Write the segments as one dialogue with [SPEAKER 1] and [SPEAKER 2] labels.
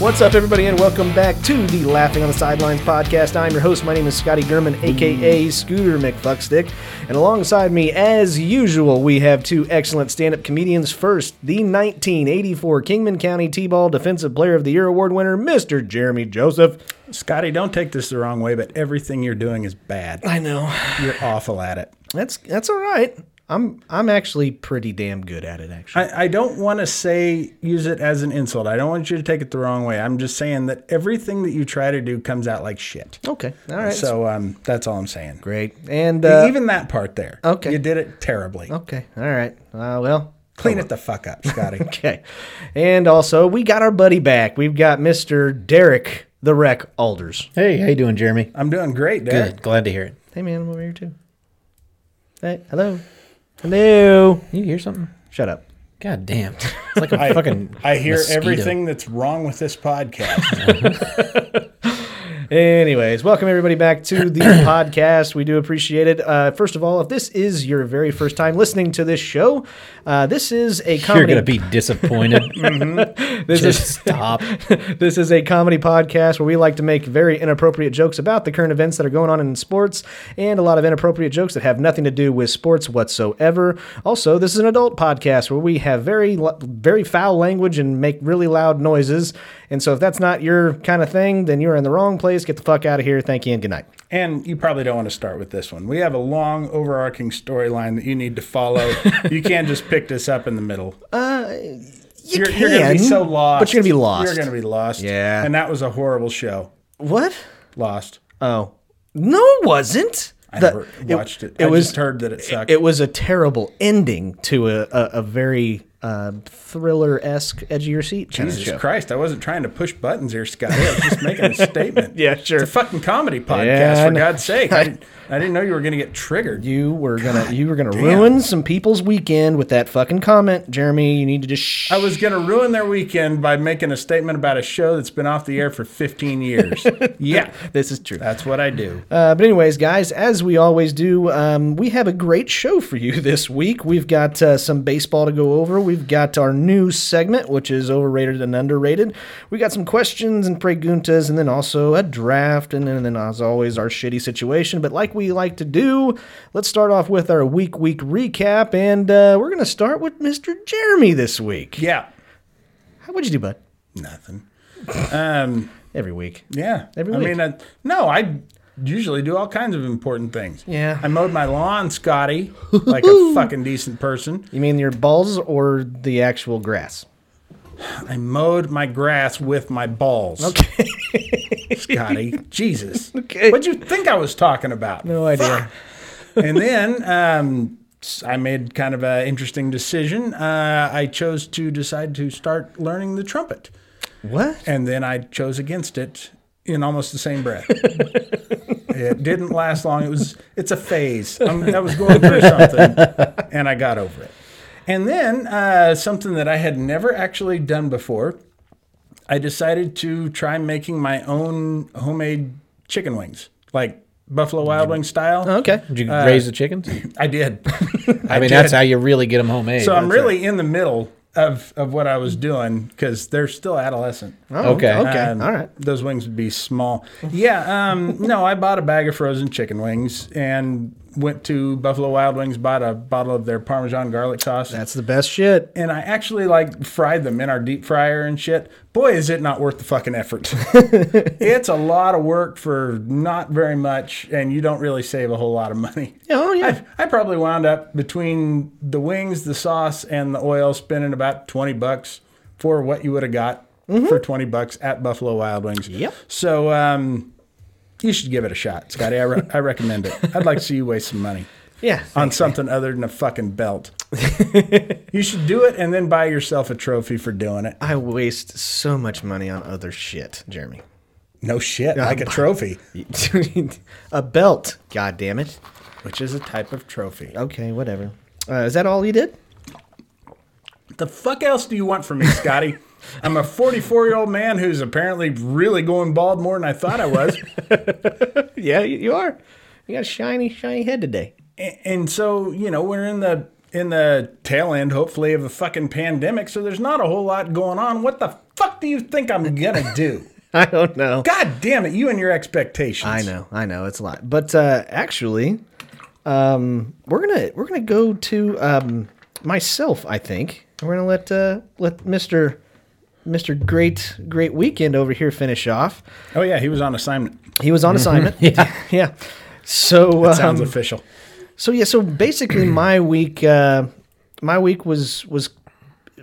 [SPEAKER 1] What's up, everybody, and welcome back to the Laughing on the Sidelines podcast. I'm your host. My name is Scotty Gurman, aka Scooter McFuckstick. And alongside me, as usual, we have two excellent stand up comedians. First, the 1984 Kingman County T Ball Defensive Player of the Year Award winner, Mr. Jeremy Joseph.
[SPEAKER 2] Scotty, don't take this the wrong way, but everything you're doing is bad.
[SPEAKER 1] I know.
[SPEAKER 2] You're awful at it.
[SPEAKER 1] That's that's all right. I'm I'm actually pretty damn good at it, actually.
[SPEAKER 2] I, I don't want to say use it as an insult. I don't want you to take it the wrong way. I'm just saying that everything that you try to do comes out like shit.
[SPEAKER 1] okay. All right.
[SPEAKER 2] So um, that's all I'm saying. E,
[SPEAKER 1] great. And uh,
[SPEAKER 2] Even that part there.
[SPEAKER 1] Okay. Oh,
[SPEAKER 2] You did it terribly.
[SPEAKER 1] okay. All right. Uh, well,
[SPEAKER 2] Clean it the fuck up, Scotty.
[SPEAKER 1] Okay. And also, we got our buddy back. We've got Mr. Derek the Wreck Alders.
[SPEAKER 3] Hey, how you doing, Jeremy?
[SPEAKER 2] I'm doing great, Derek.
[SPEAKER 3] Good. Glad to hear it.
[SPEAKER 1] Hey, man, I'm over here too. Hey, hello. Hello.
[SPEAKER 3] You hear something?
[SPEAKER 1] Shut up.
[SPEAKER 3] God damn. It's like a fucking.
[SPEAKER 2] I hear
[SPEAKER 3] mosquito.
[SPEAKER 2] everything that's wrong with this podcast.
[SPEAKER 1] Anyways, welcome everybody back to the podcast. We do appreciate it. Uh, first of all, if this is your very first time listening to this show, uh, this is a
[SPEAKER 3] You're
[SPEAKER 1] comedy.
[SPEAKER 3] gonna be disappointed.
[SPEAKER 1] this
[SPEAKER 3] Just
[SPEAKER 1] is
[SPEAKER 3] stop.
[SPEAKER 1] this is a comedy podcast where we like to make very inappropriate jokes about the current events that are going on in sports and a lot of inappropriate jokes that have nothing to do with sports whatsoever. Also, this is an adult podcast where we have very lo- very foul language and make really loud noises. And so if that's not your kind of thing, then you're in the wrong place. Get the fuck out of here. Thank you and good night.
[SPEAKER 2] And you probably don't want to start with this one. We have a long overarching storyline that you need to follow. you can't just pick this up in the middle. Uh, you are you're gonna
[SPEAKER 1] can,
[SPEAKER 2] be so lost.
[SPEAKER 1] but you're gonna be lost.
[SPEAKER 2] You're gonna be lost.
[SPEAKER 1] Yeah.
[SPEAKER 2] And that was a horrible show.
[SPEAKER 1] What?
[SPEAKER 2] Lost.
[SPEAKER 1] Oh. No, it wasn't.
[SPEAKER 2] I
[SPEAKER 1] The-
[SPEAKER 2] never watched it. I just heard that it sucked.
[SPEAKER 1] It was a terrible ending to a, a, a very uh, thriller esque edge of your seat kind
[SPEAKER 2] Jesus
[SPEAKER 1] of show.
[SPEAKER 2] Christ, I wasn't trying to push buttons here, Scotty. I was just making a statement.
[SPEAKER 1] Yeah, sure.
[SPEAKER 2] It's a fucking comedy podcast,
[SPEAKER 1] Yeah, I
[SPEAKER 2] for
[SPEAKER 1] know.
[SPEAKER 2] God's sake. I, didn't- I didn't know you were gonna get triggered.
[SPEAKER 1] You were gonna you were gonna ruin some people's weekend with that fucking comment, Jeremy. You need to just shh.
[SPEAKER 2] I was going to ruin their weekend by making a statement about a show that's been off the air for 15 years. yeah,
[SPEAKER 1] This is true.
[SPEAKER 2] that's what I do.
[SPEAKER 1] Uh, but anyways, guys, as we always do, um, we have a great show for you this week. We've got uh, some baseball to go over. We've got our new segment, which is overrated and underrated. We got some questions and preguntas, and then also a draft, and then, and then as always our shitty situation. But like we like to do, let's start off with our week week recap, and uh, we're gonna start with Mr. Jeremy this week.
[SPEAKER 2] Yeah.
[SPEAKER 1] How would you do, bud?
[SPEAKER 2] Nothing. Um,
[SPEAKER 1] Every week.
[SPEAKER 2] yeah.
[SPEAKER 1] Every
[SPEAKER 2] I
[SPEAKER 1] week.
[SPEAKER 2] mean, I, no, I usually do all kinds of important things.
[SPEAKER 1] Yeah.
[SPEAKER 2] I mowed my lawn, Scotty, like a fucking decent person.
[SPEAKER 1] You mean your balls or the actual grass?
[SPEAKER 2] I mowed my grass with my balls. Okay. Scotty, Jesus.
[SPEAKER 1] Okay.
[SPEAKER 2] What'd you think I was talking about?
[SPEAKER 1] No idea.
[SPEAKER 2] and then um, s- I made kind of an interesting decision. Uh, I chose to decide to start learning the trumpet,
[SPEAKER 1] What?
[SPEAKER 2] and then I chose against it in almost the same breath. it didn't last long. It was it's a phase. I'm, I was going through something, and I got over it. And then uh, something that I had never actually done before. I decided to try making my own homemade chicken wings, like Buffalo Wild Wings style.
[SPEAKER 1] Oh, Okay.
[SPEAKER 3] Did you raise the chickens?
[SPEAKER 2] Uh, I did.
[SPEAKER 3] I, mean, that's how you really get them homemade.
[SPEAKER 2] So I'm
[SPEAKER 3] That's it.
[SPEAKER 2] really in the middle of, of what I was doing because they're still adolescent.
[SPEAKER 1] Oh,
[SPEAKER 3] Okay.
[SPEAKER 1] Okay.
[SPEAKER 2] Um,
[SPEAKER 1] All right.
[SPEAKER 2] Those wings would be small. Yeah. Um, no, I bought a bag of frozen chicken wings and went to Buffalo Wild Wings, bought a bottle of their Parmesan garlic sauce,
[SPEAKER 1] That's the best shit.
[SPEAKER 2] and I actually like fried them in our deep fryer and shit. Boy, is it not worth the fucking effort. it's a lot of work for not very much, and you don't really save a whole lot of money.
[SPEAKER 1] Oh, yeah.
[SPEAKER 2] I, I probably wound up between the wings, the sauce, and the oil, spending about twenty bucks for what you would have got for twenty bucks at Buffalo Wild Wings.
[SPEAKER 1] Mm-hmm. Yep.
[SPEAKER 2] So um, you should give it a shot, Scotty. I, re- I recommend it. I'd like to see you waste some money
[SPEAKER 1] Yeah.
[SPEAKER 2] on something other than a fucking belt. you should do it and then buy yourself a trophy for doing it.
[SPEAKER 1] I waste so much money on other shit, Jeremy.
[SPEAKER 2] No shit, like a trophy,
[SPEAKER 1] a belt. God damn it.
[SPEAKER 2] which is a type of trophy.
[SPEAKER 1] Okay, whatever. Uh, is that all he did?
[SPEAKER 2] The fuck else do you want from me, Scotty? I'm a 44 year old man who's apparently really going bald more than I thought I was.
[SPEAKER 1] Yeah, you, you are. You got a shiny, shiny head today.
[SPEAKER 2] A- and so you know we're in the in the tail end hopefully of a fucking pandemic so there's not a whole lot going on what the fuck do you think i'm gonna do
[SPEAKER 1] I don't know.
[SPEAKER 2] god damn it you and your expectations
[SPEAKER 1] I know, I know, it's a lot. But uh, actually, um, we're gonna we're gonna go to um, myself. I think and we're gonna let uh, let Mister Mister Great Great Weekend over here finish off.
[SPEAKER 2] oh yeah he was on assignment
[SPEAKER 1] He was on assignment. yeah, yeah. So
[SPEAKER 2] sounds
[SPEAKER 1] um,
[SPEAKER 2] official
[SPEAKER 1] so yeah, so basically, my week uh, my week was was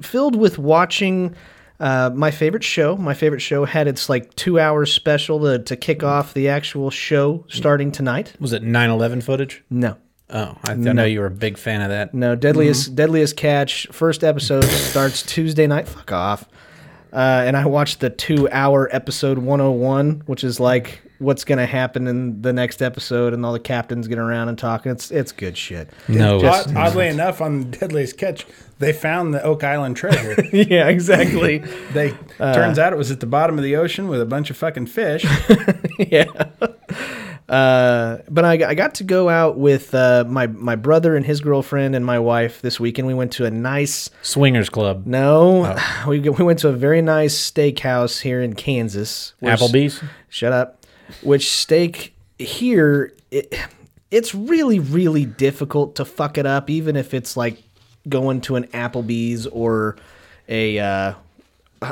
[SPEAKER 1] filled with watching. Uh, my favorite show. My favorite show had its like two hour special to, to kick off the actual show starting tonight.
[SPEAKER 3] Was it 9/11 footage?
[SPEAKER 1] No.
[SPEAKER 3] Oh, I, I know you were a big fan of that.
[SPEAKER 1] No, deadliest deadliest catch. First episode starts Tuesday night. Fuck off. Uh, and I watched the two-hour episode 101, which is like what's gonna happen in the next episode, and all the captains get around and talking. It's it's good shit.
[SPEAKER 3] No,
[SPEAKER 2] Odd- oddly enough on deadliest catch they found the oak island treasure
[SPEAKER 1] yeah, exactly.
[SPEAKER 2] they turns out it was at the bottom of the ocean with a bunch of fucking fish
[SPEAKER 1] yeah. Uh, but I, I got to go out with uh, my my brother and his girlfriend and my wife this weekend. We went to a nice
[SPEAKER 3] Swingers Club,
[SPEAKER 1] no, we we went to a very nice steakhouse here in Kansas. which-
[SPEAKER 3] Applebee's.
[SPEAKER 1] Shut up. Which steak here? It, it's really, really difficult to fuck it up, even if it's like going to an Applebee's or a, uh, a-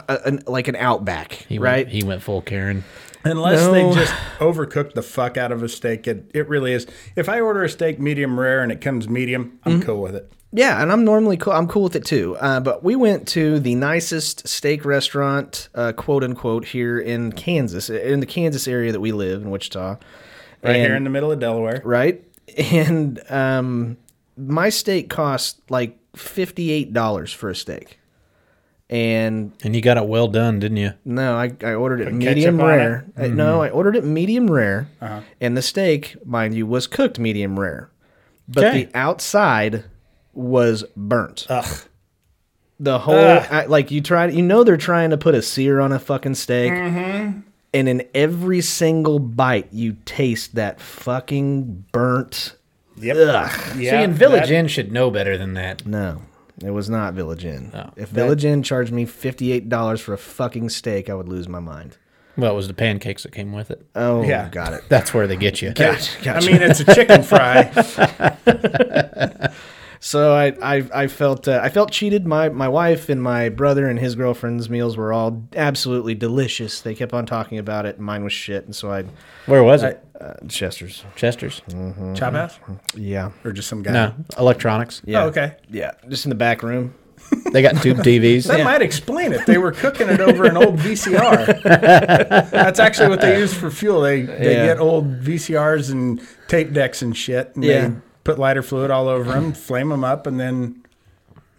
[SPEAKER 1] a- an, like an Outback,
[SPEAKER 3] He
[SPEAKER 1] right?
[SPEAKER 3] Went, he went full Karen.
[SPEAKER 2] Unless
[SPEAKER 1] No.
[SPEAKER 2] they just overcook the fuck out of a steak, it, it really is. If I order a steak medium rare and it comes medium, I'm cool with it.
[SPEAKER 1] Yeah, and I'm normally cool. I'm cool with it too. Uh, but we went to the nicest steak restaurant, uh, quote unquote, here in Kansas, in the Kansas area that we live in Wichita.
[SPEAKER 2] Right
[SPEAKER 1] And-
[SPEAKER 2] here in the middle of Delaware.
[SPEAKER 1] right? And um, my steak cost like fifty eight dollars for a steak, and
[SPEAKER 3] And you got it well done, didn't you?
[SPEAKER 1] no, I, I ordered it
[SPEAKER 2] ketchup
[SPEAKER 1] medium
[SPEAKER 2] on Mm-hmm. Uh-huh.
[SPEAKER 1] rare. I- no, I ordered it medium rare, and the steak, mind you, was cooked medium rare, but
[SPEAKER 3] Okay.
[SPEAKER 1] the outside was burnt.
[SPEAKER 2] Ugh.
[SPEAKER 1] The whole I, like you try you know they're trying to put a sear on a fucking steak.
[SPEAKER 2] Mm-hmm.
[SPEAKER 1] And in every single bite, you taste that fucking burnt.
[SPEAKER 2] Yep.
[SPEAKER 1] Ugh.
[SPEAKER 2] Yeah,
[SPEAKER 3] See, and Village
[SPEAKER 2] that-
[SPEAKER 3] Inn should know better than that.
[SPEAKER 1] No, it was not Village Inn. if Village Inn charged me fifty-eight dollars for a fucking steak, I would lose my mind.
[SPEAKER 3] Well, it was the pancakes that came with it.
[SPEAKER 1] Oh,
[SPEAKER 2] Yeah.
[SPEAKER 1] got it.
[SPEAKER 3] That's where they get you.
[SPEAKER 2] I mean, it's a chicken fry.
[SPEAKER 1] So I, I, I felt, uh, I felt cheated. My, my wife and my brother and his girlfriend's meals were all absolutely delicious. They kept on talking about it, and mine was shit. And so I,
[SPEAKER 3] Where was it?
[SPEAKER 1] uh, Chester's.
[SPEAKER 3] Chester's.
[SPEAKER 2] Chop house?
[SPEAKER 1] Yeah,
[SPEAKER 2] Or just some guy?
[SPEAKER 3] No, electronics.
[SPEAKER 1] yeah,
[SPEAKER 2] Oh, okay.
[SPEAKER 1] yeah. Just in the back room.
[SPEAKER 3] They got tube TVs.
[SPEAKER 2] That might explain it. They were cooking it over an old VCR. That's actually what they use for fuel. They they
[SPEAKER 1] Yeah.
[SPEAKER 2] get old VCRs and tape decks and shit, and
[SPEAKER 1] Yeah.
[SPEAKER 2] they put lighter fluid all over them, flame them up, and then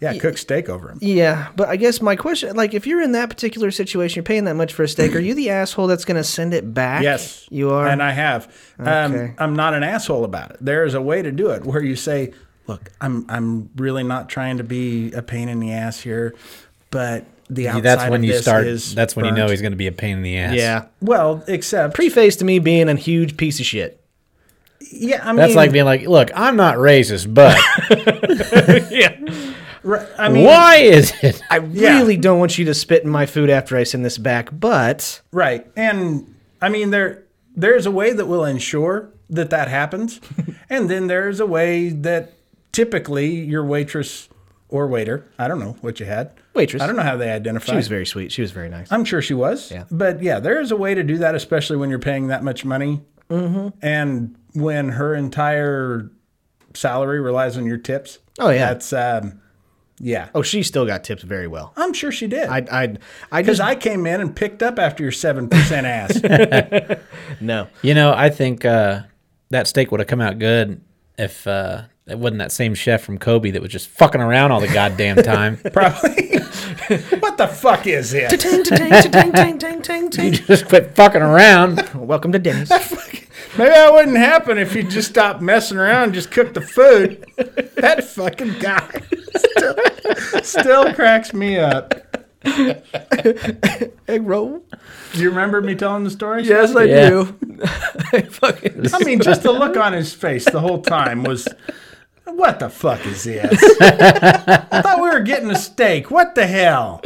[SPEAKER 2] yeah, cook steak over them.
[SPEAKER 1] Yeah, but I guess my question, like, if you're in that particular situation, you're paying that much for a steak. Are you the asshole that's going to send it back?
[SPEAKER 2] Yes,
[SPEAKER 1] you are.
[SPEAKER 2] and I have.
[SPEAKER 1] Okay.
[SPEAKER 2] Um, I'm not an asshole about it. There is a way to do it where you say, "Look, I'm I'm really not trying to be a pain in the ass here, but the outside
[SPEAKER 3] that's
[SPEAKER 2] of
[SPEAKER 3] when you
[SPEAKER 2] this
[SPEAKER 3] start.
[SPEAKER 2] is
[SPEAKER 3] That's when you know
[SPEAKER 2] burnt."
[SPEAKER 3] he's going to be a pain in the ass.
[SPEAKER 1] yeah.
[SPEAKER 2] Well, except
[SPEAKER 1] preface to me being a huge piece of shit.
[SPEAKER 2] yeah, I mean,
[SPEAKER 3] That's like being like, look, I'm not racist, but
[SPEAKER 2] ri- I mean,
[SPEAKER 3] why is it?
[SPEAKER 1] I really don't want you to spit in my food after I send this back, but
[SPEAKER 2] right? And I mean, there there's a way that will ensure that that happens, and then there's a way that typically your waitress or waiter, I don't know what you had,
[SPEAKER 1] Waitress.
[SPEAKER 2] I don't know how they identify.
[SPEAKER 1] she was very sweet. She was very nice.
[SPEAKER 2] I'm sure she was.
[SPEAKER 1] Yeah.
[SPEAKER 2] But yeah, there is a way to do that, especially when you're paying that much money. Mm-hmm. And when her entire salary relies on your tips.
[SPEAKER 1] Oh, yeah.
[SPEAKER 2] That's, um, yeah.
[SPEAKER 1] oh, she still got tipped very well.
[SPEAKER 2] I'm sure she did.
[SPEAKER 1] I I I
[SPEAKER 2] Because
[SPEAKER 1] just
[SPEAKER 2] I came in and picked up after your 7% ass.
[SPEAKER 1] no.
[SPEAKER 3] You know, I think uh, that steak would have come out good if uh, That wasn't that same chef from Kobe that was just fucking around all the goddamn time.
[SPEAKER 2] Probably. what the fuck is it?
[SPEAKER 1] Ting, ting, ting, ting, ting, ting, ting, ting.
[SPEAKER 3] just quit fucking around.
[SPEAKER 1] Welcome to Denny's.
[SPEAKER 2] Maybe that wouldn't happen if you just stopped messing around and just cooked the food. That fucking guy still, still cracks me up.
[SPEAKER 1] Egg roll.
[SPEAKER 2] Do you remember me telling the story?
[SPEAKER 4] Yes, I
[SPEAKER 3] Yeah.
[SPEAKER 4] do. I fucking
[SPEAKER 2] I mean, just the look on his face the whole time was, what the fuck is this? I thought we were getting a steak. What the hell?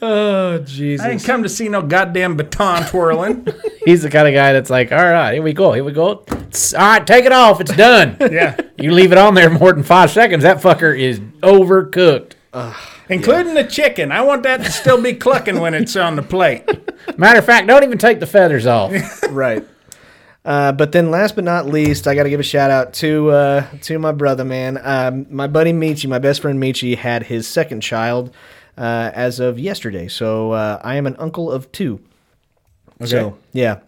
[SPEAKER 4] oh
[SPEAKER 2] I
[SPEAKER 4] Jesus!
[SPEAKER 2] didn't come to see no goddamn baton twirling.
[SPEAKER 3] He's the kind of guy that's like, all right, here we go, here we go. It's- all right, take it off. It's done.
[SPEAKER 2] Yeah.
[SPEAKER 3] You leave it on there more than five seconds, that fucker is overcooked.
[SPEAKER 2] Including the chicken. I want that to still be clucking when it's on the plate.
[SPEAKER 3] Matter of fact, don't even take the feathers off.
[SPEAKER 1] right. Uh, but then, last but not least, I got to give a shout out to uh, to my brother, man. Um, my buddy Michi, my best friend Michi, had his second child uh, as of yesterday. So uh, I am an uncle of two. So yeah,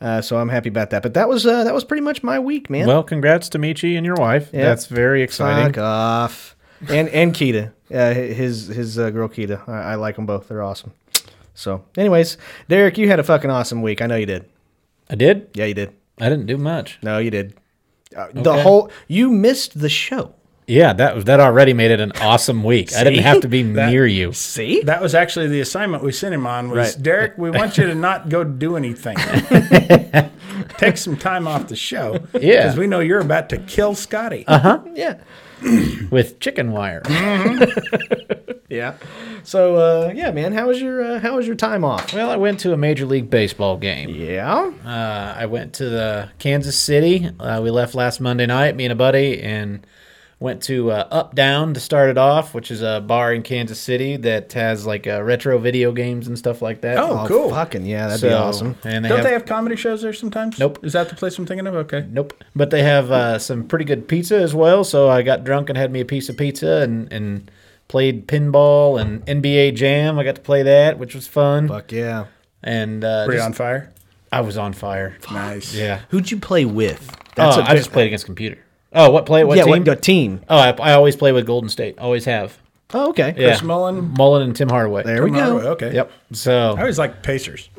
[SPEAKER 1] uh, so I'm happy about that. But that was uh, that was pretty much my week, man.
[SPEAKER 3] Well, congrats to Michi and your wife.
[SPEAKER 1] Yeah.
[SPEAKER 3] That's very exciting.
[SPEAKER 1] Fuck off. And and Kita, uh, his his uh, girl Kita. I, I like them both. They're awesome. So, anyways, Derek, you had a fucking awesome week. I know you did.
[SPEAKER 3] I did.
[SPEAKER 1] Yeah, you did.
[SPEAKER 3] I didn't do much.
[SPEAKER 1] No, you did. Uh, The whole you missed the show.
[SPEAKER 3] Yeah, that was that already made it an awesome week. I didn't have to be near you.
[SPEAKER 1] See,
[SPEAKER 2] That was actually the assignment we sent him on was,
[SPEAKER 1] Right.
[SPEAKER 2] Derek, we want you to not go do anything. Take some time off the show.
[SPEAKER 3] Yeah. Uh-huh.
[SPEAKER 2] Because we know you're about to kill Scotty.
[SPEAKER 1] yeah,
[SPEAKER 3] With chicken wire.
[SPEAKER 1] yeah. So, uh, yeah, man, how was your uh, how was your time off?
[SPEAKER 3] well, I went to a major league baseball game.
[SPEAKER 1] Yeah,
[SPEAKER 3] Uh, I went to the Kansas City. Uh, we left last Monday night, me and a buddy, and went to uh, Up Down to start it off, which is a bar in Kansas City that has like uh, retro video games and stuff like that.
[SPEAKER 2] Oh, cool.
[SPEAKER 1] Fucking yeah, that'd be
[SPEAKER 3] So-
[SPEAKER 1] awesome.
[SPEAKER 3] And they
[SPEAKER 2] Don't
[SPEAKER 3] have,
[SPEAKER 2] they have comedy shows there sometimes?
[SPEAKER 3] Nope.
[SPEAKER 2] Is that the place I'm thinking of? Okay.
[SPEAKER 3] Nope. But they have uh, some pretty good pizza as well. So I got drunk and had me a piece of pizza and, and played pinball and NBA Jam. I got to play that, which was fun.
[SPEAKER 1] Fuck yeah.
[SPEAKER 3] And uh,
[SPEAKER 2] Were you
[SPEAKER 3] just-
[SPEAKER 2] on fire?
[SPEAKER 3] I was on fire.
[SPEAKER 2] Nice.
[SPEAKER 3] Yeah.
[SPEAKER 1] Who'd you play with?
[SPEAKER 3] oh, I just played against computer. Oh, what play? What
[SPEAKER 1] yeah,
[SPEAKER 3] team?
[SPEAKER 1] what, what team?
[SPEAKER 3] oh, I, I always play with Golden State. Always have.
[SPEAKER 1] Oh, okay.
[SPEAKER 3] Yeah.
[SPEAKER 2] Chris Mullen.
[SPEAKER 3] Mullen and Tim Hardaway.
[SPEAKER 1] There we go.
[SPEAKER 2] Okay.
[SPEAKER 3] Yep. So
[SPEAKER 2] I always like Pacers.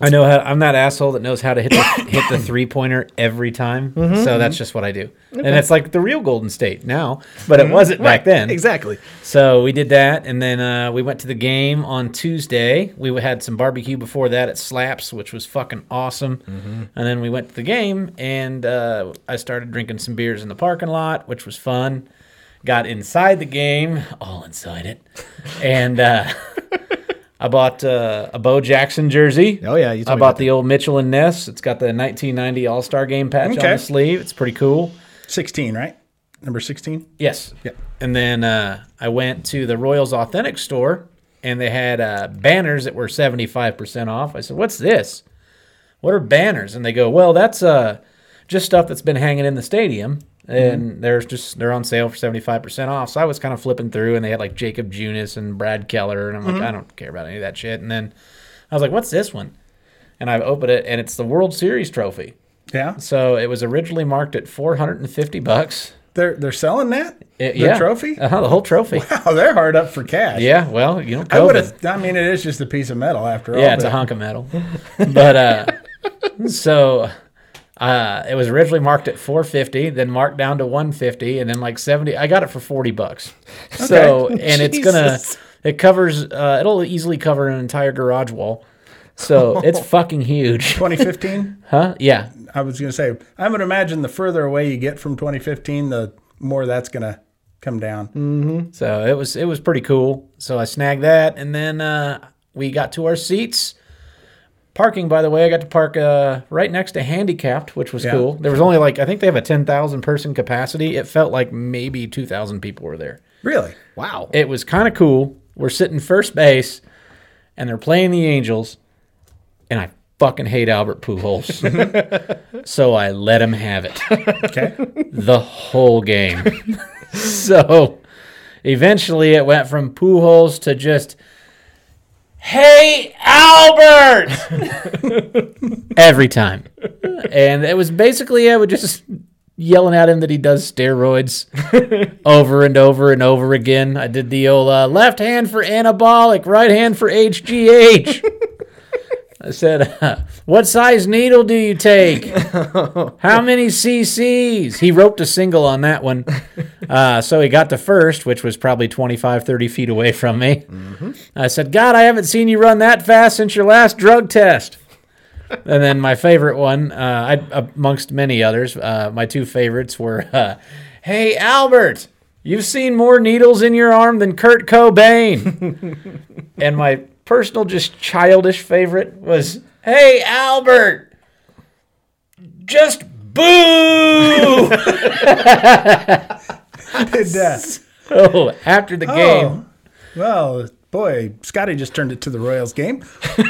[SPEAKER 3] I know how I'm that asshole that knows how to hit the, hit the three pointer every time.
[SPEAKER 1] Mm-hmm,
[SPEAKER 3] So that's just what I do. And it's like the real Golden State now, but
[SPEAKER 1] Mm-hmm.
[SPEAKER 3] it wasn't back then.
[SPEAKER 1] Exactly.
[SPEAKER 3] So we did that, and then uh, we went to the game on Tuesday. We had some barbecue before that at Slaps, which was fucking awesome.
[SPEAKER 1] Mm-hmm.
[SPEAKER 3] And then we went to the game, and uh, I started drinking some beers in the parking lot, which was fun. Got inside the game, all inside it, and uh, I bought uh, a Bo Jackson jersey.
[SPEAKER 1] Oh, yeah, you told
[SPEAKER 3] I
[SPEAKER 1] me
[SPEAKER 3] bought
[SPEAKER 1] about
[SPEAKER 3] the old Mitchell and Ness. It's got the 1990 All Star Game patch on
[SPEAKER 2] Okay.
[SPEAKER 3] the sleeve. It's pretty cool.
[SPEAKER 2] 16, right? Number 16?
[SPEAKER 3] Yes. And then uh, I went to the Royals Authentic store, and they had uh, banners that were seventy five percent off. I said, "What's this? What are banners?" And they go, "Well, that's uh, just stuff that's been hanging in the stadium, and they're just they're on sale for seventy five percent off." So I was kind of flipping through, and they had like Jacob Junis and Brad Keller, and I'm like, "I don't care about any of that shit." And then I was like, "What's this one?" And I opened it, and it's the World Series trophy.
[SPEAKER 2] Yeah.
[SPEAKER 3] So it was originally marked at four hundred and fifty bucks.
[SPEAKER 2] They're they're selling that?
[SPEAKER 3] It-
[SPEAKER 2] the
[SPEAKER 3] yeah.
[SPEAKER 2] trophy?
[SPEAKER 3] Uh-huh, the whole trophy.
[SPEAKER 2] Oh, they're hard up for cash.
[SPEAKER 3] Yeah, well, you know,
[SPEAKER 2] I would
[SPEAKER 3] COVID.
[SPEAKER 2] have I mean it is just a piece of metal after all.
[SPEAKER 3] Yeah, it's a
[SPEAKER 2] but-
[SPEAKER 3] hunk of metal. But uh, so uh, it was originally marked at 450, then marked down to 150, and then like 70. I got it for 40 bucks. So and it's gonna
[SPEAKER 1] Jesus.
[SPEAKER 3] it covers uh, it'll easily cover an entire garage wall. So it's fucking huge,
[SPEAKER 2] 2015?
[SPEAKER 3] huh? Yeah,
[SPEAKER 2] I was going to say I would imagine the further away you get from 2015 the more that's going to come down.
[SPEAKER 3] Mm. So it was it was pretty cool. So I snagged that, and then uh, we got to our seats. Parking, by the way, I got to park uh, right next to handicapped, which was
[SPEAKER 2] Yeah.
[SPEAKER 3] cool. There was only like I think they have a ten thousand person capacity. It felt like maybe two thousand people were there.
[SPEAKER 2] Really?
[SPEAKER 1] Wow.
[SPEAKER 3] It was kind of cool. We're sitting first base, and they're playing the Angels, and I fucking hate Albert Pujols, so I let him have it
[SPEAKER 2] Okay.
[SPEAKER 3] the whole game. so eventually it went from Pujols to just Hey Albert every time. And it was basically I would just yelling at him that he does steroids over and over and over again. I did the old uh, left hand for anabolic, right hand for HGH. I said, uh, "What size needle do you take? How many cc's?" He roped a single on that one, uh, so he got to first, which was probably 25, 30 feet away from me. I said, "God, I haven't seen you run that fast since your last drug test." and then my favorite one, uh, I, amongst many others, uh, my two favorites were, uh, "Hey Albert, you've seen more needles in your arm than Kurt Cobain," and my personal, just childish favorite was, "Hey Albert, just boo!"
[SPEAKER 2] Did that.
[SPEAKER 3] so Oh, after the game,
[SPEAKER 2] Oh, well, boy, Scotty just turned it to the Royals game.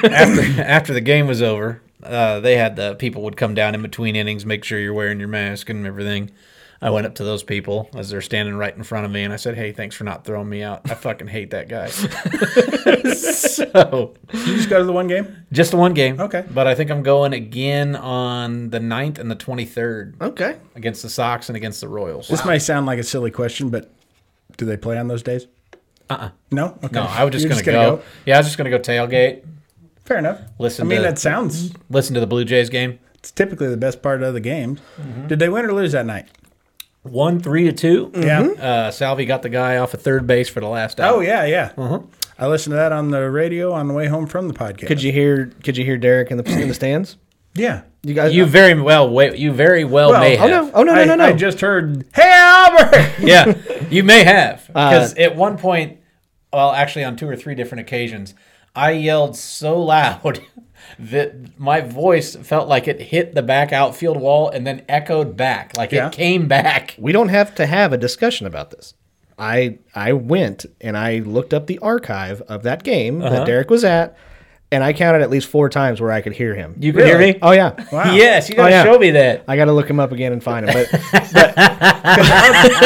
[SPEAKER 3] after the game was over, uh, they had the people would come down in between innings, make sure you're wearing your mask and everything. I went up to those people as they're standing right in front of me, and I said, "Hey, thanks for not throwing me out. I fucking hate that guy." so,
[SPEAKER 2] You just go to the one game.
[SPEAKER 3] just the one game,
[SPEAKER 2] Okay.
[SPEAKER 3] But I think I'm going again on the 9th and the 23rd
[SPEAKER 1] Okay.
[SPEAKER 3] against the Sox and against the Royals.
[SPEAKER 2] This may sound like a silly question, but do they play on those days? Uh. uh No. Okay.
[SPEAKER 3] Uh-uh. No, I was just
[SPEAKER 2] You're
[SPEAKER 3] gonna, go. Yeah, I was just gonna go tailgate,
[SPEAKER 2] Fair enough.
[SPEAKER 3] Listen
[SPEAKER 2] I mean,
[SPEAKER 3] to-
[SPEAKER 2] that sounds.
[SPEAKER 3] listen to the Blue Jays game,
[SPEAKER 2] It's typically the best part of the game.
[SPEAKER 3] Mm-hmm.
[SPEAKER 2] Did they win or lose that night?
[SPEAKER 3] one three to 2
[SPEAKER 2] Yeah.
[SPEAKER 3] Uh, Salvi got the guy off of third base for the last out.
[SPEAKER 2] Oh yeah, yeah.
[SPEAKER 3] Uh-huh.
[SPEAKER 2] I listened to that on the radio on the way home from the podcast.
[SPEAKER 1] Could you hear? Could you hear Derek in the in the stands?
[SPEAKER 2] Yeah.
[SPEAKER 1] You guys.
[SPEAKER 3] You very well, wait, you very well,
[SPEAKER 2] Well,
[SPEAKER 3] may
[SPEAKER 2] oh,
[SPEAKER 3] have.
[SPEAKER 1] no. Oh no no
[SPEAKER 2] I,
[SPEAKER 1] no no.
[SPEAKER 2] I just heard, "Hey Albert."
[SPEAKER 3] yeah, you may have because at one point, well, actually on two or three different occasions, I yelled so loud that my voice felt like it hit the back outfield wall and then echoed back, like
[SPEAKER 2] Yeah.
[SPEAKER 3] it came back.
[SPEAKER 1] we don't have to have a discussion about this. I I went and I looked up the archive of that game that Derek was at, and I counted at least four times where I could hear him.
[SPEAKER 3] You can hear me?
[SPEAKER 1] Oh yeah.
[SPEAKER 3] Yes, you gotta
[SPEAKER 1] Oh, yeah.
[SPEAKER 3] show me that.
[SPEAKER 1] I got to look him up again and find him. But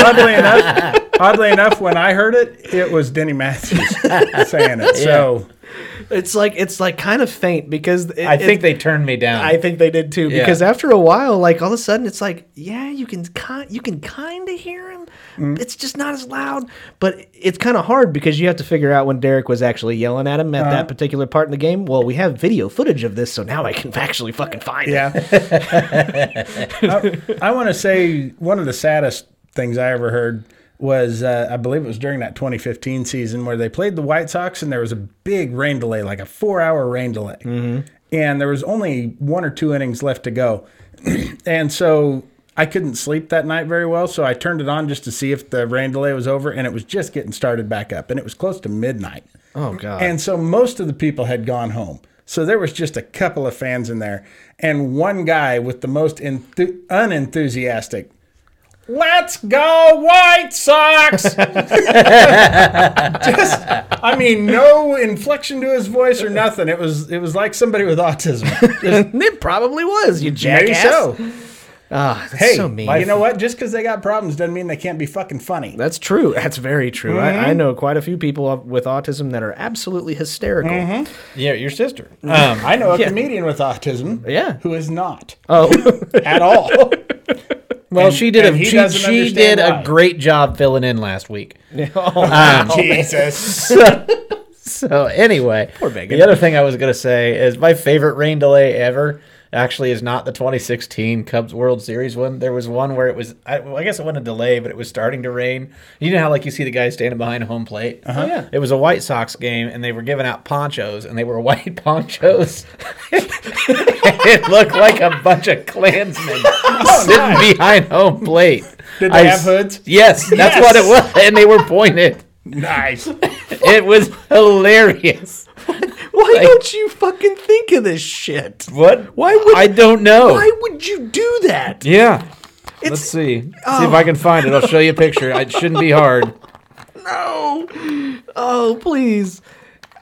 [SPEAKER 2] oddly enough, oddly enough, when I heard it, it was Denny Matthews saying it. So
[SPEAKER 1] it's like it's like kind of faint because it,
[SPEAKER 3] I think
[SPEAKER 1] it-
[SPEAKER 3] they turned me down.
[SPEAKER 1] I think they did too.
[SPEAKER 3] Yeah.
[SPEAKER 1] Because after a while, like all of a sudden, it's like, yeah, you can kind you can kind of hear him.
[SPEAKER 2] Mm.
[SPEAKER 1] It's just not as loud, but it's kind of hard because you have to figure out when Derek was actually yelling at him at
[SPEAKER 2] Uh-huh.
[SPEAKER 1] that particular part in the game. Well, we have video footage of this, so now I can actually fucking find it.
[SPEAKER 2] yeah, I, want to say one of the saddest things I ever heard was uh, I believe it was during that 2015 season where they played the White Sox and there was a big rain delay, like a four-hour rain delay, and there was only one or two innings left to go, and so. I couldn't sleep that night very well, so I turned it on just to see if the rain delay was over, and it was just getting started back up, and it was close to midnight.
[SPEAKER 1] Oh god.
[SPEAKER 2] And so most of the people had gone home. So there was just a couple of fans in there, and one guy with the most enthu- unenthusiastic. Let's go White Sox! just, I mean, no inflection to his voice or nothing. It was it was like somebody with autism. Just,
[SPEAKER 1] it probably was you
[SPEAKER 2] maybe
[SPEAKER 1] jackass.
[SPEAKER 2] so.
[SPEAKER 1] Ah, that's
[SPEAKER 2] Hey,
[SPEAKER 1] so mean.
[SPEAKER 2] you know what? Just because they got problems doesn't mean they can't be fucking funny.
[SPEAKER 1] That's true. That's very true. I, I
[SPEAKER 2] Mm-hmm.
[SPEAKER 1] know quite a few people of- with autism that are absolutely hysterical.
[SPEAKER 2] Mm-hmm.
[SPEAKER 3] yeah, your sister. Um,
[SPEAKER 2] I know a comedian with autism,
[SPEAKER 1] Yeah.
[SPEAKER 2] who is not
[SPEAKER 1] Oh,
[SPEAKER 2] at all.
[SPEAKER 3] well, she did
[SPEAKER 2] and
[SPEAKER 3] a
[SPEAKER 2] he
[SPEAKER 3] she,
[SPEAKER 2] doesn't
[SPEAKER 3] she
[SPEAKER 2] understand
[SPEAKER 3] did
[SPEAKER 2] why.
[SPEAKER 3] a great job filling in last week. Oh, Um,
[SPEAKER 2] Jesus.
[SPEAKER 3] So Oh, anyway,
[SPEAKER 1] Megan.
[SPEAKER 3] the other thing I was gonna say is my favorite rain delay ever actually is not the 2016 Cubs World Series one. There was one where it was I, well, I guess it wasn't a delay, but it was starting to rain. You know how like you see the guy standing behind home plate. Uh-huh.
[SPEAKER 1] yeah.
[SPEAKER 3] It was a White Sox game, and they were giving out ponchos, and they were white ponchos. it looked like a bunch of Klansmen sitting behind home plate.
[SPEAKER 2] Did they have
[SPEAKER 3] s-
[SPEAKER 2] hoods?
[SPEAKER 3] Yes, that's what it was, and they were pointed.
[SPEAKER 2] Nice.
[SPEAKER 3] It was hilarious.
[SPEAKER 1] why don't you fucking think of this shit?
[SPEAKER 3] What?
[SPEAKER 1] Why would
[SPEAKER 3] I don't know.
[SPEAKER 1] Why would you do that?
[SPEAKER 3] Yeah. Let's see.
[SPEAKER 1] oh.
[SPEAKER 3] See if I can find it. I'll show you a picture. It shouldn't be hard.
[SPEAKER 1] No. Oh, please.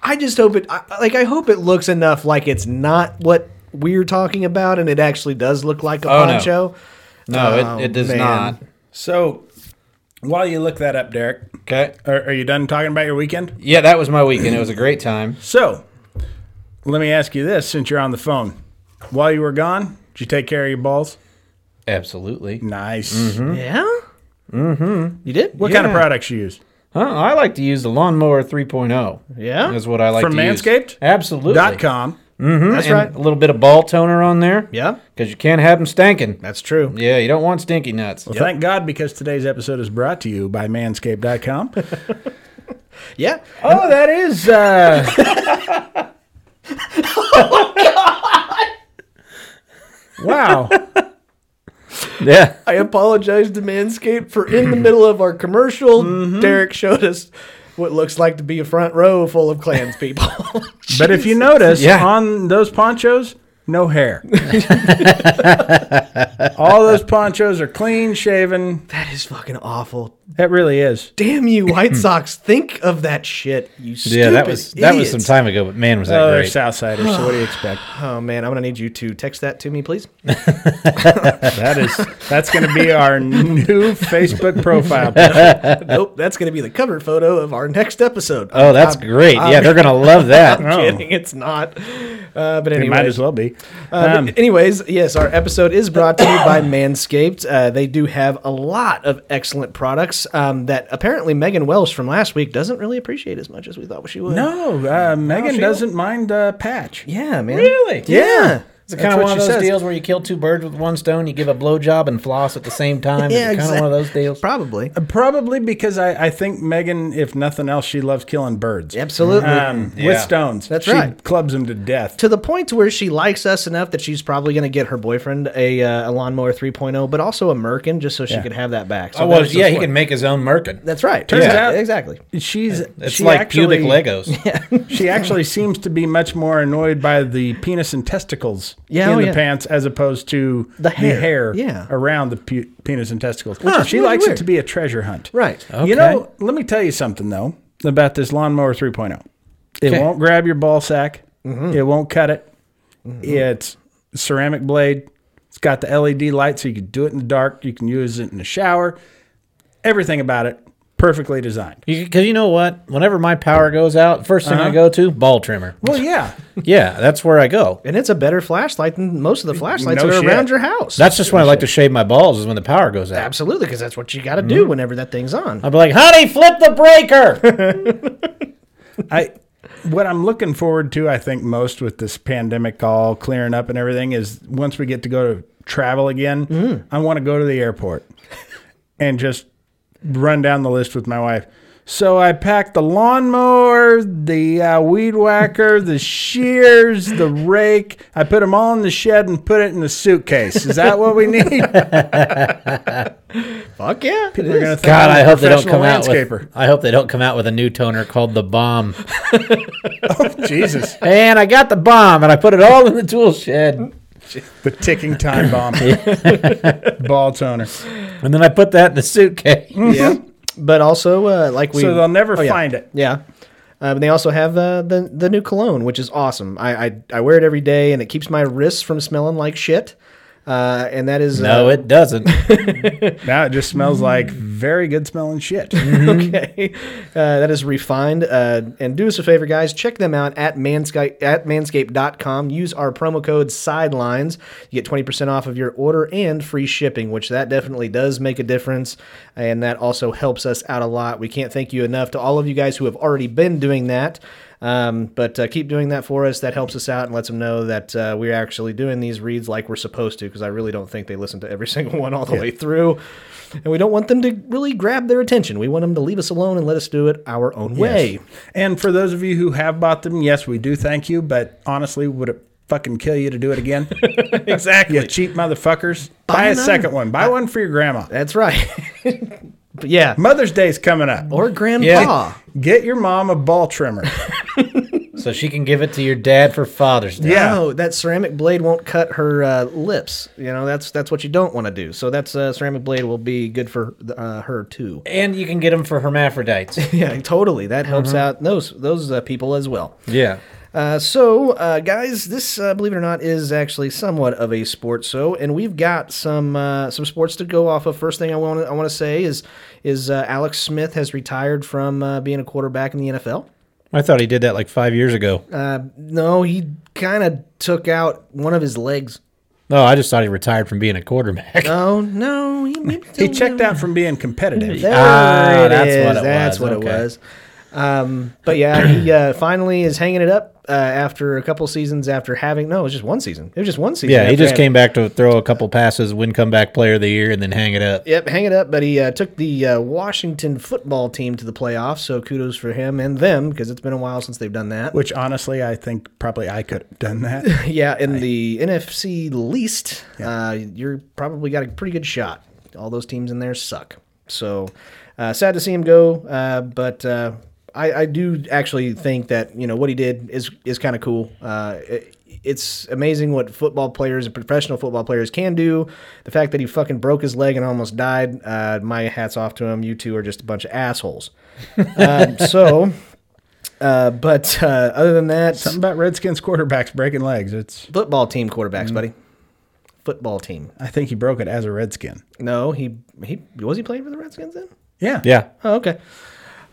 [SPEAKER 1] I just hope it I- like I hope it looks enough like it's not what we're talking about and it actually does look like a
[SPEAKER 3] Oh, no.
[SPEAKER 1] poncho.
[SPEAKER 3] No,
[SPEAKER 1] Oh,
[SPEAKER 3] it, it does
[SPEAKER 1] man.
[SPEAKER 3] not.
[SPEAKER 2] So, while you look that up, Derek,
[SPEAKER 3] Okay.
[SPEAKER 2] are, are you done talking about your weekend?
[SPEAKER 3] Yeah, that was my weekend. It was a great time.
[SPEAKER 2] So, let me ask you this since you're on the phone. While you were gone, did you take care of your balls?
[SPEAKER 3] Absolutely.
[SPEAKER 2] Nice.
[SPEAKER 1] Yeah. Mm-hmm. You did?
[SPEAKER 2] What kind of
[SPEAKER 3] Yeah.
[SPEAKER 2] products you use?
[SPEAKER 3] Huh, I like to use the lawnmower 3.0.
[SPEAKER 1] Yeah.
[SPEAKER 3] That's what I like
[SPEAKER 2] From
[SPEAKER 3] to use.
[SPEAKER 2] Manscaped?
[SPEAKER 3] Absolutely.
[SPEAKER 2] Dot com.
[SPEAKER 1] That's
[SPEAKER 3] And
[SPEAKER 1] right.
[SPEAKER 3] A little bit of ball toner on there.
[SPEAKER 1] Yeah.
[SPEAKER 3] Because you can't have them stinking.
[SPEAKER 1] That's true.
[SPEAKER 3] Yeah, you don't want stinky nuts.
[SPEAKER 2] Well, thank God because today's episode is brought to you by manscaped.com.
[SPEAKER 1] Yeah.
[SPEAKER 3] Oh, that is. Uh...
[SPEAKER 2] wow.
[SPEAKER 3] yeah.
[SPEAKER 1] I apologize to Manscaped for in the middle of our commercial. Derek showed us what looks like to be a front row full of clans people.
[SPEAKER 2] But if you notice,
[SPEAKER 3] Yeah.
[SPEAKER 2] on those ponchos, no hair. All those ponchos are clean shaven.
[SPEAKER 1] that is fucking awful.
[SPEAKER 2] That really is.
[SPEAKER 1] Damn you, White Sox! Think of that shit, you stupid
[SPEAKER 3] Yeah, that was that was
[SPEAKER 1] idiots.
[SPEAKER 3] some time ago, but man, was that
[SPEAKER 2] Oh, they're
[SPEAKER 3] great.
[SPEAKER 2] Southsiders, so what do you expect?
[SPEAKER 1] Oh man, I'm gonna need you to text that to me, please.
[SPEAKER 2] That is that's gonna be our new Facebook profile. picture.
[SPEAKER 1] nope, that's gonna be the cover photo of our next episode.
[SPEAKER 3] oh, that's
[SPEAKER 1] I'm
[SPEAKER 3] great. yeah, they're gonna love that.
[SPEAKER 1] kidding, it's not. Uh, but
[SPEAKER 2] It
[SPEAKER 1] anyway,
[SPEAKER 2] might as well be.
[SPEAKER 1] Uh,
[SPEAKER 2] Um,
[SPEAKER 1] but anyways, yes, our episode is brought to you by Manscaped. Uh, they do have a lot of excellent products um, that apparently Megan Welsh from last week doesn't really appreciate as much as we thought she would.
[SPEAKER 2] no, uh, Megan
[SPEAKER 1] she-
[SPEAKER 2] doesn't mind uh, patch.
[SPEAKER 1] Yeah, man.
[SPEAKER 3] Really?
[SPEAKER 1] Yeah.
[SPEAKER 3] It's
[SPEAKER 1] That's
[SPEAKER 3] kind of
[SPEAKER 1] what
[SPEAKER 3] one of
[SPEAKER 1] she
[SPEAKER 3] those
[SPEAKER 1] says.
[SPEAKER 3] deals where you kill two birds with one stone. You give a blowjob and floss at the same time.
[SPEAKER 1] Yeah,
[SPEAKER 3] it's kind of one of those deals.
[SPEAKER 1] Probably.
[SPEAKER 2] Probably because I, I think Megan, if nothing else, she loves killing birds.
[SPEAKER 1] Absolutely.
[SPEAKER 2] Um,
[SPEAKER 3] Yeah.
[SPEAKER 2] With stones.
[SPEAKER 1] That's
[SPEAKER 2] she
[SPEAKER 1] right.
[SPEAKER 2] clubs them to death.
[SPEAKER 1] to the point where she likes us enough that she's probably going to get her boyfriend a, uh, a lawnmower 3.0, but also a Merkin just so she could have that back. So
[SPEAKER 3] Oh, well,
[SPEAKER 1] that's
[SPEAKER 3] yeah,
[SPEAKER 1] just
[SPEAKER 3] he
[SPEAKER 1] what-
[SPEAKER 3] can make his own merkin.
[SPEAKER 1] That's right.
[SPEAKER 2] Turns
[SPEAKER 1] yeah.
[SPEAKER 2] out-
[SPEAKER 1] exactly.
[SPEAKER 2] She's
[SPEAKER 3] It's
[SPEAKER 2] she
[SPEAKER 3] like
[SPEAKER 2] actually,
[SPEAKER 3] pubic Legos.
[SPEAKER 2] She actually seems to be much more annoyed by the penis and testicles
[SPEAKER 1] Yeah,
[SPEAKER 2] in
[SPEAKER 1] oh,
[SPEAKER 2] the
[SPEAKER 1] yeah.
[SPEAKER 2] pants as opposed to
[SPEAKER 1] The hair, yeah.
[SPEAKER 2] yeah. around the pu- penis and testicles.
[SPEAKER 1] is
[SPEAKER 2] she
[SPEAKER 1] really
[SPEAKER 2] likes
[SPEAKER 1] weird.
[SPEAKER 2] it to be a treasure hunt.
[SPEAKER 1] Right.
[SPEAKER 2] You know, let me tell you something though about this lawnmower 3.0. It
[SPEAKER 3] Okay.
[SPEAKER 2] won't grab your ball sack. It won't cut it. Mm-hmm. It's ceramic blade. It's got the LED light, so you can do it in the dark. You can use it in the shower. Everything about it, perfectly designed.
[SPEAKER 3] Because you know what? Whenever my power goes out, first thing I go to ball trimmer.
[SPEAKER 2] Well, yeah.
[SPEAKER 3] Yeah, that's where I go.
[SPEAKER 1] And it's a better flashlight than most of the flashlights
[SPEAKER 2] No
[SPEAKER 1] that are
[SPEAKER 2] shit.
[SPEAKER 1] around your house.
[SPEAKER 3] That's just when I like to shave my balls is when the power goes out.
[SPEAKER 1] Absolutely, because that's what you got to do whenever that thing's on.
[SPEAKER 3] I'd be like, "Honey, flip the breaker."
[SPEAKER 2] I what I'm looking forward to, I think most with this pandemic all clearing up and everything is once we get to go to travel again,
[SPEAKER 3] Mm.
[SPEAKER 2] I want to go to the airport and just run down the list with my wife. So I packed the lawnmower, the uh, weed whacker, the shears, the rake. I put them all in the shed and put it in the suitcase. Is that what we need? We're
[SPEAKER 1] Fuck yeah. it is.
[SPEAKER 2] gonna think
[SPEAKER 3] God,
[SPEAKER 2] I'm a
[SPEAKER 3] I hope they don't
[SPEAKER 2] professional
[SPEAKER 3] come out
[SPEAKER 2] landscaper.
[SPEAKER 3] with. I hope they don't come out with a new toner called the bomb.
[SPEAKER 2] Jesus,
[SPEAKER 3] and I got the bomb, and I put it all in the tool shed.
[SPEAKER 2] the ticking time bomb, ball toner.
[SPEAKER 3] And then I put that in the suitcase.
[SPEAKER 1] yeah. But also, uh, like we.
[SPEAKER 2] So they'll never
[SPEAKER 1] Oh, yeah.
[SPEAKER 2] find it.
[SPEAKER 1] Yeah. Um, they also have uh, the the new cologne, which is awesome. I, I I wear it every day, and it keeps my wrists from smelling like shit. Uh, and that is
[SPEAKER 3] No,
[SPEAKER 1] uh,
[SPEAKER 3] it doesn't.
[SPEAKER 2] Now it just smells like very good smelling shit.
[SPEAKER 1] okay. Uh, that is refined. Uh, and do us a favor, guys. Check them out at manscape at manscaped.com. Use our promo code sidelines. You get 20% off of your order and free shipping, which that definitely does make a difference. And that also helps us out a lot. We can't thank you enough to all of you guys who have already been doing that. Um, but uh, keep doing that for us. That helps us out and lets them know that uh, we're actually doing these reads like we're supposed to, because I really don't think they listen to every single one all the way through. And we don't want them to really grab their attention. We want them to leave us alone and let us do it our own way.
[SPEAKER 2] and for those of you who have bought them, yes, we do thank you. But honestly, would it fucking kill you to do it again?
[SPEAKER 1] Exactly.
[SPEAKER 2] you cheap motherfuckers. Buy, a
[SPEAKER 1] another.
[SPEAKER 2] second one. Buy one for your grandma.
[SPEAKER 1] That's right. but yeah.
[SPEAKER 2] Mother's Day's coming up.
[SPEAKER 1] Or grandpa.
[SPEAKER 3] Yeah.
[SPEAKER 2] Get your mom a ball trimmer.
[SPEAKER 3] so she can give it to your dad for Father's Day.
[SPEAKER 2] Yeah.
[SPEAKER 1] No, that ceramic blade won't cut her uh, lips. You know, that's that's what you don't want to do. So that's uh, ceramic blade will be good for uh, her too.
[SPEAKER 3] And you can get them for hermaphrodites.
[SPEAKER 1] Yeah, totally. That helps out those those uh, people as well.
[SPEAKER 3] yeah.
[SPEAKER 1] Uh, so, uh, guys, this uh, believe it or not is actually somewhat of a sports show, and we've got some uh, some sports to go off of. First thing I want I want to say is is uh, Alex Smith has retired from uh, being a quarterback in the NFL.
[SPEAKER 3] I thought he did that like five years ago.
[SPEAKER 1] Uh, no, he kind of took out one of his legs.
[SPEAKER 3] No, I just thought he retired from being a quarterback.
[SPEAKER 1] Oh no, he, maybe
[SPEAKER 2] He
[SPEAKER 1] don't
[SPEAKER 2] checked
[SPEAKER 1] know.
[SPEAKER 2] out from being competitive.
[SPEAKER 1] There
[SPEAKER 3] Ah,
[SPEAKER 1] it
[SPEAKER 3] that's
[SPEAKER 1] is.
[SPEAKER 3] what it
[SPEAKER 1] that's
[SPEAKER 3] was.
[SPEAKER 1] what
[SPEAKER 3] Okay.
[SPEAKER 1] it was. Um, but yeah, he uh, finally is hanging it up uh, after a couple seasons after having no, it was just one season. It was just one season.
[SPEAKER 3] yeah, he
[SPEAKER 1] after
[SPEAKER 3] just
[SPEAKER 1] having-
[SPEAKER 3] came back to throw a couple passes, win comeback player of the year, and then hang it up.
[SPEAKER 1] Yep, hang it up. But he uh, took the uh, Washington football team to the playoffs, so kudos for him and them because it's been a while since they've done that.
[SPEAKER 2] Which honestly, I think probably I could have done that.
[SPEAKER 1] Yeah, in the NFC least, uh, you're probably got a pretty good shot. All those teams in there suck. So uh, sad to see him go, uh, but uh, I, I do actually think that you know what he did is is kind of cool. Uh, it, it's amazing what football players and professional football players can do. The fact that he fucking broke his leg and almost died, uh, my hat's off to him. You two are just a bunch of assholes. um, so, uh, but uh, other than that,
[SPEAKER 2] Something about Redskins quarterbacks breaking legs. It's
[SPEAKER 1] Football team quarterbacks,
[SPEAKER 2] Mm.
[SPEAKER 1] buddy. Football team.
[SPEAKER 2] I think he broke it as a Redskin.
[SPEAKER 1] No, he he was he playing for the Redskins then?
[SPEAKER 2] Yeah.
[SPEAKER 3] Yeah.
[SPEAKER 1] Oh, okay.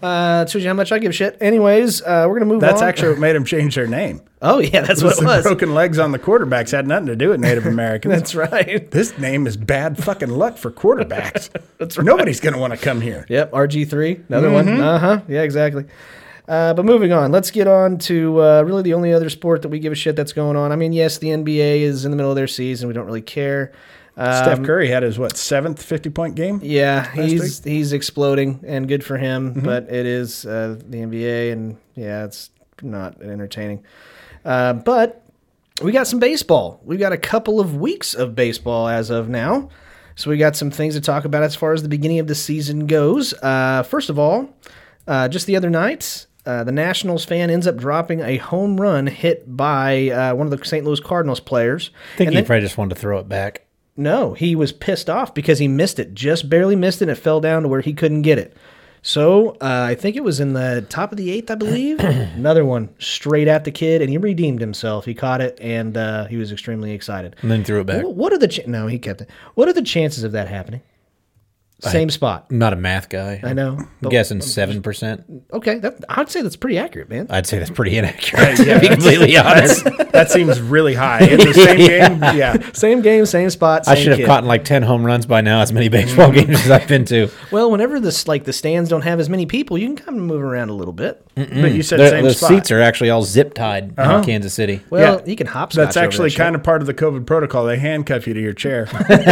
[SPEAKER 1] Uh, shows you how much I give a shit. Anyways, uh, we're gonna move
[SPEAKER 2] That's
[SPEAKER 1] on.
[SPEAKER 2] actually what made him change their name.
[SPEAKER 1] Oh yeah, that's what it
[SPEAKER 2] the
[SPEAKER 1] was.
[SPEAKER 2] Broken legs on the quarterbacks had nothing to do with Native Americans.
[SPEAKER 1] That's right.
[SPEAKER 2] This name is bad fucking luck for quarterbacks. That's right. Nobody's going to want to come here.
[SPEAKER 1] Yep. RG three, another one.
[SPEAKER 2] Mm-hmm.
[SPEAKER 1] Uh huh. Yeah, exactly. Uh, but moving on, let's get on to uh, really the only other sport that we give a shit that's going on. I mean, yes, the NBA is in the middle of their season. We don't really care. Uh,
[SPEAKER 2] Steph Curry had his what seventh fifty point game.
[SPEAKER 1] Yeah, he's he's exploding, and good for him. But it is uh, the NBA, and yeah, it's not entertaining. Uh, but we got some baseball. We've got a couple of weeks of baseball as of now, so we got some things to talk about as far as the beginning of the season goes. Uh, first of all, uh, just the other night. Uh, the Nationals fan ends up dropping a home run hit by uh, one of the St. Louis Cardinals players.
[SPEAKER 3] I think
[SPEAKER 1] And
[SPEAKER 3] he
[SPEAKER 1] then-
[SPEAKER 3] probably just wanted to throw it back.
[SPEAKER 1] no, he was pissed off because he missed it, just barely missed it, and it fell down to where he couldn't get it. So uh, I think it was in the top of the eighth, I believe. Another one straight at the kid, and he redeemed himself. He caught it, and uh, he was extremely excited.
[SPEAKER 3] And then threw it back.
[SPEAKER 1] Wh- What are the ch- no? He kept it. What are the chances of that happening? Same spot.
[SPEAKER 3] I'm not a math guy.
[SPEAKER 1] I
[SPEAKER 3] I'm
[SPEAKER 1] know. But,
[SPEAKER 3] guessing 7%.
[SPEAKER 1] okay, that, I'd say that's pretty accurate, man.
[SPEAKER 3] I'd say that's pretty inaccurate, to be completely honest.
[SPEAKER 2] That seems really high. In the same game, yeah.
[SPEAKER 1] Same game, same spot.
[SPEAKER 3] I
[SPEAKER 1] same
[SPEAKER 3] should have
[SPEAKER 1] kid.
[SPEAKER 3] caught in like 10 home runs by now, as many baseball games as I've been to.
[SPEAKER 1] Well, whenever this like the stands don't have as many people, you can kind of move around a little bit.
[SPEAKER 3] Mm,
[SPEAKER 2] But you said
[SPEAKER 3] The,
[SPEAKER 2] same
[SPEAKER 3] the
[SPEAKER 2] spot.
[SPEAKER 3] seats are actually all zip tied in Kansas City.
[SPEAKER 1] Well,
[SPEAKER 2] Yeah.
[SPEAKER 1] you can hop.
[SPEAKER 2] That's actually kind of part of the COVID protocol. They handcuff you to your chair when you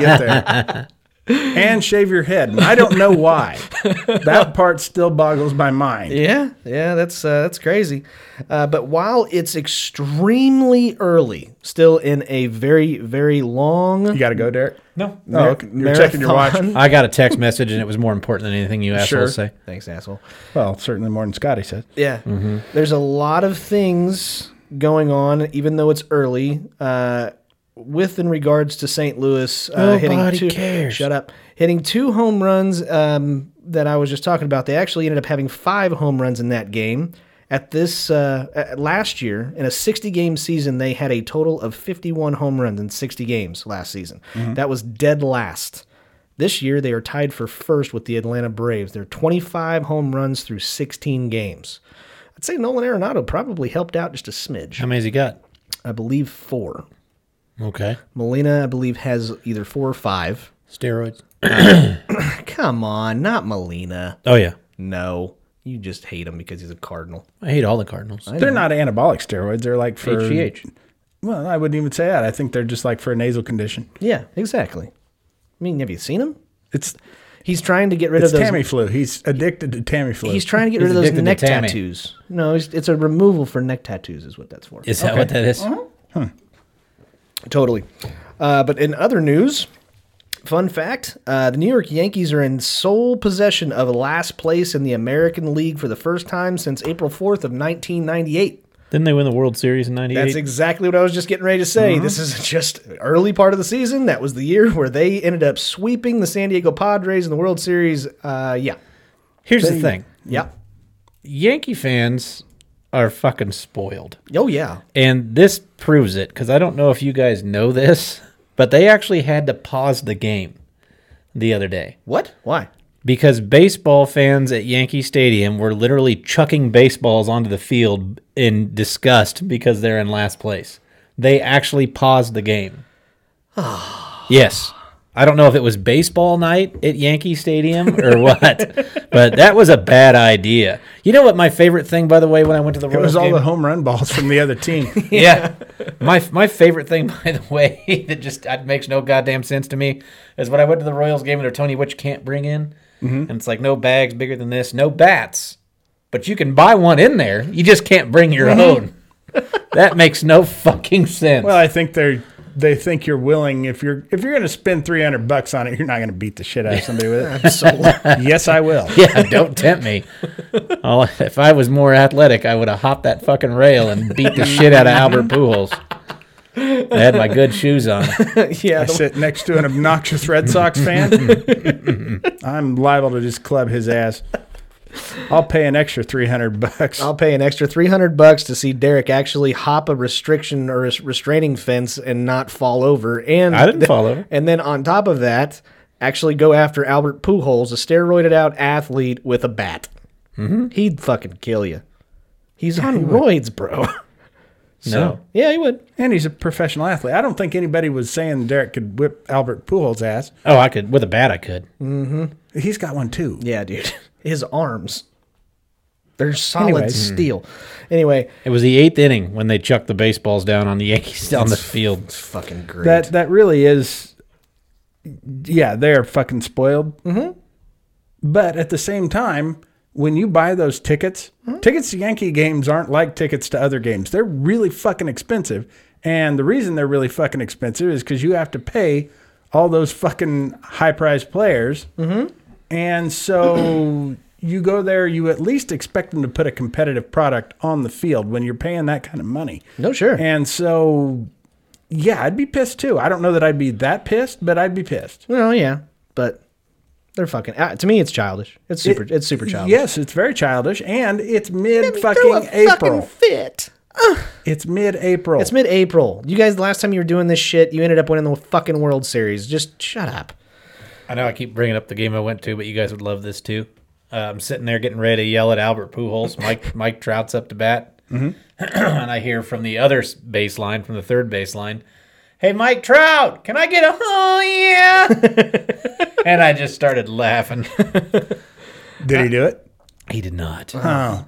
[SPEAKER 2] get there. And shave your head. And I don't know why. That part still boggles my mind.
[SPEAKER 1] Yeah, yeah, that's uh, that's crazy. Uh, but while it's extremely early, still in a very very long
[SPEAKER 2] You got to go, Derek?
[SPEAKER 3] No.
[SPEAKER 2] Oh, okay. You're checking your watch.
[SPEAKER 1] marathon-
[SPEAKER 3] I got a text message, and it was more important than anything you assholes
[SPEAKER 2] Sure.
[SPEAKER 3] say.
[SPEAKER 1] Thanks, asshole.
[SPEAKER 2] Well, certainly more than Scotty said.
[SPEAKER 1] Yeah,
[SPEAKER 2] Mm-hmm.
[SPEAKER 1] there's a lot of things going on, even though it's early. Uh, with in regards to St. Louis, uh,
[SPEAKER 3] Nobody
[SPEAKER 1] hitting two,
[SPEAKER 3] cares.
[SPEAKER 1] Shut up. Hitting two home runs um, that I was just talking about. They actually ended up having five home runs in that game. At this uh, at last year in a 60 game season, they had a total of 51 home runs in 60 games last season. That was dead last. This year they are tied for first with the Atlanta Braves. They're 25 home runs through 16 games. I'd say Nolan Arenado probably helped out just a smidge.
[SPEAKER 3] How many's he got?
[SPEAKER 1] I believe four.
[SPEAKER 3] Okay.
[SPEAKER 1] Molina, I believe, has either four or five.
[SPEAKER 3] Steroids.
[SPEAKER 1] Come on, not Molina.
[SPEAKER 3] Oh, yeah.
[SPEAKER 1] No, you just hate him because he's a Cardinal.
[SPEAKER 3] I hate all the Cardinals.
[SPEAKER 2] They're not anabolic steroids. They're like for.
[SPEAKER 3] HGH.
[SPEAKER 2] Well, I wouldn't even say that. I think they're just like for a nasal condition.
[SPEAKER 1] Yeah, exactly. I mean, have you seen him?
[SPEAKER 2] It's
[SPEAKER 1] He's trying to get rid
[SPEAKER 2] it's
[SPEAKER 1] of those.
[SPEAKER 2] Tamiflu. He's addicted to Tamiflu.
[SPEAKER 1] He's trying to get
[SPEAKER 3] He's
[SPEAKER 1] rid of those
[SPEAKER 3] addicted to
[SPEAKER 1] neck
[SPEAKER 3] Tammy.
[SPEAKER 1] tattoos. No, it's, it's a removal for neck tattoos, is what that's for.
[SPEAKER 3] Is that what that is?
[SPEAKER 1] Totally. Uh, but in other news, fun fact uh, the New York Yankees are in sole possession of last place in the American League for the first time since April 4th of 1998.
[SPEAKER 3] Didn't they win the World Series in 98?
[SPEAKER 1] That's exactly what I was just getting ready to say.
[SPEAKER 3] Mm-hmm.
[SPEAKER 1] This is just early part of the season. That was the year where they ended up sweeping the San Diego Padres in the World Series. Uh, yeah.
[SPEAKER 3] Mm. Here's the thing
[SPEAKER 1] Yeah.
[SPEAKER 3] Yankee fans are fucking spoiled.
[SPEAKER 1] Oh, yeah.
[SPEAKER 3] And this proves it because I don't know if you guys know this, but they actually had to pause the game the other day
[SPEAKER 1] What? Why?
[SPEAKER 3] because baseball fans at Yankee Stadium were literally chucking baseballs onto the field in disgust because they're in last place. They actually paused the game. Yes. I don't know if it was baseball night at Yankee Stadium or what, but that was a bad idea. You know what my favorite thing, by the way, when I went to the
[SPEAKER 2] It
[SPEAKER 3] Royals
[SPEAKER 2] was all
[SPEAKER 3] game?
[SPEAKER 2] the home run balls from the other team.
[SPEAKER 3] yeah. My my favorite thing, by the way, that just that makes no goddamn sense to me is when I went to the Royals game and they're telling you what you can't bring in, and it's like no bags bigger than this, no bats, but you can buy one in there. You just can't bring your own. that makes no fucking sense.
[SPEAKER 2] Well, I think they're they think you're willing if you're if you're going to spend 300 bucks on it, you're not going to beat the shit out of somebody with it. yes, I will.
[SPEAKER 3] yeah, don't tempt me. I'll- if I was more athletic, I would have hopped that fucking rail and beat the shit out of Albert Pujols. I had my good shoes on.
[SPEAKER 1] yeah,
[SPEAKER 2] I
[SPEAKER 1] the-
[SPEAKER 2] sit next to an obnoxious Red Sox fan. I'm liable to just club his ass. I'll pay an extra 300 bucks.
[SPEAKER 1] I'll pay an extra 300 bucks to see Derek actually hop a restriction or a s- restraining fence and not fall over. And
[SPEAKER 3] I didn't fall over.
[SPEAKER 1] And then on top of that, actually go after Albert Pujols, a steroided out athlete with a bat. He'd fucking kill you. He's on roids, bro.
[SPEAKER 3] No.
[SPEAKER 1] yeah, he would.
[SPEAKER 2] and he's a professional athlete. I don't think anybody was saying Derek could whip Albert Pujols' ass.
[SPEAKER 3] Oh, I could with a bat. I could.
[SPEAKER 2] He's got one too.
[SPEAKER 1] Yeah, dude. His arms. They're solid
[SPEAKER 2] Anyways.
[SPEAKER 1] steel. Anyway,
[SPEAKER 3] It was the eighth inning when they chucked the baseballs down on the Yankees on the field.
[SPEAKER 1] it's fucking great.
[SPEAKER 2] That that really is. Yeah, they are fucking spoiled. Mm-hmm. But at the same time, when you buy those tickets, tickets to Yankee games aren't like tickets to other games. They're really fucking expensive, and the reason they're really fucking expensive is because you have to pay all those fucking high priced players, and so. You go there, you at least expect them to put a competitive product on the field when you're paying that kind of money.
[SPEAKER 1] no, sure.
[SPEAKER 2] And so, yeah, I'd be pissed too. I don't know that I'd be that pissed, but I'd be pissed.
[SPEAKER 1] well, yeah, but they're fucking. Uh, to me, it's childish. It's super. it's super childish.
[SPEAKER 2] Yes, it's very childish, and it's mid
[SPEAKER 1] Throw
[SPEAKER 2] fucking
[SPEAKER 1] a Fucking
[SPEAKER 2] April.
[SPEAKER 1] fit.
[SPEAKER 2] it's mid April.
[SPEAKER 1] It's mid-April. You guys, last time you were doing this shit, you ended up winning the fucking World Series. Just shut up.
[SPEAKER 3] I know I keep bringing up the game I went to, but you guys would love this too. Uh, I'm sitting there getting ready to yell at Albert Pujols. Mike Mike Trout's up to bat,
[SPEAKER 2] Mm-hmm.
[SPEAKER 3] and I hear from the other s- baseline, from the third baseline, "Hey, Mike Trout, can I get a oh yeah?" and I just started laughing.
[SPEAKER 2] Did he do it?
[SPEAKER 3] He did not.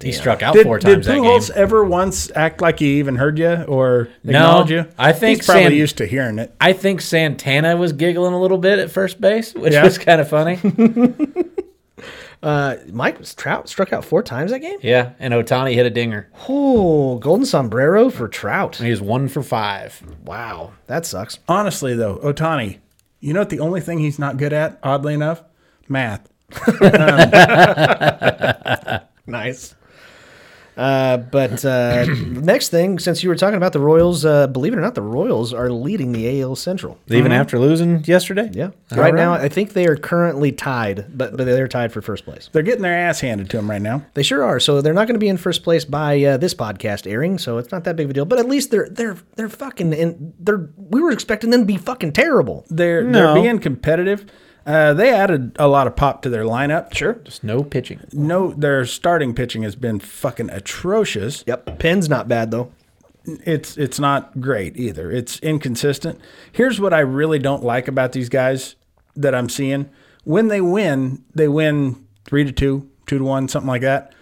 [SPEAKER 3] he struck out
[SPEAKER 2] Oh, Did,
[SPEAKER 3] four
[SPEAKER 2] did
[SPEAKER 3] times that game.
[SPEAKER 2] Pujols ever once act like he even heard you or
[SPEAKER 3] No,
[SPEAKER 2] acknowledge you?
[SPEAKER 3] I think
[SPEAKER 2] he's probably
[SPEAKER 3] Sam-
[SPEAKER 2] used to hearing it.
[SPEAKER 3] I think Santana was giggling a little bit at first base, which
[SPEAKER 2] Yeah.
[SPEAKER 3] was kind of funny.
[SPEAKER 1] Uh, Mike Trout struck out four times that game.
[SPEAKER 3] yeah, and Otani hit a dinger.
[SPEAKER 1] Oh, golden sombrero for Trout.
[SPEAKER 3] He was one for five.
[SPEAKER 1] Wow, that sucks.
[SPEAKER 2] Honestly, though, Otani, you know what? The only thing he's not good at, oddly enough, math.
[SPEAKER 1] Nice. Uh, but uh, next thing, since you were talking about the Royals, uh, believe it or not, the Royals are leading the AL Central.
[SPEAKER 3] Even after losing yesterday?
[SPEAKER 1] Yeah, right, now I think they are currently tied, but but they're tied for first place.
[SPEAKER 2] They're getting their ass handed to him right now.
[SPEAKER 1] They sure are. So they're not going to be in first place by uh, this podcast airing. So it's not that big of a deal. But at least they're they're they're fucking in. They're we were expecting them to be fucking terrible.
[SPEAKER 2] They're
[SPEAKER 3] No.
[SPEAKER 2] they're being competitive. Uh, they added a lot of pop to their lineup. Sure.
[SPEAKER 3] Just no pitching.
[SPEAKER 2] No, their starting pitching has been fucking atrocious.
[SPEAKER 1] Yep. Penn's not bad though.
[SPEAKER 2] It's it's not great either. It's inconsistent. Here's what I really don't like about these guys that I'm seeing. When they win, they win three to two, two to one, something like that.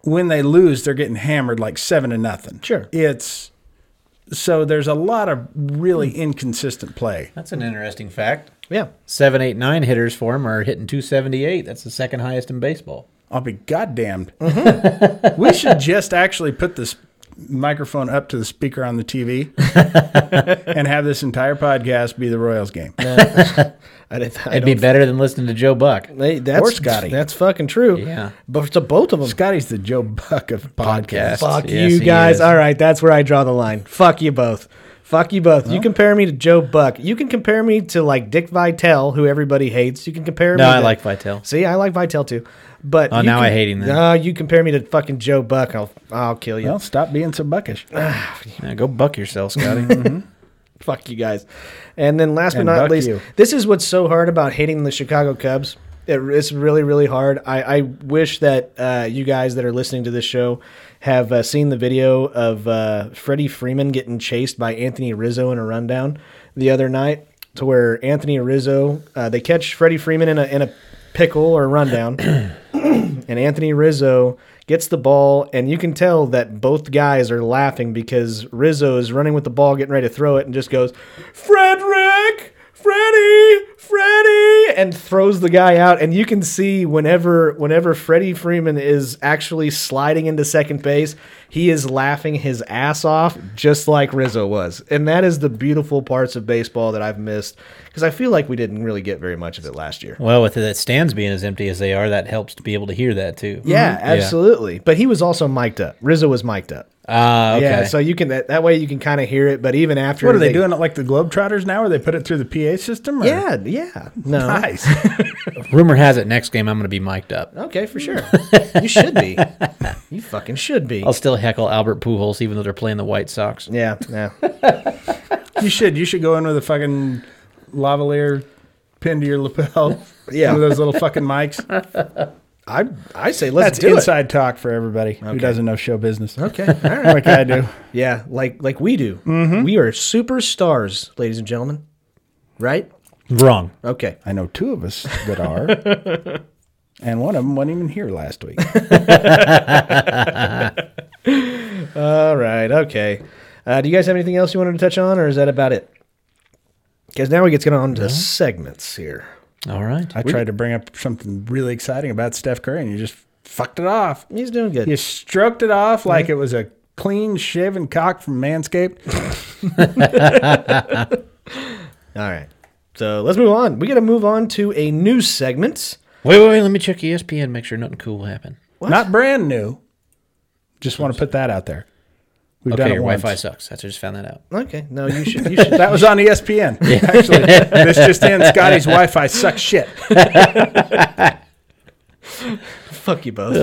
[SPEAKER 2] When they lose, they're getting hammered like seven to nothing.
[SPEAKER 1] Sure.
[SPEAKER 2] It's so there's a lot of really inconsistent play.
[SPEAKER 3] That's an interesting fact.
[SPEAKER 1] Yeah.
[SPEAKER 3] Seven, eight, nine hitters for him are hitting 278. That's the second highest in baseball.
[SPEAKER 2] I'll be goddamned.
[SPEAKER 1] Mm-hmm.
[SPEAKER 2] we should just actually put this microphone up to the speaker on the TV and have this entire podcast be the Royals game.
[SPEAKER 1] I didn't. I
[SPEAKER 3] It'd be
[SPEAKER 1] don't,
[SPEAKER 3] better than listening to Joe Buck.
[SPEAKER 1] they, that's,
[SPEAKER 2] or Scotty.
[SPEAKER 1] That's fucking true.
[SPEAKER 3] Yeah.
[SPEAKER 1] But to both of them.
[SPEAKER 2] Scotty's the Joe Buck of podcasts.
[SPEAKER 1] Fuck
[SPEAKER 3] Yes,
[SPEAKER 1] you
[SPEAKER 3] he
[SPEAKER 1] guys.
[SPEAKER 3] is.
[SPEAKER 1] All right, that's where I draw the line. Fuck you both. Fuck you both. You compare me to Joe Buck. You can compare me to like Dick Vitale, who everybody hates. You can compare
[SPEAKER 3] No,
[SPEAKER 1] me.
[SPEAKER 3] I
[SPEAKER 1] to-
[SPEAKER 3] like Vitale.
[SPEAKER 1] See, I like Vitale too. But
[SPEAKER 3] Oh,
[SPEAKER 1] you
[SPEAKER 3] now I hate him then.
[SPEAKER 1] No, you compare me to fucking Joe Buck. I'll I'll kill you.
[SPEAKER 2] Well, stop being so buckish.
[SPEAKER 1] Ah,
[SPEAKER 3] Yeah, go buck yourself, Scotty.
[SPEAKER 1] Fuck you guys. And then last
[SPEAKER 2] And
[SPEAKER 1] but not
[SPEAKER 2] fuck
[SPEAKER 1] least,
[SPEAKER 2] you.
[SPEAKER 1] this is what's so hard about hating the Chicago Cubs. It, it's really, really hard. I, I wish that uh, you guys that are listening to this show have uh, seen the video of uh, Freddie Freeman getting chased by Anthony Rizzo in a rundown the other night. to where Anthony Rizzo uh, they catch Freddie Freeman in a in a pickle or rundown, and Anthony Rizzo gets the ball, and you can tell that both guys are laughing because Rizzo is running with the ball, getting ready to throw it, and just goes, Frederick, Freddie, Freddie, and throws the guy out. And you can see whenever whenever Freddie Freeman is actually sliding into second base, he is laughing his ass off, just like Rizzo was. And that is the beautiful parts of baseball that I've missed because I feel like we didn't really get very much of it last year.
[SPEAKER 3] Well, with the stands being as empty as they are, that helps to be able to hear that too.
[SPEAKER 1] Mm-hmm.
[SPEAKER 3] Mm-hmm.
[SPEAKER 1] Yeah, absolutely. But he was also mic'd up. Rizzo was mic'd up.
[SPEAKER 3] Ah, okay.
[SPEAKER 1] Yeah, so you can that, that way you can kind of hear it. But even after,
[SPEAKER 2] What are they, doing it like the Globetrotters now? Or they put it through the PA system? Or?
[SPEAKER 1] Yeah, yeah. No,
[SPEAKER 2] Nice.
[SPEAKER 3] Rumor has it next game I'm going to be mic'd up.
[SPEAKER 1] Okay, for sure. you should be. You fucking should be.
[SPEAKER 3] I'll still heckle Albert Pujols even though they're playing the White Sox.
[SPEAKER 1] Yeah, yeah.
[SPEAKER 2] you should. You should go in with a fucking lavalier pinned to your lapel.
[SPEAKER 1] Yeah.
[SPEAKER 2] One of those little fucking mics.
[SPEAKER 1] I I say let's
[SPEAKER 2] That's
[SPEAKER 1] do
[SPEAKER 2] inside talk for everybody who doesn't know show business.
[SPEAKER 1] it. Okay, all right.
[SPEAKER 2] Like I do.
[SPEAKER 1] Yeah, like like we do. We are superstars, ladies and gentlemen. Right?
[SPEAKER 3] Wrong.
[SPEAKER 1] Okay.
[SPEAKER 2] I know two of us that are. And one of them wasn't even here last week.
[SPEAKER 1] All right. Okay. Uh, do you guys have anything else you wanted to touch on, or is that about it? Because now we get to get on to segments here.
[SPEAKER 3] All right.
[SPEAKER 2] I tried to bring up something really exciting about Steph Curry, and you just fucked it off.
[SPEAKER 1] He's doing good.
[SPEAKER 2] You stroked it off like it was a clean shaven cock from Manscaped.
[SPEAKER 1] All right. So let's move on. We got to move on to a new segment.
[SPEAKER 3] Wait, wait, wait. Let me check E ESPN. Make sure nothing cool will happen.
[SPEAKER 2] Not brand new. Just want to put that out there. We've
[SPEAKER 3] Okay,
[SPEAKER 2] done it
[SPEAKER 3] your
[SPEAKER 2] once.
[SPEAKER 3] Wi-Fi sucks. I just found that out.
[SPEAKER 1] Okay. No, you should. You should.
[SPEAKER 2] That was on E ESPN. Actually, this just in: Scotty's Wi-Fi sucks shit.
[SPEAKER 1] Fuck you both.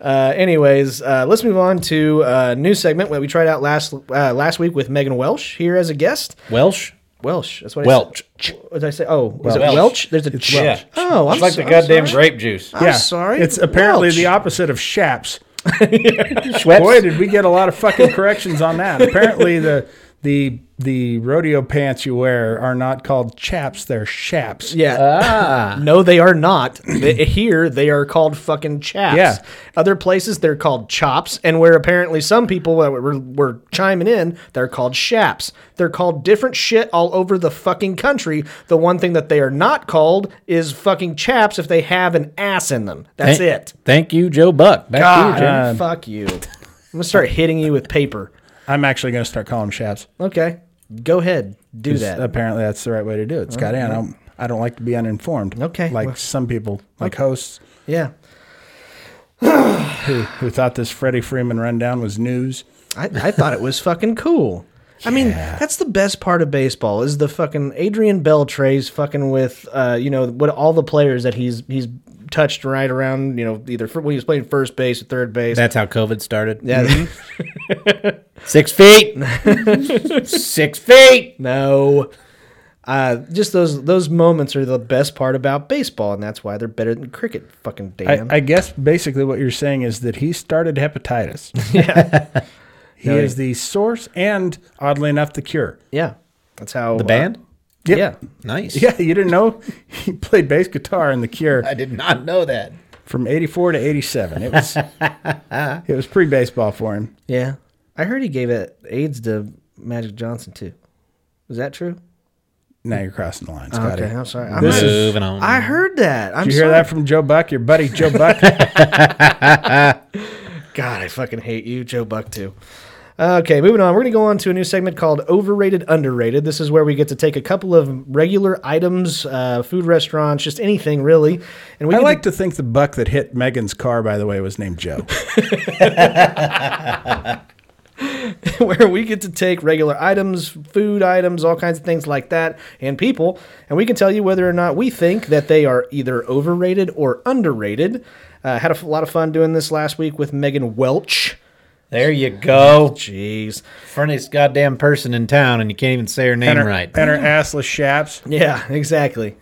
[SPEAKER 1] Uh, anyways, uh, let's move on to a new segment that we tried out last uh, last week with Megan Welsh here as a guest.
[SPEAKER 3] Welsh.
[SPEAKER 1] Welsh. That's what
[SPEAKER 3] Welch.
[SPEAKER 1] I said. What did I say? Oh, was it
[SPEAKER 3] Welch.
[SPEAKER 1] Welch? There's a ch-
[SPEAKER 3] Welch.
[SPEAKER 1] Oh, I'm
[SPEAKER 3] it's like
[SPEAKER 1] so-
[SPEAKER 3] the
[SPEAKER 1] I'm
[SPEAKER 3] goddamn
[SPEAKER 1] sorry.
[SPEAKER 3] grape juice.
[SPEAKER 1] I'm sorry.
[SPEAKER 2] It's apparently the
[SPEAKER 1] Welch.
[SPEAKER 2] opposite of Shaps. Boy, did we get a lot of fucking corrections on that. Apparently, the the the rodeo pants you wear are not called chaps; they're shaps.
[SPEAKER 1] Yeah. no, they are not. They- here, they are called fucking chaps.
[SPEAKER 2] Yeah.
[SPEAKER 1] Other places, they're called chops. And where apparently some people that were, were chiming in, they're called shaps. They're called different shit all over the fucking country. The one thing that they are not called is fucking chaps if they have an ass in them. That's
[SPEAKER 3] Thank-
[SPEAKER 1] it.
[SPEAKER 3] Thank you, Joe Buck. Back to you, Jim.
[SPEAKER 2] Um,
[SPEAKER 1] Fuck you. I'm going to start hitting you with paper.
[SPEAKER 2] I'm actually going to start calling them shaps.
[SPEAKER 1] Okay. Go ahead. Do that.
[SPEAKER 2] Apparently, that's the right way to do it, Scotty. I don't I don't like to be uninformed.
[SPEAKER 1] Okay,
[SPEAKER 2] like
[SPEAKER 1] well-
[SPEAKER 2] some people, like hosts
[SPEAKER 1] yeah.
[SPEAKER 2] who, who thought this Freddie Freeman rundown was news.
[SPEAKER 1] I, I thought it was fucking cool. I mean, that's the best part of baseball is the fucking Adrian Beltre's fucking with, uh, you know, what all the players that he's he's touched right around, you know, either fir- when he was playing first base or third base.
[SPEAKER 3] That's how COVID started. Mm-hmm.
[SPEAKER 1] yeah,
[SPEAKER 3] Six feet. Six feet.
[SPEAKER 1] no, uh, just those those moments are the best part about baseball, and that's why they're better than cricket. Fucking
[SPEAKER 2] I,
[SPEAKER 1] damn.
[SPEAKER 2] I guess basically what you're saying is that he started hepatitis. he is the source and, oddly enough, the cure.
[SPEAKER 1] yeah, that's how uh,
[SPEAKER 3] The band.
[SPEAKER 2] Yep.
[SPEAKER 1] Yeah,
[SPEAKER 3] Nice.
[SPEAKER 2] Yeah, you didn't know he played bass guitar in the Cure
[SPEAKER 3] I did not know that.
[SPEAKER 2] from '84 to '87. It was it was pre baseball for him.
[SPEAKER 1] yeah. I heard he gave it AIDS to Magic Johnson too. Is that true?
[SPEAKER 2] Now you're crossing the line, Scotty.
[SPEAKER 1] Okay, I'm sorry. I'm
[SPEAKER 2] This
[SPEAKER 1] not-
[SPEAKER 2] is-
[SPEAKER 3] Moving on.
[SPEAKER 1] I heard that. I'm
[SPEAKER 2] you
[SPEAKER 1] sorry.
[SPEAKER 2] hear that from Joe Buck, your buddy Joe Buck?
[SPEAKER 1] God, I fucking hate you, Joe Buck, too. Okay, moving on. We're going to go on to a new segment called Overrated Underrated. This is where we get to take a couple of regular items, uh, food restaurants, just anything really, and we
[SPEAKER 2] I
[SPEAKER 1] get
[SPEAKER 2] like to think the buck that hit Megan's car, by the way, was named Joe.
[SPEAKER 1] to, where we get to take regular items, food items, all kinds of things like that, and people, and we can tell you whether or not we think that they are either overrated or underrated. Uh, had a f- lot of fun doing this last week with Megan Welch.
[SPEAKER 3] There you
[SPEAKER 2] Oh.
[SPEAKER 3] go.
[SPEAKER 1] Jeez.
[SPEAKER 3] Funniest goddamn person in town, and you can't even say her name
[SPEAKER 2] and her,
[SPEAKER 3] right.
[SPEAKER 2] and her assless shaps.
[SPEAKER 1] Yeah, exactly.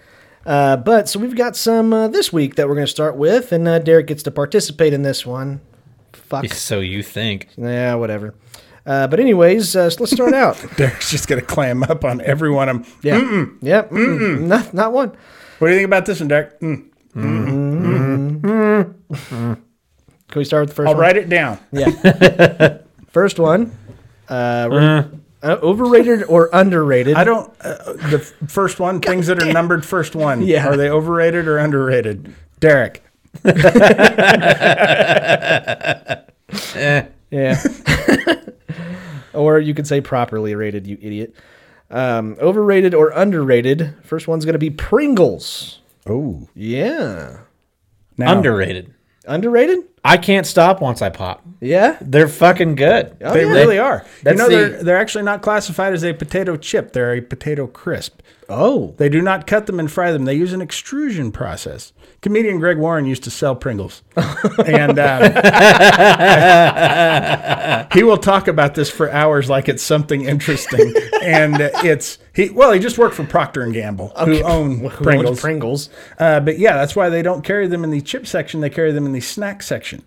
[SPEAKER 1] Uh, but so we've got some uh, this week that we're going to start with, and uh, Derek gets to participate in this one. Fuck.
[SPEAKER 3] So you think?
[SPEAKER 1] Yeah, whatever. Uh, but anyways, uh, so let's start out.
[SPEAKER 2] Derek's just gonna clam up on every one of them.
[SPEAKER 1] Yeah. Yep. Mm-mm. Not not one.
[SPEAKER 2] What do you think about this one, Derek? Mm.
[SPEAKER 1] Can we start with the first
[SPEAKER 2] I'll
[SPEAKER 1] one?
[SPEAKER 2] write it down.
[SPEAKER 1] First one. Uh, we're- uh, overrated or underrated?
[SPEAKER 2] I don't. Uh, the f- first one, things that are numbered first one.
[SPEAKER 1] Yeah.
[SPEAKER 2] Are they overrated or underrated? Derek.
[SPEAKER 1] Yeah. or you could say properly rated, you idiot. Um, overrated or underrated? First one's going to be Pringles.
[SPEAKER 2] Oh.
[SPEAKER 1] Yeah.
[SPEAKER 2] Now,
[SPEAKER 3] Underrated.
[SPEAKER 1] Underrated?
[SPEAKER 3] I can't stop once I pop.
[SPEAKER 1] Yeah.
[SPEAKER 3] They're fucking good.
[SPEAKER 1] Oh,
[SPEAKER 2] They
[SPEAKER 1] yeah.
[SPEAKER 2] really are. You
[SPEAKER 3] That's
[SPEAKER 2] know, they're,
[SPEAKER 3] the-
[SPEAKER 2] they're actually not classified as a potato chip. They're a potato crisp.
[SPEAKER 1] Oh.
[SPEAKER 2] They do not cut them and fry them. They use an extrusion process. Comedian Greg Warren used to sell Pringles, and um, he will talk about this for hours like it's something interesting. And uh, it's he well, he just worked for Procter and Gamble, who own
[SPEAKER 1] Who
[SPEAKER 2] Pringles.
[SPEAKER 1] owns Pringles.
[SPEAKER 2] uh, but yeah, that's why they don't carry them in the chip section. They carry them in the snack section.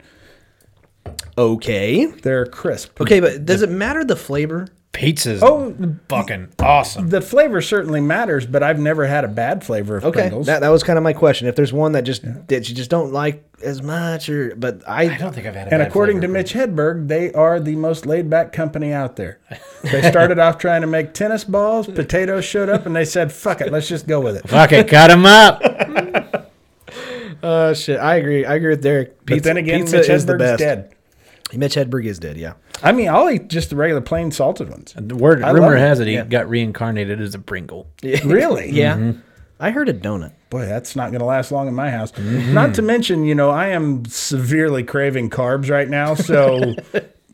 [SPEAKER 1] Okay.
[SPEAKER 2] They're crisp.
[SPEAKER 1] Okay, but does it matter the flavor?
[SPEAKER 3] Pizza's
[SPEAKER 2] Oh,
[SPEAKER 3] fucking awesome.
[SPEAKER 2] The flavor certainly matters, but I've never had a bad flavor of
[SPEAKER 1] Okay,
[SPEAKER 2] Pringles.
[SPEAKER 1] that, that was kind of my question. If there's one that just that you just don't like as much, or but I,
[SPEAKER 3] I don't think I've had a
[SPEAKER 2] And
[SPEAKER 3] bad
[SPEAKER 2] according
[SPEAKER 3] flavor.
[SPEAKER 2] to Mitch Hedberg, they are the most laid back company out there. They started off trying to make tennis balls, potatoes showed up, and they said, fuck it, let's just go with it.
[SPEAKER 3] Fuck it, cut him up.
[SPEAKER 1] uh, shit, I agree. I agree with Derek.
[SPEAKER 2] But then again, Mitch Hedberg's dead.
[SPEAKER 1] Mitch Hedberg is dead. Yeah.
[SPEAKER 2] I mean, I'll eat just the regular plain salted ones.
[SPEAKER 3] The word
[SPEAKER 2] I
[SPEAKER 3] rumor
[SPEAKER 2] love it.
[SPEAKER 3] has it he
[SPEAKER 2] Yeah.
[SPEAKER 3] got reincarnated as a Pringle.
[SPEAKER 2] Really?
[SPEAKER 1] Yeah. Mm-hmm. I heard a donut.
[SPEAKER 2] Boy, that's not going to last long in my house. Not to mention, you know, I am severely craving carbs right now. So,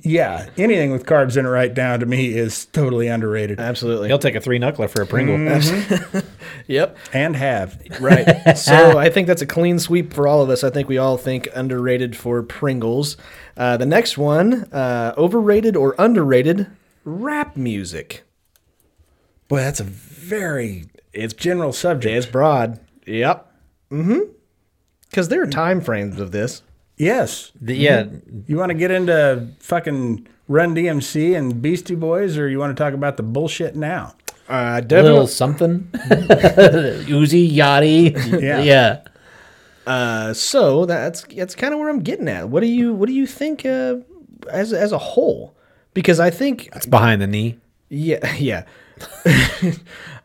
[SPEAKER 2] yeah, anything with carbs in it right now to me is totally underrated
[SPEAKER 1] Absolutely.
[SPEAKER 3] He'll take a three knuckler for a Pringle.
[SPEAKER 2] Mm-hmm.
[SPEAKER 1] Yep.
[SPEAKER 2] and have.
[SPEAKER 1] Right. so I think that's a clean sweep for all of us. I think we all think underrated for Pringles. Uh, the next one, uh, overrated or underrated, rap music.
[SPEAKER 2] Boy, that's a very it's general subject.
[SPEAKER 1] It's broad. Yep. Mm hmm. Because there are time frames of this.
[SPEAKER 2] yes.
[SPEAKER 3] The- yeah,
[SPEAKER 2] You want to get into fucking Run DMC and Beastie Boys, or you want to talk about the bullshit now?
[SPEAKER 1] Uh,
[SPEAKER 3] little
[SPEAKER 1] definitely.
[SPEAKER 3] something. Uzi, Yachty.
[SPEAKER 2] Yeah.
[SPEAKER 3] yeah.
[SPEAKER 1] Uh, so that's that's kind of where I'm getting at. What do you what do you think uh, as as a whole? Because I think
[SPEAKER 3] It's behind the knee.
[SPEAKER 1] Yeah, yeah.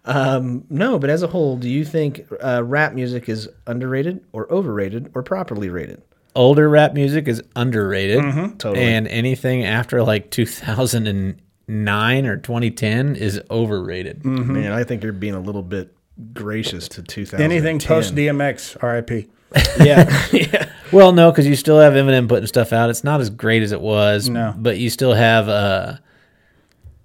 [SPEAKER 1] um, no, but as a whole, do you think uh, rap music is underrated or overrated or properly rated?
[SPEAKER 3] older rap music is underrated.
[SPEAKER 2] Mm-hmm.
[SPEAKER 1] Totally.
[SPEAKER 3] And anything after like 2009 or 2010 is overrated.
[SPEAKER 2] Mm-hmm.
[SPEAKER 1] Man, I think you're being a little bit gracious to 2000.
[SPEAKER 2] Anything post DMX, RIP.
[SPEAKER 1] Yeah. yeah.
[SPEAKER 3] Well, no, because you still have Eminem putting stuff out. It's not as great as it was.
[SPEAKER 2] No.
[SPEAKER 3] But you still have uh,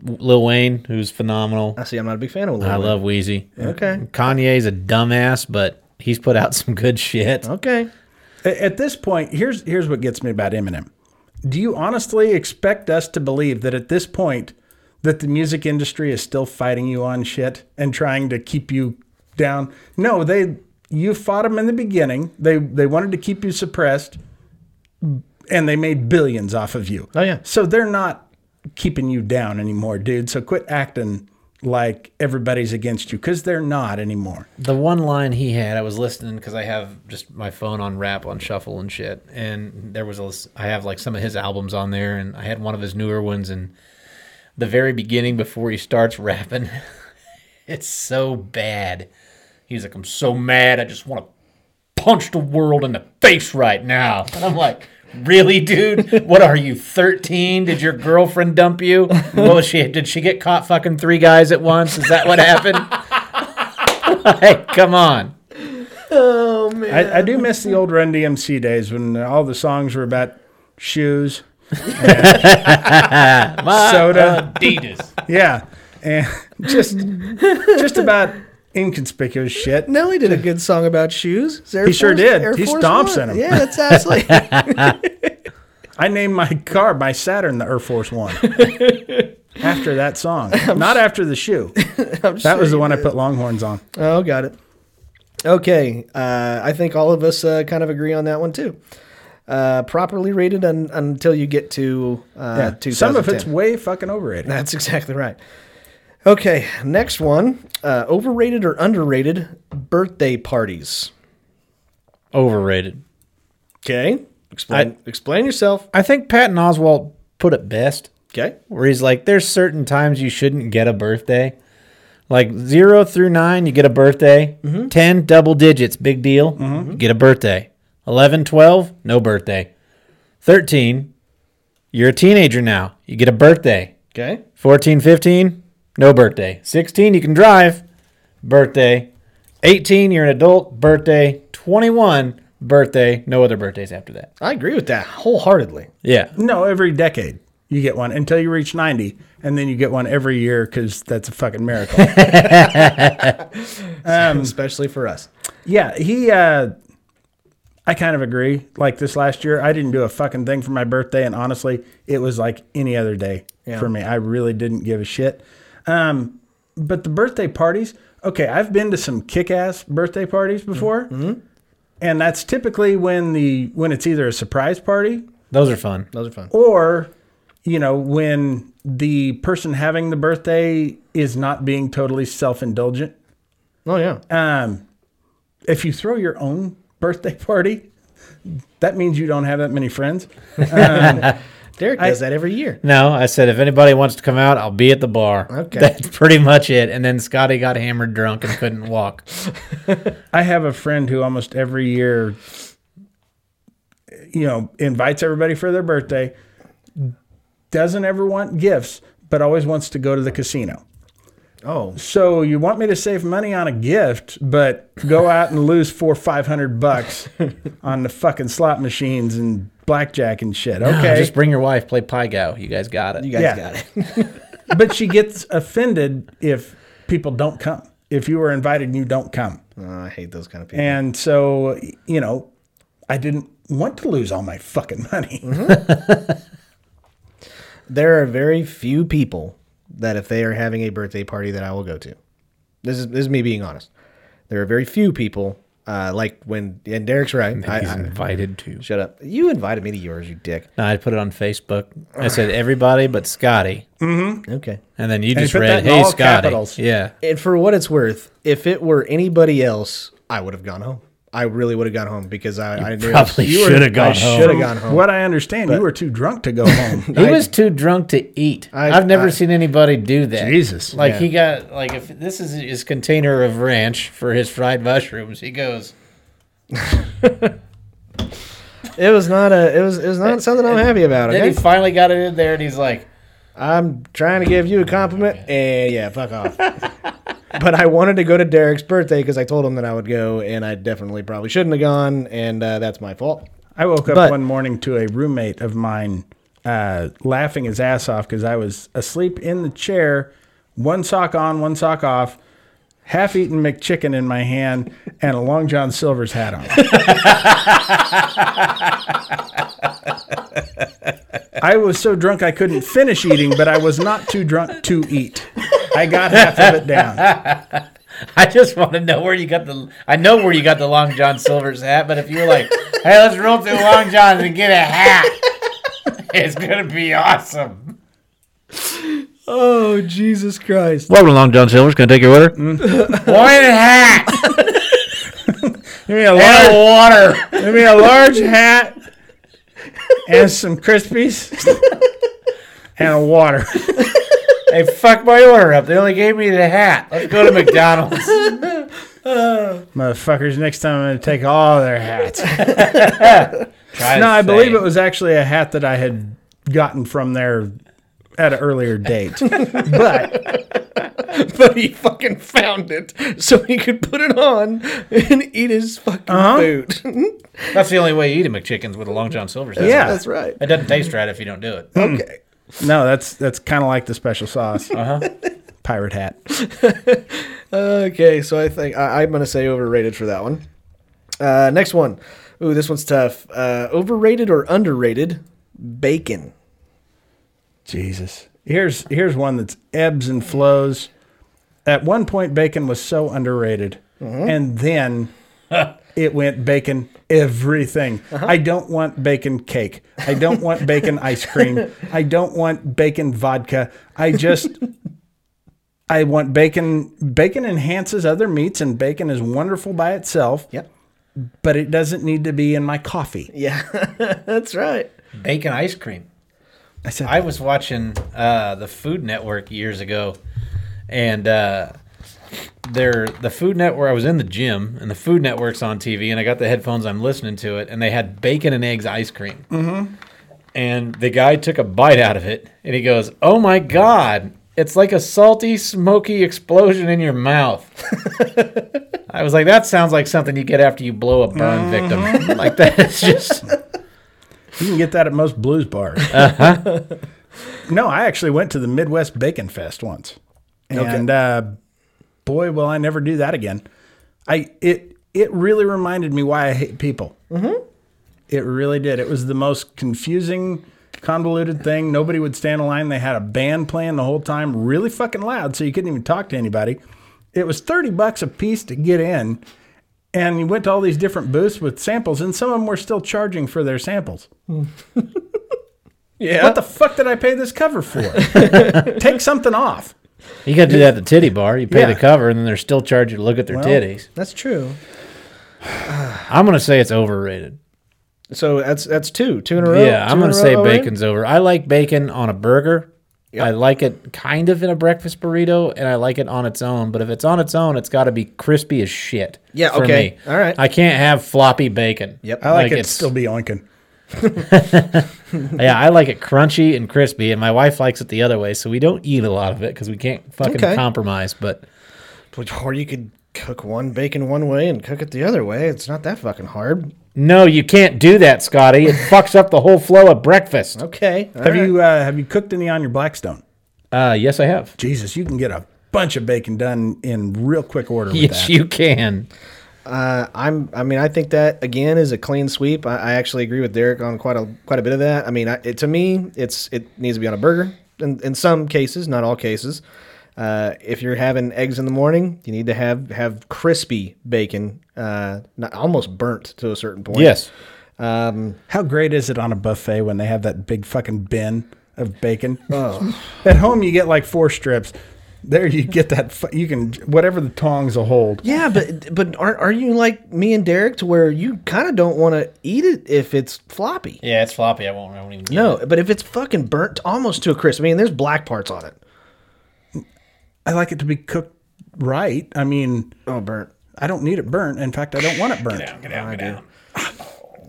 [SPEAKER 3] Lil Wayne, who's phenomenal.
[SPEAKER 1] I see. I'm not a big fan of Lil
[SPEAKER 3] I
[SPEAKER 1] Wayne.
[SPEAKER 3] love Wheezy.
[SPEAKER 1] Okay.
[SPEAKER 3] Kanye's a dumbass, but he's put out some good shit.
[SPEAKER 1] Okay.
[SPEAKER 2] A- At this point, here's here's what gets me about Eminem. Do you honestly expect us to believe that at this point that the music industry is still fighting you on shit and trying to keep you down? No, they you fought them in the beginning. They they wanted to keep you suppressed and they made billions off of you.
[SPEAKER 1] Oh, yeah.
[SPEAKER 2] So they're not keeping you down anymore, dude. So quit acting like everybody's against you cuz they're not anymore.
[SPEAKER 3] The one line he had, I was listening because I have just my phone on rap on shuffle and shit, and there was a list- I have like some of his albums on there, and I had one of his newer ones, and the very beginning before he starts rapping, it's so bad. He's like, I'm so mad, I just want to punch the world in the face right now, and I'm like. Really, dude? What are you, 13? Did your girlfriend dump you? What was she? Did she get caught fucking three guys at once? Is that what happened? Hey, come on.
[SPEAKER 2] I, I do miss the old Run DMC days when all the songs were about shoes, and soda,
[SPEAKER 3] Adidas.
[SPEAKER 2] yeah, and just just about inconspicuous shit.
[SPEAKER 1] Nelly did a good song about shoes. It's Air
[SPEAKER 2] He sure
[SPEAKER 1] Force-
[SPEAKER 2] did.
[SPEAKER 1] Air
[SPEAKER 2] He
[SPEAKER 1] Force
[SPEAKER 2] stomps
[SPEAKER 1] One.
[SPEAKER 2] in 'em.
[SPEAKER 1] Yeah, that's absolutely.
[SPEAKER 2] I named my car my Saturn the Air Force One after that song, not after the shoe. That was the one I put Longhorns on.
[SPEAKER 1] Oh, got it. Okay, uh, I think all of us uh, kind of agree on that one too. uh, properly rated un, until you get to uh,
[SPEAKER 2] yeah. Some of
[SPEAKER 1] 2010.
[SPEAKER 2] it's way fucking overrated.
[SPEAKER 1] That's exactly right. Okay, next one. Uh, overrated or underrated birthday parties?
[SPEAKER 3] Overrated.
[SPEAKER 1] Okay, explain. explain yourself.
[SPEAKER 3] I think Patton Oswalt put it best,
[SPEAKER 1] Okay,
[SPEAKER 3] where he's like, "There's certain times you shouldn't get a birthday. Like zero through nine, you get a birthday. Ten, double digits, big deal. Get a birthday. 11, 12, no birthday. Thirteen, you're a teenager now. You get a birthday.
[SPEAKER 1] okay,
[SPEAKER 3] 14, 15, no birthday. 16, you can drive, birthday. 18, you're an adult, birthday. 21, birthday. No other birthdays after that.
[SPEAKER 1] I agree with that wholeheartedly.
[SPEAKER 3] Yeah.
[SPEAKER 2] No, every decade you get one until you reach 90, and then you get one every year because that's a fucking miracle. Um,
[SPEAKER 1] Especially for us.
[SPEAKER 2] yeah, he, uh, I kind of agree. Like this last year, I didn't do a fucking thing for my birthday, and honestly, it was like any other day for me. I really didn't give a shit. Um, but the birthday parties, okay, I've been to some kick-ass birthday parties before, and that's typically when the when it's either a surprise party
[SPEAKER 3] Those are fun.
[SPEAKER 1] Those are fun.
[SPEAKER 2] or you know when the person having the birthday is not being totally self-indulgent
[SPEAKER 1] Oh yeah,
[SPEAKER 2] um, if you throw your own birthday party that means you don't have that many friends
[SPEAKER 1] Derek does that every year.
[SPEAKER 3] No, I said, if anybody wants to come out, I'll be at the bar.
[SPEAKER 1] Okay.
[SPEAKER 3] That's pretty much it. And then Scotty got hammered drunk and couldn't walk.
[SPEAKER 2] i have a friend who almost every year you know invites everybody for their birthday doesn't ever want gifts but always wants to go to the casino
[SPEAKER 1] Oh,
[SPEAKER 2] So you want me to save money on a gift, but go out and lose four five hundred bucks on the fucking slot machines and blackjack and shit. Okay,
[SPEAKER 3] Just bring your wife, play Pie Go. You guys got it.
[SPEAKER 1] you guys
[SPEAKER 2] Yeah.
[SPEAKER 1] got it.
[SPEAKER 2] but she gets offended if people don't come. If you were invited and you don't come,
[SPEAKER 1] Oh, I hate those kind of people.
[SPEAKER 2] and so you know, I didn't want to lose all my fucking money.
[SPEAKER 1] There are very few people that if they are having a birthday party that I will go to. This is this is me being honest. There are very few people uh, like when and Derek's right. I,
[SPEAKER 3] He's
[SPEAKER 1] I-
[SPEAKER 3] invited to.
[SPEAKER 1] shut up. You invited me to yours, you dick.
[SPEAKER 3] No, I put it on Facebook. I said, everybody but Scotty.
[SPEAKER 1] Okay.
[SPEAKER 3] And then you just
[SPEAKER 2] put that in
[SPEAKER 3] read, hey,
[SPEAKER 2] all
[SPEAKER 3] Scotty.
[SPEAKER 2] capitals.
[SPEAKER 3] Yeah.
[SPEAKER 1] And for what it's worth, if it were anybody else, I would have gone home. I really would have gone home because I, I knew
[SPEAKER 3] Probably
[SPEAKER 1] you were-
[SPEAKER 3] should have gone
[SPEAKER 1] I
[SPEAKER 3] home.
[SPEAKER 1] Should have gone home.
[SPEAKER 2] What I understand, you were too drunk to go home.
[SPEAKER 3] He was too drunk to eat. I,
[SPEAKER 1] I-
[SPEAKER 3] have never
[SPEAKER 1] I-
[SPEAKER 3] seen anybody do that.
[SPEAKER 2] Jesus.
[SPEAKER 3] Like he got like if this is his container of ranch for his fried mushrooms, he goes.
[SPEAKER 1] It was not a. It was. It was not something I'm happy about.
[SPEAKER 3] Then he
[SPEAKER 1] Okay.
[SPEAKER 3] finally got it in there, and he's like,
[SPEAKER 1] I'm trying to give you a compliment, and yeah, fuck off. but I wanted to go to Derek's birthday because I told him that I would go, and I definitely probably shouldn't have gone, and uh, that's my fault.
[SPEAKER 2] I woke up
[SPEAKER 1] But-
[SPEAKER 2] one morning to a roommate of mine uh, laughing his ass off because I was asleep in the chair, one sock on, one sock off, half eaten McChicken in my hand, and a Long John Silver's hat on. I was so drunk I couldn't finish eating, but I was not too drunk to eat. I got half of it down.
[SPEAKER 3] "I just want to know where you got the. I know where you got the Long John Silver's hat, but if you were like, hey, let's roll through Long John's and get a hat, it's gonna be awesome."
[SPEAKER 1] Oh Jesus Christ!
[SPEAKER 3] Welcome to Long John Silver's. Can I take your order? One Mm. hat
[SPEAKER 2] Give me a
[SPEAKER 3] and
[SPEAKER 2] large,
[SPEAKER 3] water.
[SPEAKER 2] give me a large hat and some Krispies and a water.
[SPEAKER 3] They fucked my order up. They only gave me the hat. Let's go to McDonald's.
[SPEAKER 2] Motherfuckers, next time I'm going to take all their hats.
[SPEAKER 3] Try
[SPEAKER 2] no,
[SPEAKER 3] to
[SPEAKER 2] I
[SPEAKER 3] say-
[SPEAKER 2] believe it was actually a hat that I had gotten from there at an earlier date. but
[SPEAKER 1] But he fucking found it so he could put it on and eat his fucking food.
[SPEAKER 3] That's the only way you eat a McChicken's with a Long John Silver's. That's
[SPEAKER 2] yeah,
[SPEAKER 1] that's right.
[SPEAKER 3] It doesn't taste right if you don't do it.
[SPEAKER 1] Okay.
[SPEAKER 2] no, that's that's kind of like the special sauce.
[SPEAKER 3] Uh-huh.
[SPEAKER 2] Pirate hat.
[SPEAKER 1] Okay, so I think I, I'm going to say overrated for that one. Uh, next one. Ooh, this one's tough. Uh, overrated or underrated? Bacon.
[SPEAKER 2] Jesus. Here's here's one that's ebbs and flows. At one point, bacon was so underrated, and then it went bacon everything. I don't want bacon cake. I don't want bacon ice cream. I don't want bacon vodka. I just I want bacon bacon enhances other meats and bacon is wonderful by itself.
[SPEAKER 1] Yep.
[SPEAKER 2] But it doesn't need to be in my coffee.
[SPEAKER 1] Yeah, that's right.
[SPEAKER 3] Bacon ice cream.
[SPEAKER 2] I said
[SPEAKER 3] I was watching uh, the Food Network years ago, and uh, there the Food Network. I was in the gym, and the Food Network's on TV, and I got the headphones. I'm listening to it, and they had bacon and eggs ice cream. Mm-hmm. And the guy took a bite out of it, and he goes, "Oh my god!" It's like a salty, smoky explosion in your mouth. I was like, that sounds like something you get after you blow a burn
[SPEAKER 2] Mm-hmm.
[SPEAKER 3] victim. Like that is just
[SPEAKER 2] You can get that at most blues bars. no, I actually went to the Midwest Bacon Fest once, and uh, boy, will I never do that again. I it it really reminded me why I hate people. Mm-hmm. It really did. It was the most confusing, convoluted thing. Nobody would stand in line. They had a band playing the whole time, really fucking loud, so you couldn't even talk to anybody. It was thirty bucks a piece to get in. And you went to all these different booths with samples, and some of them were still charging for their samples.
[SPEAKER 1] Yeah.
[SPEAKER 2] What the fuck did I pay this cover for? Take something off.
[SPEAKER 3] You got to do that at the titty bar. You pay
[SPEAKER 2] Yeah.
[SPEAKER 3] the cover, and then they're still charging you to look at their titties.
[SPEAKER 1] that's true.
[SPEAKER 3] I'm gonna say it's overrated.
[SPEAKER 1] So that's that's two, two in a row.
[SPEAKER 3] yeah,
[SPEAKER 1] two in
[SPEAKER 3] I'm
[SPEAKER 1] a
[SPEAKER 3] gonna
[SPEAKER 1] row
[SPEAKER 3] say
[SPEAKER 1] already?
[SPEAKER 3] bacon's over. I like bacon on a burger. I like it kind of in a breakfast burrito, and I like it on its own. But if it's on its own, it's got to be crispy as shit.
[SPEAKER 1] Yeah,
[SPEAKER 3] for
[SPEAKER 1] okay.
[SPEAKER 3] me.
[SPEAKER 1] All right.
[SPEAKER 3] I can't have floppy bacon.
[SPEAKER 1] Yep.
[SPEAKER 2] I like, it
[SPEAKER 3] it's-
[SPEAKER 2] still be oinking.
[SPEAKER 3] yeah, I like it crunchy and crispy, and my wife likes it the other way. So we don't eat a lot of it because we can't fucking
[SPEAKER 1] Okay.
[SPEAKER 3] compromise. But
[SPEAKER 1] Or you could cook one bacon one way and cook it the other way. It's not that fucking hard.
[SPEAKER 3] no, you can't do that, Scotty. It fucks up the whole flow of breakfast.
[SPEAKER 1] Okay.
[SPEAKER 2] Have you uh, have you cooked any on your Blackstone?
[SPEAKER 3] Uh, yes, I have.
[SPEAKER 2] Jesus, you can get a bunch of bacon done in real quick order with
[SPEAKER 3] Yes,
[SPEAKER 2] that.
[SPEAKER 3] you can.
[SPEAKER 1] Uh, I'm. I mean, I think that again is a clean sweep. I, I actually agree with Derek on quite a quite a bit of that. I mean, I, it, to me, it's it needs to be on a burger. In, in some cases, not all cases. Uh, if you're having eggs in the morning, you need to have have crispy bacon, uh, not almost burnt to a certain point.
[SPEAKER 3] Yes.
[SPEAKER 1] Um,
[SPEAKER 2] How great is it on a buffet when they have that big fucking bin of bacon? At home, you get like four strips. There, you get that. fu- You can whatever the tongs will hold.
[SPEAKER 1] yeah, but but are are you like me and Derek to where you kind of don't want to eat it if it's floppy?
[SPEAKER 3] Yeah, it's floppy. I won't. I won't even. get
[SPEAKER 1] No, but if it's fucking burnt almost to a crisp, I mean, there's black parts on it.
[SPEAKER 2] I like it to be cooked right. I mean,
[SPEAKER 1] Oh, burnt.
[SPEAKER 2] I don't need it burnt. In fact, I don't want it burnt.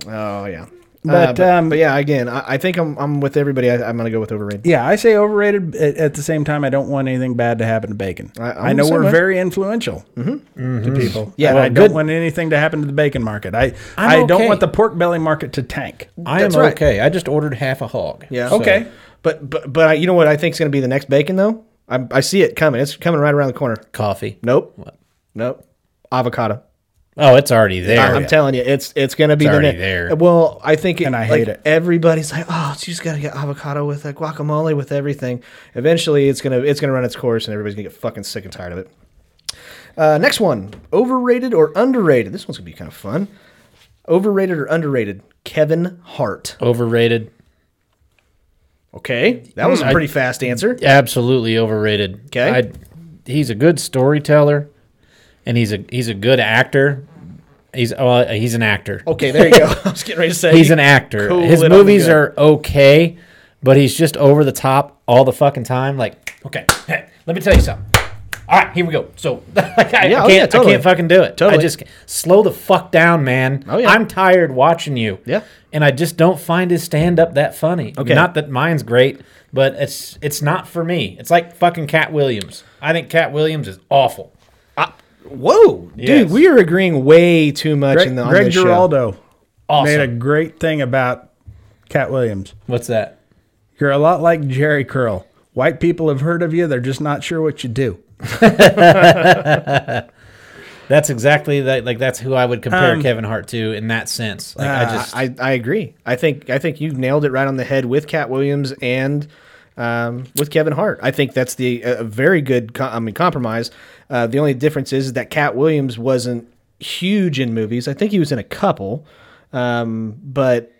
[SPEAKER 1] Oh yeah.
[SPEAKER 2] But,
[SPEAKER 1] Uh, but,
[SPEAKER 2] um,
[SPEAKER 1] but yeah, again, I, I think I'm, I'm with everybody. I, I'm gonna go with overrated.
[SPEAKER 2] Yeah, I say overrated. At, at the same time, I don't want anything bad to happen to bacon.
[SPEAKER 1] I- I'm
[SPEAKER 2] I, know
[SPEAKER 1] the same
[SPEAKER 2] we're
[SPEAKER 1] way.
[SPEAKER 2] very influential to people.
[SPEAKER 1] Yeah,
[SPEAKER 2] Yeah,
[SPEAKER 1] well,
[SPEAKER 2] I don't
[SPEAKER 1] good-
[SPEAKER 2] want anything to happen to the bacon market. I I
[SPEAKER 3] I'm
[SPEAKER 2] don't
[SPEAKER 3] okay.
[SPEAKER 2] want the pork belly market to tank.
[SPEAKER 3] I am
[SPEAKER 1] That's right.
[SPEAKER 3] okay. I just ordered half a hog. Oh,
[SPEAKER 1] Yeah.
[SPEAKER 3] So-
[SPEAKER 2] Okay.
[SPEAKER 1] But but but I, you know what I think is gonna be the next bacon though. I, I see it coming. It's coming right around the corner.
[SPEAKER 3] Coffee.
[SPEAKER 1] Nope. Nope. Avocado.
[SPEAKER 3] Oh, it's already there.
[SPEAKER 1] I, am telling you, it's it's gonna be
[SPEAKER 3] It's
[SPEAKER 1] the
[SPEAKER 3] already
[SPEAKER 1] next.
[SPEAKER 3] there.
[SPEAKER 1] Well, I think, it,
[SPEAKER 2] And I
[SPEAKER 1] like,
[SPEAKER 2] hate it.
[SPEAKER 1] Everybody's like, oh, she's gotta get avocado with it, guacamole with everything. Eventually, it's gonna it's gonna run its course, and everybody's gonna get fucking sick and tired of it. Uh, next one, overrated or underrated? This one's gonna be kind of fun. Overrated or underrated? Kevin Hart.
[SPEAKER 3] Overrated.
[SPEAKER 1] Okay, that was a
[SPEAKER 3] Hmm.
[SPEAKER 1] pretty fast answer.
[SPEAKER 3] Absolutely overrated.
[SPEAKER 1] 'Kay.
[SPEAKER 3] he's a good storyteller, and he's a he's a good actor. He's uh, he's an actor.
[SPEAKER 1] Okay, there you go. I was getting ready to say
[SPEAKER 3] He's an actor.
[SPEAKER 1] Cool
[SPEAKER 3] His
[SPEAKER 1] it on the
[SPEAKER 3] movies
[SPEAKER 1] good.
[SPEAKER 3] are okay, but he's just over the top all the fucking time. Like, okay, hey, let me tell you something. All right, here we go. So I, can't,
[SPEAKER 1] yeah,
[SPEAKER 3] I
[SPEAKER 1] totally.
[SPEAKER 3] can't fucking do it.
[SPEAKER 1] Totally.
[SPEAKER 3] I just can't- slow the fuck down, man.
[SPEAKER 1] Oh, yeah.
[SPEAKER 3] I'm tired watching you.
[SPEAKER 1] Yeah.
[SPEAKER 3] and I just don't find his stand up that funny.
[SPEAKER 1] Okay.
[SPEAKER 3] not that mine's great, but it's it's not for me. It's like fucking Cat Williams. I think Cat Williams is awful.
[SPEAKER 1] Whoa, dude,
[SPEAKER 3] Yes.
[SPEAKER 1] we are agreeing way too much
[SPEAKER 2] Greg,
[SPEAKER 1] in the on
[SPEAKER 2] Greg
[SPEAKER 1] this show.
[SPEAKER 2] Giraldo
[SPEAKER 3] Awesome.
[SPEAKER 2] made a great thing about Cat Williams.
[SPEAKER 3] What's that?
[SPEAKER 2] You're a lot like Jerry Curl. White people have heard of you. They're just not sure what you do.
[SPEAKER 3] That's exactly that. Like that's who I would compare
[SPEAKER 1] Um,
[SPEAKER 3] Kevin Hart to in that sense. Like I just
[SPEAKER 1] Uh, I, I agree. I think I think you nailed it right on the head with Cat Williams and um, with Kevin Hart. I think that's the a very good. Co- I mean, compromise. Uh, the only difference is that Cat Williams wasn't huge in movies. I think he was in a couple. Um, but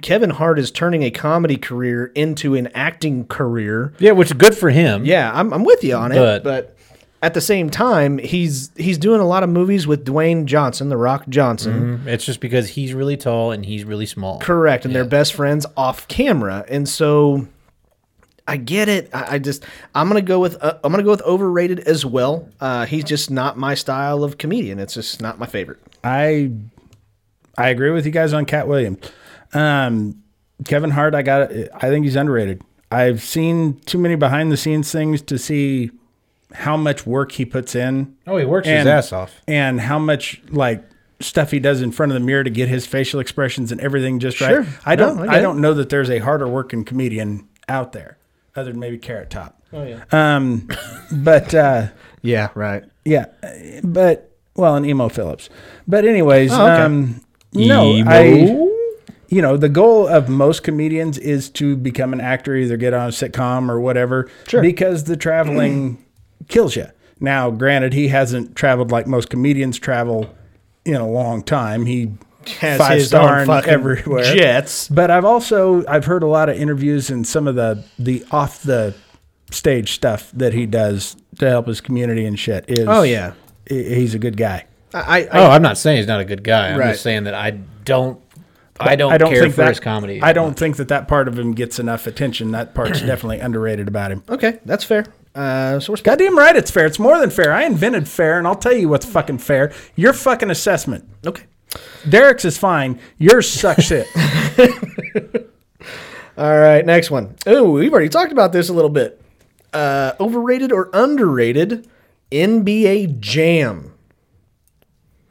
[SPEAKER 1] Kevin Hart is turning a comedy career into an acting career.
[SPEAKER 3] Yeah, which is good for him.
[SPEAKER 1] Yeah, I'm, I'm with you on it,
[SPEAKER 3] But-
[SPEAKER 1] but, at the same time, he's he's doing a lot of movies with Dwayne Johnson, The Rock
[SPEAKER 3] Mm-hmm.
[SPEAKER 1] Johnson.
[SPEAKER 3] It's just because he's really tall and he's really small.
[SPEAKER 1] Correct, and they're best friends off camera, and so I get it. I, I just I'm gonna go with uh, I'm gonna go with overrated as well. Uh, he's just not my style of comedian. It's just not my favorite.
[SPEAKER 2] I I agree with you guys on Cat Williams. Um, Kevin Hart, I got. I think he's underrated. I've seen too many behind the scenes things to see how much work he puts in.
[SPEAKER 3] Oh, he works
[SPEAKER 2] and,
[SPEAKER 3] his ass off.
[SPEAKER 2] and how much like stuff he does in front of the mirror to get his facial expressions and everything just
[SPEAKER 1] Sure.
[SPEAKER 2] right. I
[SPEAKER 1] No,
[SPEAKER 2] don't.
[SPEAKER 1] I get
[SPEAKER 2] I,
[SPEAKER 1] it.
[SPEAKER 2] don't know that there's a harder working comedian out there, other than maybe Carrot Top. Oh yeah. Um, but. Uh,
[SPEAKER 1] Yeah, right.
[SPEAKER 2] yeah, but well, and Emo Phillips. But anyways,
[SPEAKER 1] Oh, okay.
[SPEAKER 2] um, no,
[SPEAKER 3] Emo?
[SPEAKER 2] I. You know, the goal of most comedians is to become an actor, either get on a sitcom or whatever,
[SPEAKER 1] Sure.
[SPEAKER 2] because the traveling kills you. Now, granted, he hasn't traveled like most comedians travel in a long time. He
[SPEAKER 1] Has
[SPEAKER 2] five
[SPEAKER 1] his own
[SPEAKER 2] star
[SPEAKER 1] fucking
[SPEAKER 2] everywhere
[SPEAKER 1] jets.
[SPEAKER 2] but I've also I've heard a lot of interviews and some of the the off the stage stuff that he does to help his community and shit is
[SPEAKER 1] Oh, yeah.
[SPEAKER 2] he- he's a good guy.
[SPEAKER 1] I, I,
[SPEAKER 3] Oh, I'm not saying he's not a good guy. I'm
[SPEAKER 1] Right.
[SPEAKER 3] just saying that I don't. I don't, care for
[SPEAKER 2] that,
[SPEAKER 3] his comedy.
[SPEAKER 2] I don't think that that part of him gets enough attention. That part's definitely underrated about him.
[SPEAKER 1] okay, that's fair. Uh, so we're
[SPEAKER 2] Goddamn right, it's fair. It's more than fair. I invented fair, and I'll tell you what's fucking fair. Your fucking assessment.
[SPEAKER 1] okay.
[SPEAKER 2] Derek's is fine. Yours sucks shit.
[SPEAKER 1] All right, next one. Oh, we've already talked about this a little bit. Uh, overrated or underrated NBA Jam?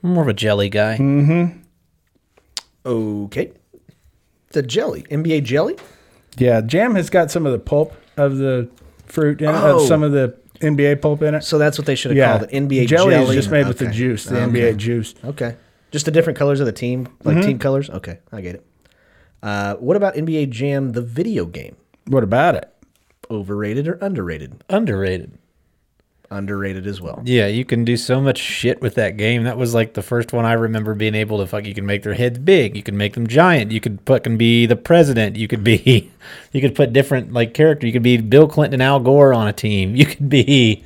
[SPEAKER 3] I'm more of a jelly guy.
[SPEAKER 1] Okay, the jelly NBA jelly.
[SPEAKER 2] yeah, jam has got some of the pulp of the fruit in it, of
[SPEAKER 1] Oh.
[SPEAKER 2] some of the NBA pulp in it.
[SPEAKER 1] So that's what they should have
[SPEAKER 2] Yeah,
[SPEAKER 1] called it. NBA
[SPEAKER 2] jelly,
[SPEAKER 1] jelly.
[SPEAKER 2] is just made with the
[SPEAKER 1] Okay.
[SPEAKER 2] juice, the NBA juice.
[SPEAKER 1] Okay, just the different colors of the team, like
[SPEAKER 2] Mm-hmm.
[SPEAKER 1] team colors. Okay, I get it. Uh, what about NBA Jam, the video game?
[SPEAKER 2] What about it?
[SPEAKER 1] Overrated or underrated?
[SPEAKER 3] Underrated.
[SPEAKER 1] Underrated as well.
[SPEAKER 3] Yeah, you can do so much shit with that game. That was like the first one I remember being able to fuck. You can make their heads big. You can make them giant. You could fucking be the president. You could be, you could put different like character. You could be Bill Clinton and Al Gore on a team. You could be.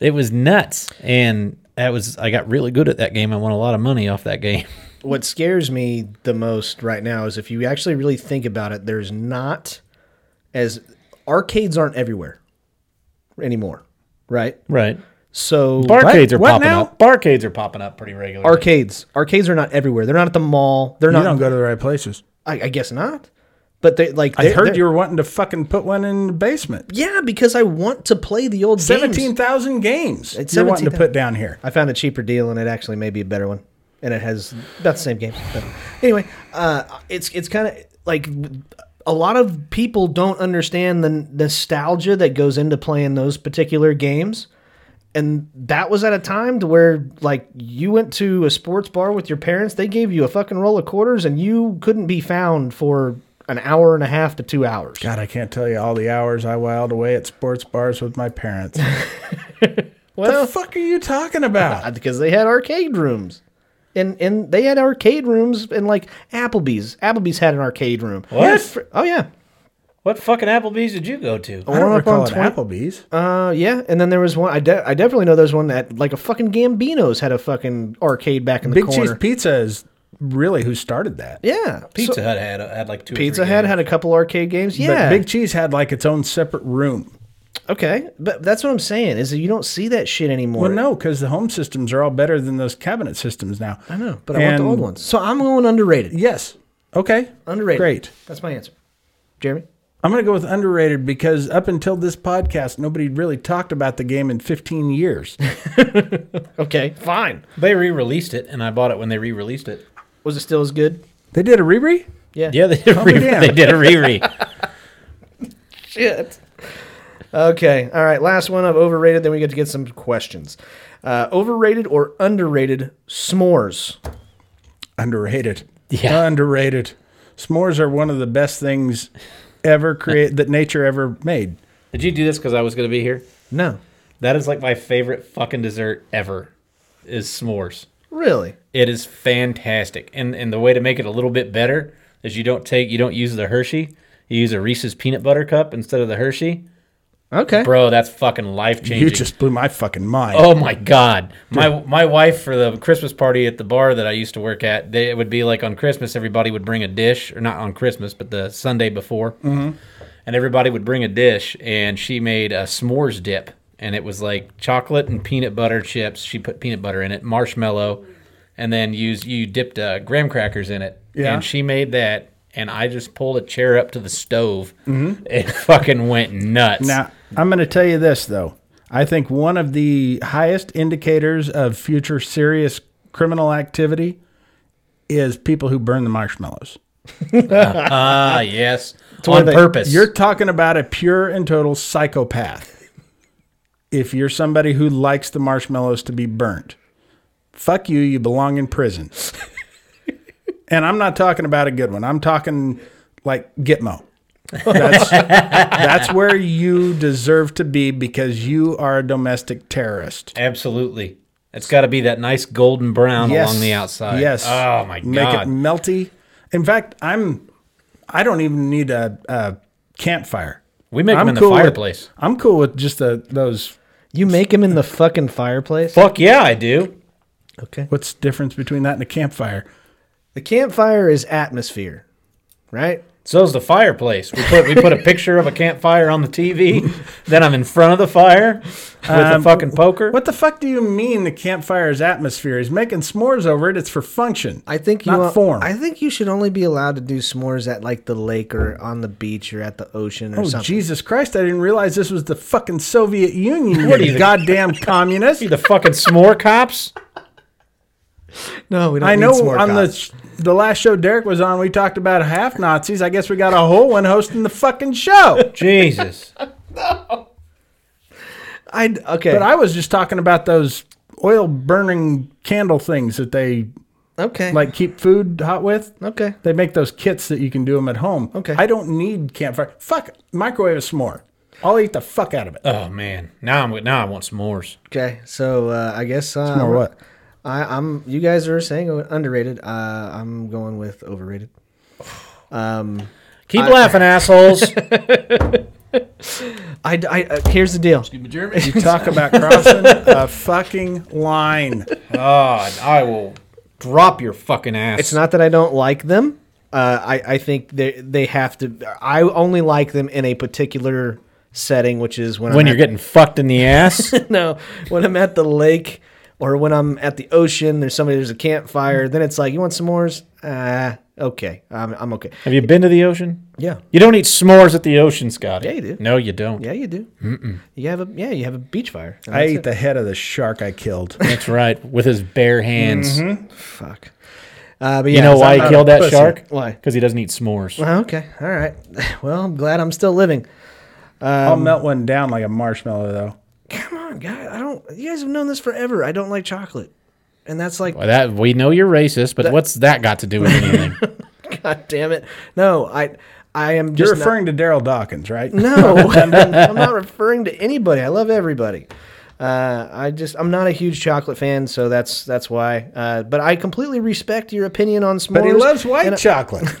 [SPEAKER 3] It was nuts, and that was I got really good at that game. I won a lot of money off that game.
[SPEAKER 1] what scares me the most right now is if you actually really think about it, there's not as arcades aren't everywhere anymore, right?
[SPEAKER 3] Right.
[SPEAKER 1] So
[SPEAKER 3] Barcades are
[SPEAKER 2] What
[SPEAKER 3] popping
[SPEAKER 2] now?
[SPEAKER 3] up. Barcades are popping up pretty regularly.
[SPEAKER 1] arcades, arcades are not everywhere. They're not at the mall. They're
[SPEAKER 2] You
[SPEAKER 1] not.
[SPEAKER 2] don't go to the right places.
[SPEAKER 1] I, I guess not. But they like.
[SPEAKER 2] I
[SPEAKER 1] they're-
[SPEAKER 2] heard
[SPEAKER 1] they're-
[SPEAKER 2] you were wanting to fucking put one in the basement.
[SPEAKER 1] Yeah, because I want to play the old
[SPEAKER 2] Seventeen
[SPEAKER 1] games.
[SPEAKER 2] thousand games.
[SPEAKER 1] It's
[SPEAKER 2] you're wanting to
[SPEAKER 1] 17,000.
[SPEAKER 2] put down here.
[SPEAKER 1] I found a cheaper deal, and it actually may be a better one, and it has about the same game. But anyway, uh, it's it's kind of like a lot of people don't understand the nostalgia that goes into playing those particular games, and that was at a time to where like you went to a sports bar with your parents, they gave you a fucking roll of quarters, and you couldn't be found for an hour and a half to two hours.
[SPEAKER 2] God, I can't tell you all the hours I wiled away at sports bars with my parents. what the fuck are you talking about?
[SPEAKER 1] because they had arcade rooms. And and they had arcade rooms in like Applebee's. Applebee's had an arcade room.
[SPEAKER 3] What?
[SPEAKER 1] For- oh yeah.
[SPEAKER 3] What fucking Applebee's did you go to?
[SPEAKER 2] I don't
[SPEAKER 1] One up on
[SPEAKER 2] recall it
[SPEAKER 1] 20
[SPEAKER 2] Applebee's.
[SPEAKER 1] Uh yeah, and then there was one I, de- I definitely know there's one that like a fucking Gambino's had a fucking arcade back in the
[SPEAKER 2] Big
[SPEAKER 1] corner.
[SPEAKER 2] Cheese Pizza is really who started that.
[SPEAKER 1] yeah.
[SPEAKER 3] Pizza
[SPEAKER 1] So-
[SPEAKER 3] Hut had had like two. or
[SPEAKER 1] Pizza
[SPEAKER 3] three
[SPEAKER 1] Hut
[SPEAKER 3] games.
[SPEAKER 1] had a couple arcade games. Yeah.
[SPEAKER 2] But Big Cheese had like its own separate room.
[SPEAKER 1] okay. But that's what I'm saying is that you don't see that shit anymore.
[SPEAKER 2] Well, no, because the home systems are all better than those cabinet systems now.
[SPEAKER 1] I know, but I want the
[SPEAKER 2] And-
[SPEAKER 1] old ones. So I'm going underrated.
[SPEAKER 2] Yes. Okay.
[SPEAKER 1] Underrated.
[SPEAKER 2] Great.
[SPEAKER 1] That's my answer. Jeremy?
[SPEAKER 2] I'm going to go with underrated because up until this podcast, nobody really talked about the game in 15 years.
[SPEAKER 1] Okay, fine.
[SPEAKER 3] They re-released it, and I bought it when they re-released it.
[SPEAKER 1] Was it still as good?
[SPEAKER 2] they did a re
[SPEAKER 1] Yeah.
[SPEAKER 3] Yeah, they did a
[SPEAKER 2] me
[SPEAKER 3] re-
[SPEAKER 2] down.
[SPEAKER 3] they did a re-re.
[SPEAKER 1] shit. Okay. All right. Last one of overrated. Then we get to get some questions. Uh, overrated or underrated s'mores?
[SPEAKER 2] Underrated.
[SPEAKER 3] Yeah.
[SPEAKER 2] Underrated. S'mores are one of the best things ever create that nature ever made.
[SPEAKER 3] did you do this because I was going to be here?
[SPEAKER 1] No.
[SPEAKER 3] That is like my favorite fucking dessert ever. Is s'mores.
[SPEAKER 1] Really?
[SPEAKER 3] It is fantastic. And and the way to make it a little bit better is you don't take you don't use the Hershey. You use a Reese's peanut butter cup instead of the Hershey.
[SPEAKER 1] Okay.
[SPEAKER 3] Bro, that's fucking life changing.
[SPEAKER 2] You just blew my fucking mind.
[SPEAKER 3] Oh my god. My my wife for the Christmas party at the bar that I used to work at, they it would be like on Christmas everybody would bring a dish or not on Christmas, but the Sunday before.
[SPEAKER 2] Mm-hmm.
[SPEAKER 3] And everybody would bring a dish and she made a s'mores dip and it was like chocolate and peanut butter chips. She put peanut butter in it, marshmallow, and then used you dipped uh, graham crackers in it.
[SPEAKER 2] Yeah.
[SPEAKER 3] And she made that and I just pulled a chair up to the stove and fucking went nuts.
[SPEAKER 2] Mm-hmm. Now, I'm going to tell you this, though. I think one of the highest indicators of future serious criminal activity is people who burn the marshmallows.
[SPEAKER 3] Ah, yes.
[SPEAKER 1] where
[SPEAKER 3] On
[SPEAKER 1] they-
[SPEAKER 3] purpose.
[SPEAKER 2] You're talking about a pure and total psychopath. If you're somebody who likes the marshmallows to be burnt, fuck you, you belong in prison. and I'm not talking about a good one. I'm talking like Gitmo. That's, that's where you deserve to be because you are a domestic terrorist.
[SPEAKER 3] Absolutely. It's got to be that nice golden brown along the outside.
[SPEAKER 2] Yes.
[SPEAKER 3] Oh my
[SPEAKER 2] Make
[SPEAKER 3] god.
[SPEAKER 2] it melty. In fact, I'm. I don't even need a, a campfire.
[SPEAKER 3] we make them in the
[SPEAKER 2] with-
[SPEAKER 3] fireplace.
[SPEAKER 2] I'm cool with just the those.
[SPEAKER 1] You make him in the fucking fireplace?
[SPEAKER 3] Fuck yeah, I do.
[SPEAKER 1] Okay.
[SPEAKER 2] What's the difference between that and a campfire?
[SPEAKER 1] The campfire is atmosphere, right?
[SPEAKER 3] So's the fireplace. We put we put a picture of a campfire on the TV. then I'm in front of the fire with a
[SPEAKER 2] Um,
[SPEAKER 3] fucking poker.
[SPEAKER 2] What the fuck do you mean the campfire's atmosphere? He's making s'mores over it. It's for function.
[SPEAKER 1] I think you
[SPEAKER 2] not
[SPEAKER 1] o-
[SPEAKER 2] form.
[SPEAKER 1] I think you should only be allowed to do s'mores at like the lake or on the beach or at the ocean or
[SPEAKER 2] oh
[SPEAKER 1] something.
[SPEAKER 2] Jesus Christ! I didn't realize this was the fucking Soviet Union.
[SPEAKER 3] What
[SPEAKER 2] What
[SPEAKER 3] are
[SPEAKER 2] you
[SPEAKER 3] you, the-
[SPEAKER 2] goddamn communist?
[SPEAKER 3] the fucking s'more cops?
[SPEAKER 1] No, we don't.
[SPEAKER 2] I
[SPEAKER 1] need
[SPEAKER 2] know
[SPEAKER 1] s'more
[SPEAKER 2] on
[SPEAKER 1] cops.
[SPEAKER 2] the the last show Derek was on, we talked about half Nazis. I guess we got a whole one hosting the fucking show.
[SPEAKER 3] Jesus.
[SPEAKER 1] I okay.
[SPEAKER 2] But I was just talking about those oil burning candle things that they
[SPEAKER 1] okay.
[SPEAKER 2] like keep food hot with.
[SPEAKER 1] okay.
[SPEAKER 2] They make those kits that you can do them at home.
[SPEAKER 1] Okay.
[SPEAKER 2] I don't need campfire. Fuck microwave a s'more. I'll eat the fuck out of it.
[SPEAKER 3] Oh man. Now I'm now I want s'mores.
[SPEAKER 1] Okay. So uh, I guess uh,
[SPEAKER 2] S'more what?
[SPEAKER 1] I, I'm. You guys are saying underrated. Uh, I'm going with overrated.
[SPEAKER 3] Keep laughing, assholes.
[SPEAKER 1] I, I uh, here's the deal.
[SPEAKER 2] You talk about crossing a fucking line.
[SPEAKER 3] God, I will drop your fucking ass.
[SPEAKER 1] It's not that I don't like them. Uh, I, I think they they have to. I only like them in a particular setting, which is when
[SPEAKER 3] when
[SPEAKER 1] I'm
[SPEAKER 3] you're getting fucked in the ass.
[SPEAKER 1] at, no when I'm at the lake or when I'm at the ocean. There's somebody. There's a campfire. Then it's like you want some s'mores. Ah, okay. I'm I'm okay.
[SPEAKER 3] Have you been to the ocean?
[SPEAKER 1] Yeah.
[SPEAKER 3] You don't eat s'mores at the ocean, Scotty.
[SPEAKER 1] Yeah, you do.
[SPEAKER 3] No, you don't.
[SPEAKER 1] Yeah, you do. You have a yeah, you have a beach fire. And
[SPEAKER 2] I
[SPEAKER 1] that's
[SPEAKER 2] ate
[SPEAKER 1] it.
[SPEAKER 2] the head of the shark I killed.
[SPEAKER 3] That's right. With his bare hands.
[SPEAKER 1] fuck. Uh, but yeah,
[SPEAKER 3] You know
[SPEAKER 1] Mm-hmm. so
[SPEAKER 3] why
[SPEAKER 1] I'm
[SPEAKER 3] he
[SPEAKER 1] not a
[SPEAKER 3] killed that
[SPEAKER 1] pussy.
[SPEAKER 3] shark?
[SPEAKER 1] Why?
[SPEAKER 3] Because he doesn't eat s'mores.
[SPEAKER 1] Oh, okay, all right. Well, I'm glad I'm still living. Um,
[SPEAKER 2] I'll melt one down like a marshmallow though.
[SPEAKER 1] Come on, guys. I don't. You guys have known this forever. I don't like chocolate, and that's like,
[SPEAKER 3] Well, that we know you're racist, but what's that got to do with anything?
[SPEAKER 1] god damn it. No, I, I am
[SPEAKER 2] You're
[SPEAKER 1] just not-
[SPEAKER 2] referring to Daryl Dawkins, right?
[SPEAKER 1] No, I'm not referring to anybody. I love everybody. Uh, I just I'm not a huge chocolate fan, so that's that's why. Uh, but I completely respect your opinion on s'mores.
[SPEAKER 2] But he loves white
[SPEAKER 1] and I-
[SPEAKER 2] chocolate.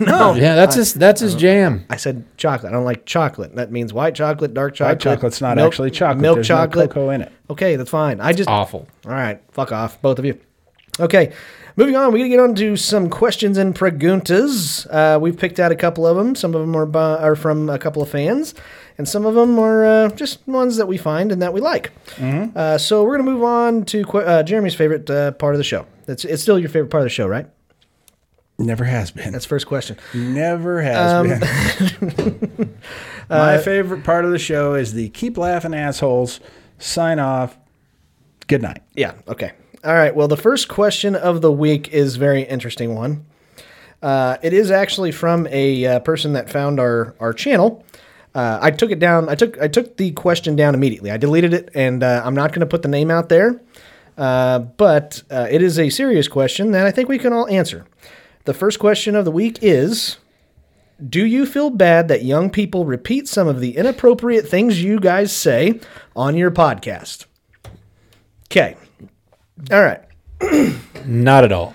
[SPEAKER 1] No,
[SPEAKER 3] yeah, that's his that's his jam.
[SPEAKER 1] I said chocolate. I don't like chocolate. That means white chocolate, dark chocolate.
[SPEAKER 2] White chocolate's not
[SPEAKER 1] milk-
[SPEAKER 2] actually chocolate.
[SPEAKER 1] Milk
[SPEAKER 2] There's no
[SPEAKER 1] chocolate.
[SPEAKER 2] cocoa in it.
[SPEAKER 1] Okay, that's fine. I just
[SPEAKER 3] Awful.
[SPEAKER 1] All right, fuck off, both of you. Okay, moving on. We're gonna get on to some questions and preguntas. Uh, we've picked out a couple of them. Some of them are bu- are from a couple of fans, and some of them are uh, just ones that we find and that we like.
[SPEAKER 2] Mm-hmm.
[SPEAKER 1] Uh, so we're gonna move on to que- uh, Jeremy's favorite uh, part of the show. It's it's still your favorite part of the show, right?
[SPEAKER 2] Never has been.
[SPEAKER 1] That's first question.
[SPEAKER 2] Never has
[SPEAKER 1] Um,
[SPEAKER 2] been.
[SPEAKER 1] Uh,
[SPEAKER 2] My favorite part of the show is the keep laughing assholes. Sign off. Good night.
[SPEAKER 1] Yeah. Okay. All right. Well, the first question of the week is a very interesting one. Uh, it is actually from a uh, person that found our our channel. Uh, I took it down. I took I took the question down immediately. I deleted it, and uh, I'm not going to put the name out there. Uh, but uh, it is a serious question that I think we can all answer. The first question of the week is: Do you feel bad that young people repeat some of the inappropriate things you guys say on your podcast? Okay. All right.
[SPEAKER 3] Not at all.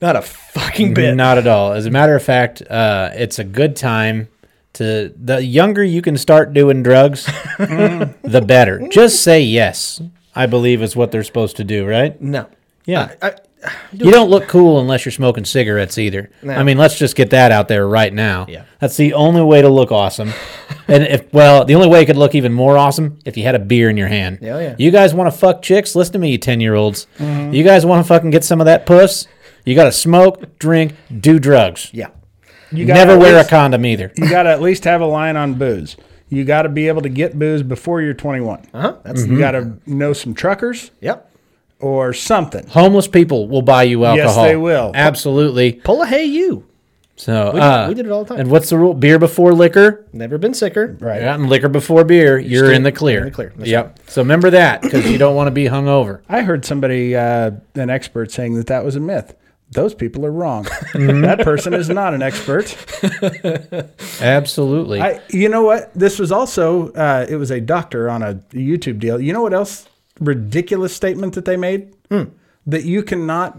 [SPEAKER 1] Not a fucking bit.
[SPEAKER 3] Not at all. As a matter of fact, uh, it's a good time to. The younger you can start doing drugs, the better. Just say yes. I believe is what they're supposed to do, right?
[SPEAKER 1] No.
[SPEAKER 3] Yeah.
[SPEAKER 1] I,
[SPEAKER 3] you don't look cool unless you're smoking cigarettes either. I mean, let's just get that out there right now.
[SPEAKER 1] Yeah.
[SPEAKER 3] That's the only way to look awesome. and if well, the only way it could look even more awesome if you had a beer in your hand.
[SPEAKER 1] Yeah, yeah.
[SPEAKER 3] You guys want to fuck chicks? Listen to me, you 10-year-olds. You guys want to fucking get some of that puss? You got to smoke, drink, do drugs.
[SPEAKER 1] yeah.
[SPEAKER 2] You gotta
[SPEAKER 3] Never
[SPEAKER 2] at
[SPEAKER 3] wear a
[SPEAKER 2] least-
[SPEAKER 3] condom either.
[SPEAKER 2] You got to at least have a line on booze. You got to be able to get booze before you're 21.
[SPEAKER 1] Uh huh. That's
[SPEAKER 3] Mm-hmm.
[SPEAKER 2] You got to know some truckers
[SPEAKER 1] yep.
[SPEAKER 2] or something.
[SPEAKER 3] Homeless people will buy you alcohol.
[SPEAKER 2] they will.
[SPEAKER 3] Absolutely.
[SPEAKER 1] Pull a hey you.
[SPEAKER 3] So
[SPEAKER 1] We did-
[SPEAKER 3] uh,
[SPEAKER 1] we did it all the time.
[SPEAKER 3] And what's the rule? Beer before liquor?
[SPEAKER 1] Never been sicker.
[SPEAKER 2] Right.
[SPEAKER 3] Yeah, and liquor before beer, you're
[SPEAKER 1] still
[SPEAKER 3] in the clear.
[SPEAKER 1] in the clear. That's
[SPEAKER 3] Yep. So remember that because you don't want to be hungover.
[SPEAKER 2] I heard somebody, uh, an expert, saying that that was a myth. Those people are wrong.
[SPEAKER 3] Mm-hmm.
[SPEAKER 2] that person is not an expert.
[SPEAKER 3] Absolutely.
[SPEAKER 2] I, you know what? This was also, uh, it was a doctor on a YouTube deal. You know what else ridiculous statement that they made?
[SPEAKER 3] Hmm.
[SPEAKER 2] That you cannot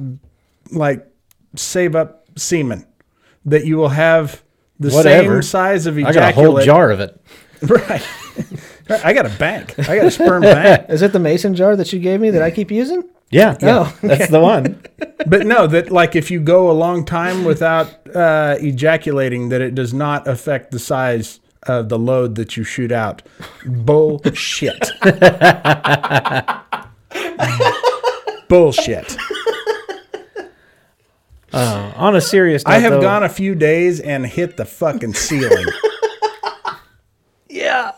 [SPEAKER 2] like save up semen. That you will have the same
[SPEAKER 3] Whatever.
[SPEAKER 2] size of
[SPEAKER 3] I
[SPEAKER 2] ejaculate.
[SPEAKER 3] got a whole jar of it.
[SPEAKER 2] Right. Right, I got a bank. I got a sperm bank.
[SPEAKER 1] Is it the mason jar that you gave me that I keep using?
[SPEAKER 3] Yeah.
[SPEAKER 1] yeah,
[SPEAKER 3] That's the one.
[SPEAKER 2] But no, that like if you go a long time without uh, ejaculating, that it does not affect the size of the load that you shoot out. Bullshit. Bullshit.
[SPEAKER 3] Uh, On a serious note,
[SPEAKER 2] I have
[SPEAKER 3] though,
[SPEAKER 2] gone a few days and hit the fucking ceiling.
[SPEAKER 1] Yeah.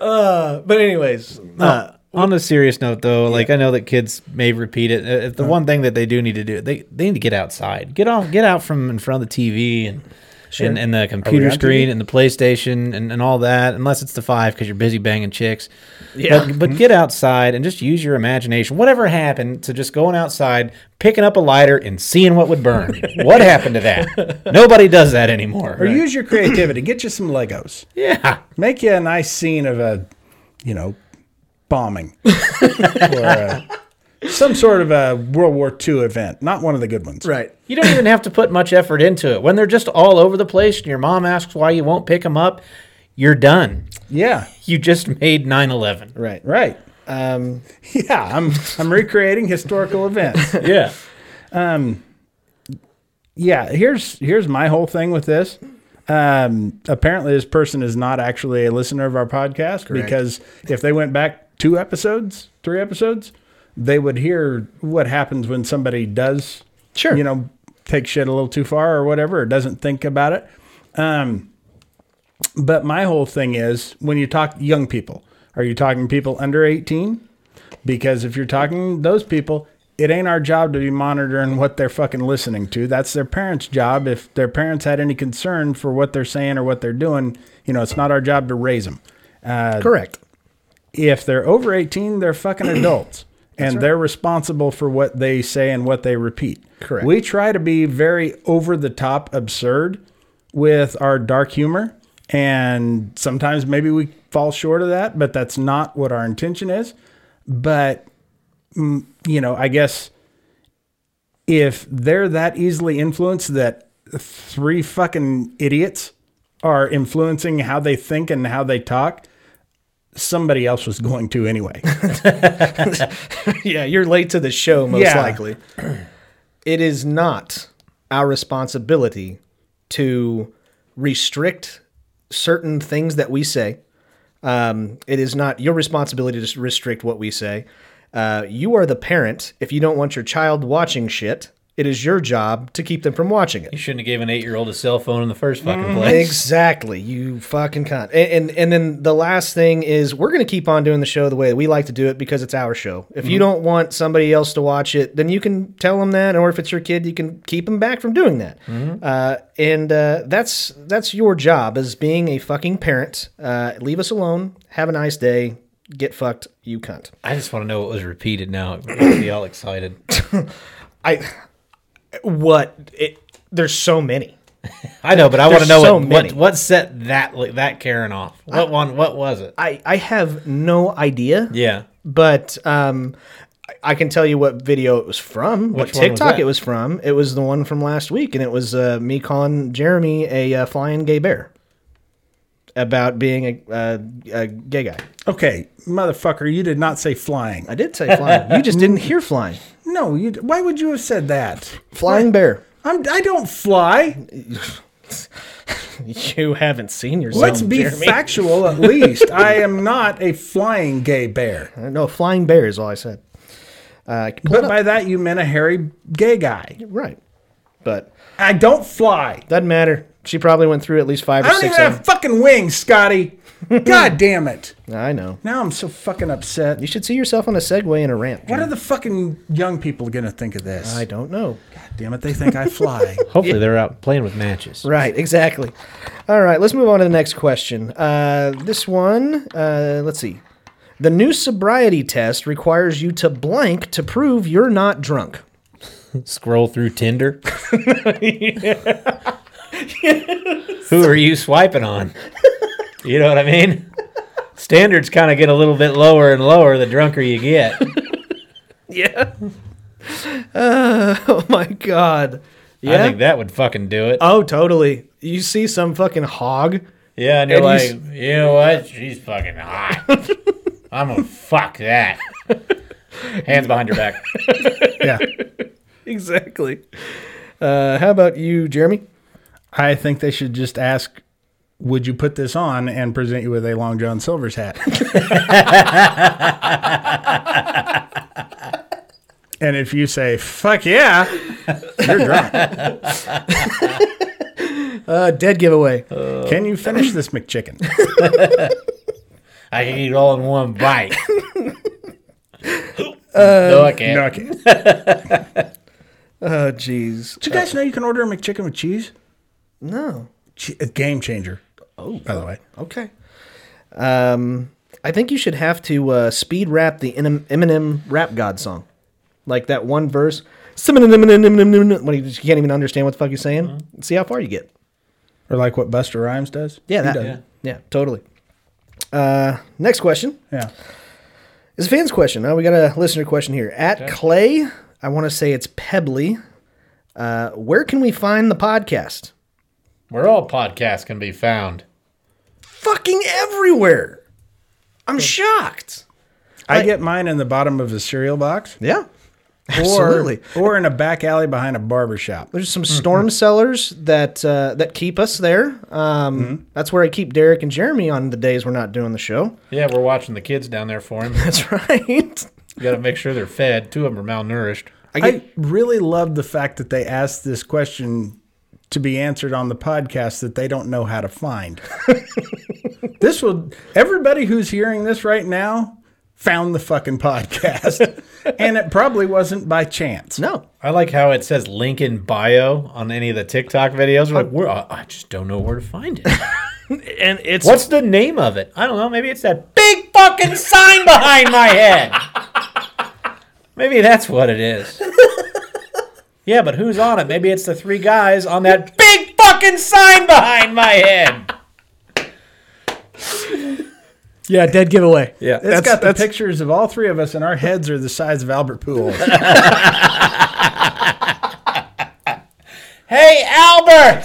[SPEAKER 1] Uh, but anyways, uh,
[SPEAKER 3] on a serious note, though, like I know that kids may repeat it. Uh, The
[SPEAKER 1] Uh-huh.
[SPEAKER 3] one thing that they do need to do, they, they need to get outside, get off, get out from in front of the TV and and, and the computer
[SPEAKER 2] on
[SPEAKER 3] screen and the PlayStation and, and all that. Unless it's the five because you're busy banging chicks.
[SPEAKER 1] Yeah. Mm-hmm.
[SPEAKER 3] But, but get outside and just use your imagination. Whatever happened to just going outside, picking up a lighter and seeing what would burn? what happened to that? Nobody does that anymore.
[SPEAKER 2] or use your creativity. Get you some Legos.
[SPEAKER 3] yeah.
[SPEAKER 2] Make you a nice scene of a, you know, bombing or uh some sort of a World War II event. Not one of the good ones.
[SPEAKER 1] right.
[SPEAKER 3] You don't even have to put much effort into it. When they're just all over the place and your mom asks why you won't pick them up, you're done.
[SPEAKER 2] Yeah.
[SPEAKER 3] You just made 9 11.
[SPEAKER 1] Right.
[SPEAKER 2] Right.
[SPEAKER 1] Um,
[SPEAKER 2] Yeah. I'm I'm recreating historical events. Um,
[SPEAKER 3] Yeah.
[SPEAKER 2] Yeah. Here's here's my whole thing with this. Um, apparently, this person is not actually a listener of our podcast because if they went back two episodes, three episodes, they would hear what happens when somebody does
[SPEAKER 1] Sure.
[SPEAKER 2] you know, take shit a little too far or whatever, or doesn't think about it. Um, but my whole thing is when you talk young people, are you talking people under 18? Because if you're talking those people, it ain't our job to be monitoring what they're fucking listening to. That's their parents' job. If their parents had any concern for what they're saying or what they're doing, you know, it's not our job to raise them
[SPEAKER 1] correct.
[SPEAKER 2] if they're over 18, they're fucking adults and they're responsible for what they say and what they repeat.
[SPEAKER 1] Correct.
[SPEAKER 2] We try to be very over the top absurd with our dark humor. And sometimes maybe we fall short of that, but that's not what our intention is. But, mm, you know, I guess if they're that easily influenced that three fucking idiots are influencing how they think and how they talk, somebody else was going to anyway.
[SPEAKER 1] yeah, you're late to the show, most
[SPEAKER 2] Yeah.
[SPEAKER 1] likely. It is not our responsibility to restrict certain things that we say. Um, it is not your responsibility to s- restrict what we say. Uh, you are the parent. If you don't want your child watching shit, it is your job to keep them from watching it.
[SPEAKER 3] You shouldn't have given an eight year old a cell phone in the first fucking place.
[SPEAKER 1] Exactly. You fucking cunt. And, and and then the last thing is we're gonna keep on doing the show the way that we like to do it because it's our show. If you don't want somebody else to watch it, then you can tell them that, or if it's your kid, you can keep them back from doing that. Uh, and uh, that's that's your job as being a fucking parent. Uh, leave us alone. Have a nice day. Get fucked, you cunt.
[SPEAKER 3] I just want to know what was repeated now. It makes me all excited.
[SPEAKER 1] I what it, there's so many.
[SPEAKER 3] I know, but I want to
[SPEAKER 1] There's
[SPEAKER 3] know
[SPEAKER 1] so
[SPEAKER 3] what,
[SPEAKER 1] many.
[SPEAKER 3] what what set that like, that Karen off. What one? What was it?
[SPEAKER 1] I, I have no idea.
[SPEAKER 3] Yeah.
[SPEAKER 1] but um, I can tell you what video it was from, what
[SPEAKER 3] Which one was
[SPEAKER 1] TikTok
[SPEAKER 3] that?
[SPEAKER 1] it was from. It was the one from last week, and it was uh, me calling Jeremy a uh, flying gay bear about being a, uh, a gay guy.
[SPEAKER 2] Okay, motherfucker, you did not say flying.
[SPEAKER 1] I did say flying. you just didn't hear flying.
[SPEAKER 2] No, you. Why would you have said that?
[SPEAKER 1] Flying bear.
[SPEAKER 2] I'm. I don't fly.
[SPEAKER 1] You haven't seen yourself.
[SPEAKER 2] Let's be factual, at least. I am not a flying gay bear.
[SPEAKER 1] No, flying bear is all I said. Uh, I can pull
[SPEAKER 2] But
[SPEAKER 1] it up.
[SPEAKER 2] by that you meant a hairy gay guy.
[SPEAKER 1] right, but
[SPEAKER 2] I don't fly.
[SPEAKER 1] doesn't matter. She probably went through at least five or
[SPEAKER 2] I don't even
[SPEAKER 1] six. Of
[SPEAKER 2] have fucking wings, Scotty. God damn it!
[SPEAKER 1] them. I know.
[SPEAKER 2] Now I'm so fucking upset.
[SPEAKER 1] You should see yourself on a Segway and a ramp.
[SPEAKER 2] What are the fucking young people gonna think of this?
[SPEAKER 1] I don't know.
[SPEAKER 2] Damn it, they think I fly.
[SPEAKER 3] Hopefully, they're out playing with matches.
[SPEAKER 1] Right, exactly. All right, let's move on to the next question. Uh, this one, uh, let's see. The new sobriety test requires you to blank to prove you're not drunk.
[SPEAKER 3] Scroll through Tinder. Who are you swiping on? You know what I mean? Standards kind of get a little bit lower and lower the drunker you get.
[SPEAKER 1] Yeah. oh my god.
[SPEAKER 3] I
[SPEAKER 1] Yeah.
[SPEAKER 3] think that would fucking do it.
[SPEAKER 1] oh, totally. You see some fucking hog.
[SPEAKER 3] Yeah, and you're
[SPEAKER 1] And
[SPEAKER 3] like,
[SPEAKER 1] he's-
[SPEAKER 3] you know what? She's fucking hot. I'm gonna fuck that. Hands behind your back.
[SPEAKER 2] yeah,
[SPEAKER 1] Exactly. Uh, how about you, Jeremy?
[SPEAKER 2] I think they should just ask, "Would you put this on?" and present you with a Long John Silver's hat. and if you say "fuck yeah," you're drunk.
[SPEAKER 1] Uh, dead giveaway.
[SPEAKER 2] Can you finish this McChicken?
[SPEAKER 3] I can eat it all in one bite. no, I can't.
[SPEAKER 2] No, I can't. Did
[SPEAKER 1] Oh, jeez.
[SPEAKER 2] you guys know you can order a McChicken with cheese?
[SPEAKER 1] No.
[SPEAKER 2] Che- a game changer. Oh, by the way,
[SPEAKER 1] Okay. Um, I think you should have to uh, speed rap the Enem- Eminem Rap God song, like that one verse. When you just can't even understand what the fuck he's saying. See how far you get.
[SPEAKER 2] or like what Buster Rhymes does.
[SPEAKER 1] Yeah,
[SPEAKER 2] He
[SPEAKER 1] that.
[SPEAKER 2] does.
[SPEAKER 1] Yeah. totally. Uh, next question
[SPEAKER 2] yeah.
[SPEAKER 1] is a fan's question. Now we got a listener question here. At Clay, I want to say it's Pebbly. Uh, where can we find the podcast?
[SPEAKER 3] Where all podcasts can be found.
[SPEAKER 1] Fucking everywhere. I'm shocked.
[SPEAKER 2] I get mine in the bottom of a cereal box.
[SPEAKER 1] Yeah.
[SPEAKER 2] or,
[SPEAKER 1] Absolutely.
[SPEAKER 2] or in a back alley behind a barber shop.
[SPEAKER 1] There's some storm cellars that uh, that keep us there. Um, That's where I keep Derek and Jeremy on the days we're not doing the show.
[SPEAKER 3] Yeah, we're watching the kids down there for him.
[SPEAKER 1] That's right.
[SPEAKER 3] You got to make sure they're fed. Two of them are malnourished.
[SPEAKER 1] I
[SPEAKER 2] I,
[SPEAKER 1] get,
[SPEAKER 2] really love the fact that they asked this question to be answered on the podcast that they don't know how to find. this will everybody who's hearing this right now found the fucking podcast. and it probably wasn't by chance.
[SPEAKER 1] no.
[SPEAKER 3] I like how it says link in bio on any of the TikTok videos. We're like, we're, I I just don't know where to find it.
[SPEAKER 1] And it's
[SPEAKER 3] What's the name of it? I don't know. Maybe it's that big fucking sign behind my head. Maybe that's what it is. Yeah, but who's on it? Maybe it's the three guys on that big fucking sign behind my head.
[SPEAKER 1] yeah, dead giveaway.
[SPEAKER 3] Yeah.
[SPEAKER 2] It's got the pictures of all three of us, and our heads are the size of Albert Pools.
[SPEAKER 3] Hey, Albert!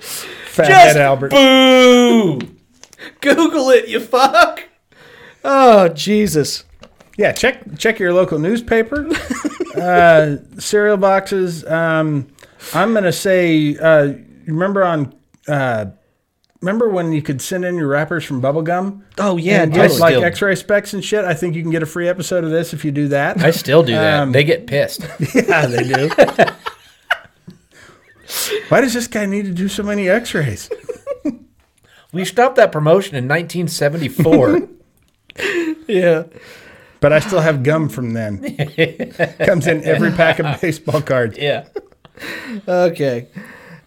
[SPEAKER 2] Fathead Albert.
[SPEAKER 3] Boo!
[SPEAKER 1] Google it, you fuck. Oh Jesus.
[SPEAKER 2] Yeah, check check your local newspaper, uh, cereal boxes. Um, I'm gonna say, uh, remember on, uh, remember when you could send in your wrappers from bubblegum?
[SPEAKER 1] Oh yeah,
[SPEAKER 2] and
[SPEAKER 1] totally.
[SPEAKER 2] just like
[SPEAKER 3] still-
[SPEAKER 2] X-ray specs and shit. I think you can get a free episode of this if you do that.
[SPEAKER 3] I still do that.
[SPEAKER 2] Um,
[SPEAKER 3] they get pissed.
[SPEAKER 2] yeah, they do. Why does this guy need to do so many X-rays?
[SPEAKER 3] We stopped that promotion in 1974.
[SPEAKER 1] yeah.
[SPEAKER 2] But I still have gum from then. Comes in every pack of baseball cards.
[SPEAKER 3] yeah.
[SPEAKER 1] Okay.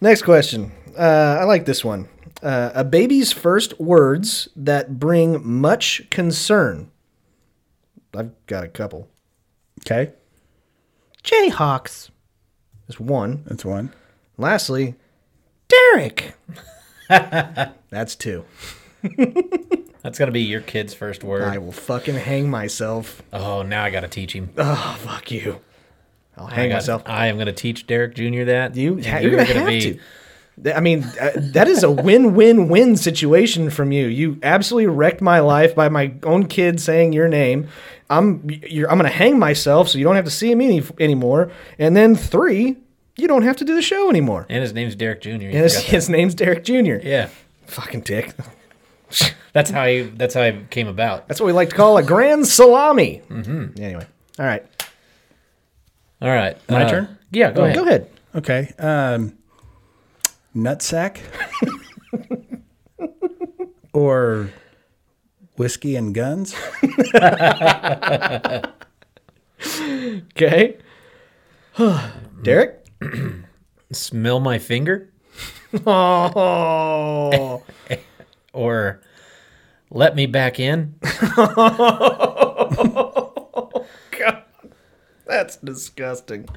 [SPEAKER 1] Next question. Uh, I like this one. Uh, a baby's first words that bring much concern. I've got a couple.
[SPEAKER 2] Okay,
[SPEAKER 1] Jayhawks is one.
[SPEAKER 2] that's one.
[SPEAKER 1] Lastly, Derek. That's two.
[SPEAKER 3] That's gonna be your kid's first
[SPEAKER 1] I
[SPEAKER 3] word.
[SPEAKER 1] will fucking hang myself.
[SPEAKER 3] Oh, now I gotta teach him.
[SPEAKER 1] Oh, fuck you. I'll
[SPEAKER 3] I,
[SPEAKER 1] hang
[SPEAKER 3] gotta-
[SPEAKER 1] myself.
[SPEAKER 3] I am gonna teach Derek Jr. that.
[SPEAKER 1] You,
[SPEAKER 3] and
[SPEAKER 1] ha- you're, gonna, have to. Th- I mean, uh, that is a win-win-win situation from you. You absolutely wrecked my life by my own kid saying your name. I'm you're, I'm gonna hang myself, so you don't have to see me any, anymore. And then three, you don't have to do the show anymore.
[SPEAKER 3] And his name's Derek Jr. you
[SPEAKER 1] And his,
[SPEAKER 3] forgot that.
[SPEAKER 1] his name's Derek Jr.
[SPEAKER 3] yeah.
[SPEAKER 1] Fucking dick.
[SPEAKER 3] That's how he. That's how he came about.
[SPEAKER 1] That's what we like to call a grand salami. Mm-hmm. Anyway, all right,
[SPEAKER 3] All right.
[SPEAKER 2] My
[SPEAKER 3] uh,
[SPEAKER 2] turn?
[SPEAKER 3] Yeah. Go ahead.
[SPEAKER 1] go ahead.
[SPEAKER 2] Okay. Um, nutsack or whiskey and guns.
[SPEAKER 1] Okay, Derek.
[SPEAKER 3] Smell my finger,
[SPEAKER 1] Oh,
[SPEAKER 3] or let me back in.
[SPEAKER 1] that's disgusting.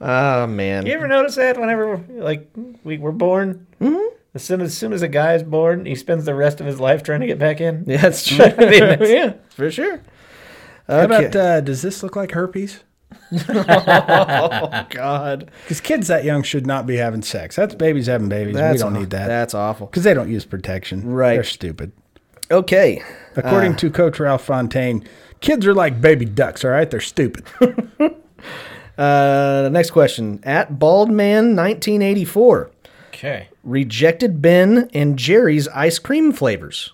[SPEAKER 1] Oh man.
[SPEAKER 3] You ever notice that whenever like we were born,
[SPEAKER 1] Mm-hmm.
[SPEAKER 3] as soon as soon as a guy is born, he spends the rest of his life trying to get back in.
[SPEAKER 1] Yeah, that's true. yeah, for sure.
[SPEAKER 2] How about uh, does this look like herpes?
[SPEAKER 1] Oh God,
[SPEAKER 2] Because kids that young should not be having sex. That's babies having babies. we don't
[SPEAKER 1] aw-
[SPEAKER 2] need that.
[SPEAKER 1] That's awful.
[SPEAKER 2] Because they don't use protection.
[SPEAKER 1] Right. Ah.
[SPEAKER 2] They're stupid.
[SPEAKER 1] Okay,
[SPEAKER 2] According to Coach Ralph Fontaine, kids are like baby ducks, all right? They're stupid.
[SPEAKER 1] uh, next question. At Bald Man 1984
[SPEAKER 3] Okay.
[SPEAKER 1] rejected Ben and Jerry's ice cream flavors.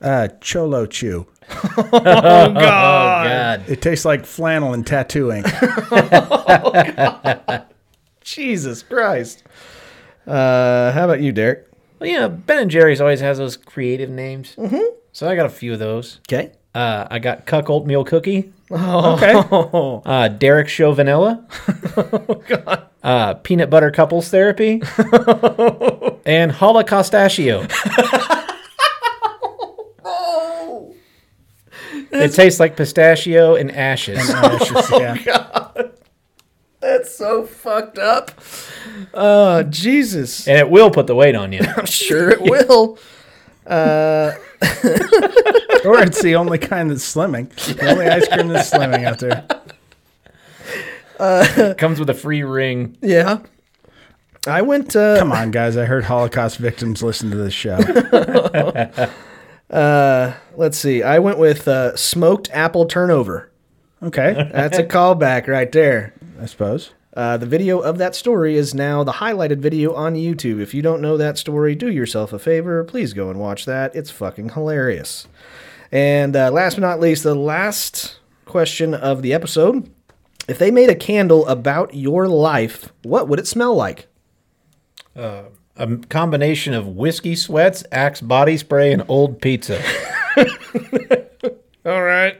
[SPEAKER 2] Uh, Cholo Chew.
[SPEAKER 3] Oh
[SPEAKER 1] Uh,
[SPEAKER 3] God.
[SPEAKER 2] It tastes like flannel and tattoo ink.
[SPEAKER 1] Jesus Christ. Uh, how about you, Derek?
[SPEAKER 3] Well, yeah. Ben and Jerry's always has those creative names. Mm-hmm. So I got a few of those.
[SPEAKER 1] Okay.
[SPEAKER 3] Uh, I got Cuck Oatmeal Cookie.
[SPEAKER 1] Oh,
[SPEAKER 2] Okay.
[SPEAKER 3] Uh, Derek Show Vanilla. Uh, peanut Butter Couples Therapy. and Holocaustachio. Oh. It tastes like pistachio and ashes.
[SPEAKER 1] Oh,
[SPEAKER 2] Yeah.
[SPEAKER 1] That's so fucked up. Oh, Jesus.
[SPEAKER 3] and it will put the weight on you.
[SPEAKER 1] I'm sure it will.
[SPEAKER 2] Or it's the only kind that's slimming. The only ice cream that's slimming out there.
[SPEAKER 3] It comes with a free ring.
[SPEAKER 1] Yeah. I went. Uh,
[SPEAKER 2] Come on, guys. I heard Holocaust victims listen to this show.
[SPEAKER 1] Let's see. I went with uh, smoked apple turnover.
[SPEAKER 2] Okay.
[SPEAKER 1] That's a callback right there.
[SPEAKER 2] I suppose.
[SPEAKER 1] Uh, the video of that story is now the highlighted video on YouTube. If you don't know that story, do yourself a favor. Please go and watch that. It's fucking hilarious. And uh, last but not least, the last question of the episode. If they made a candle about your life, what would it smell like?
[SPEAKER 3] A m- combination of whiskey sweats, axe body spray, and old pizza.
[SPEAKER 1] All right.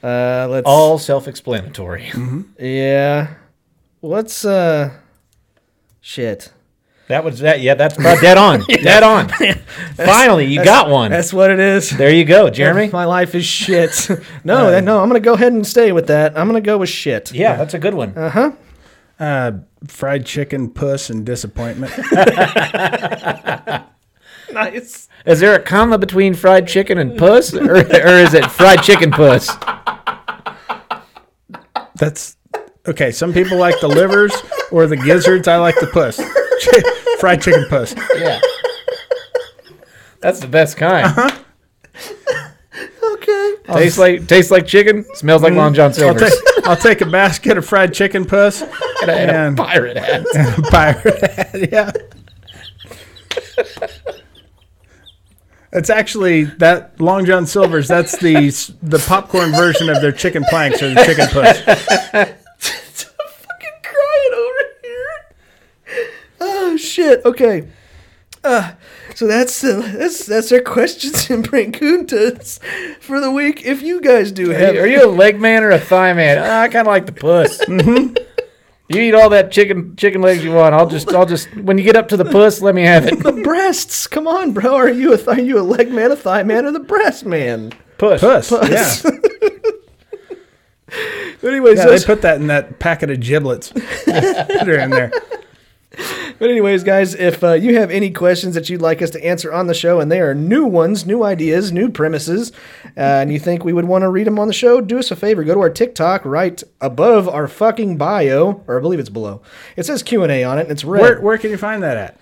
[SPEAKER 1] Uh, let's.
[SPEAKER 3] All self explanatory.
[SPEAKER 1] Yeah. Let's. Uh. Shit.
[SPEAKER 3] That was that. Yeah, that's about dead on. Dead on. Finally, you got one.
[SPEAKER 1] That's what it is.
[SPEAKER 3] There you go, Jeremy.
[SPEAKER 1] My life is shit. no, that- no, I'm gonna go ahead and stay with that. I'm gonna go with shit.
[SPEAKER 3] Yeah, that's a good one.
[SPEAKER 2] Uh, fried chicken, puss, and disappointment.
[SPEAKER 1] Nice.
[SPEAKER 3] Is there a comma between fried chicken and puss, or, or is it fried chicken puss?
[SPEAKER 2] That's okay. Some people like the livers or the gizzards. I like the puss. fried chicken puss.
[SPEAKER 3] Yeah, that's the best kind.
[SPEAKER 2] Uh-huh.
[SPEAKER 1] Okay.
[SPEAKER 3] Tastes like tastes like chicken. Smells like Long John
[SPEAKER 2] Um, I'll,
[SPEAKER 3] Silver's.
[SPEAKER 2] take I'll take a basket of fried chicken puss
[SPEAKER 3] And a- and
[SPEAKER 2] man.
[SPEAKER 3] a pirate hat.
[SPEAKER 2] and a pirate hat. Yeah. It's actually that Long John Silver's. That's the s- the popcorn version of their chicken planks or the chicken puss.
[SPEAKER 1] fucking crying over here. Oh shit. Okay. Uh, so that's uh, that's that's our questions and prankuntas for the week. If you guys do
[SPEAKER 3] Are
[SPEAKER 1] have,
[SPEAKER 3] you- are you a leg man or a thigh man? Ah, I kind of like the puss.
[SPEAKER 2] Mm-hmm.
[SPEAKER 3] You eat all that chicken chicken legs you want. I'll just I'll just when you get up to the puss, let me have it.
[SPEAKER 1] the breasts, come on, bro. Are you a th- are you a leg man, a thigh man, or the breast man?
[SPEAKER 3] Puss.
[SPEAKER 2] Puss. Yeah.
[SPEAKER 1] But anyways,
[SPEAKER 2] yeah. They
[SPEAKER 1] those-
[SPEAKER 2] put that in that packet of giblets. put it in there.
[SPEAKER 1] But anyways, guys, if uh, you have any questions that you'd like us to answer on the show, and they are new ones, new ideas, new premises, uh, and you think we would want to read them on the show, do us a favor. Go to our TikTok right above our fucking bio, or I believe it's below. It says Q and A on it, and it's red.
[SPEAKER 2] Where, where can you find that at?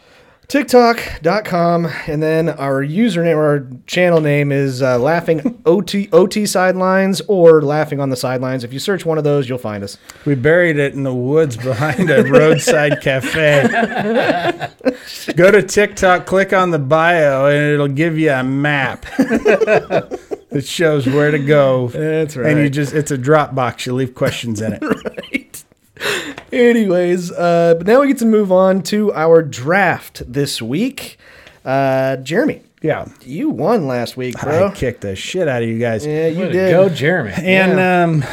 [SPEAKER 1] TikTok.com, and then our username or our channel name is uh, Laughing OT, OT Sidelines or Laughing on the Sidelines. If you search one of those, you'll find us.
[SPEAKER 2] We buried it in the woods behind a roadside cafe. Go to TikTok, click on the bio, and it'll give you a map that shows where to go.
[SPEAKER 1] That's
[SPEAKER 2] And you just it's a Dropbox. You leave questions in it.
[SPEAKER 1] Anyways, uh, but now we get to move on to our draft this week. Uh, Jeremy,
[SPEAKER 2] Yeah.
[SPEAKER 1] you won last week,
[SPEAKER 2] I
[SPEAKER 1] bro.
[SPEAKER 2] kicked the shit out of you guys.
[SPEAKER 1] Yeah, you
[SPEAKER 3] Way to
[SPEAKER 1] did.
[SPEAKER 3] Go, Jeremy.
[SPEAKER 2] And um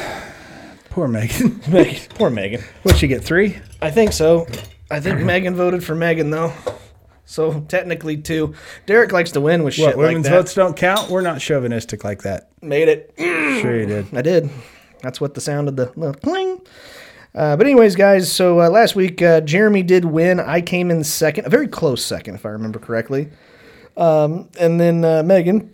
[SPEAKER 2] poor Megan.
[SPEAKER 1] Poor Megan.
[SPEAKER 2] What'd she get? Three?
[SPEAKER 1] I think so. I think Megan voted for Megan though, so technically two. Derek likes to win with shit
[SPEAKER 2] What
[SPEAKER 1] like
[SPEAKER 2] women's
[SPEAKER 1] that.
[SPEAKER 2] votes don't count? We're not chauvinistic like that.
[SPEAKER 1] Made it.
[SPEAKER 2] Sure you did.
[SPEAKER 1] I did. That's what the sound of the little cling. Uh, but anyways, guys. So uh, last week, uh, Jeremy did win. I came in second, a very close second, if I remember correctly. Um, and then uh, Megan,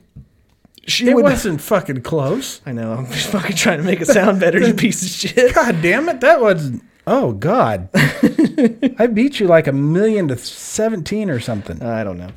[SPEAKER 1] she
[SPEAKER 2] It
[SPEAKER 1] went.
[SPEAKER 2] wasn't fucking close.
[SPEAKER 1] I know. I'm just fucking trying to make it sound better, you piece of shit.
[SPEAKER 2] God damn it. That was oh God. I beat you like a million to seventeen or something. It
[SPEAKER 1] I don't know.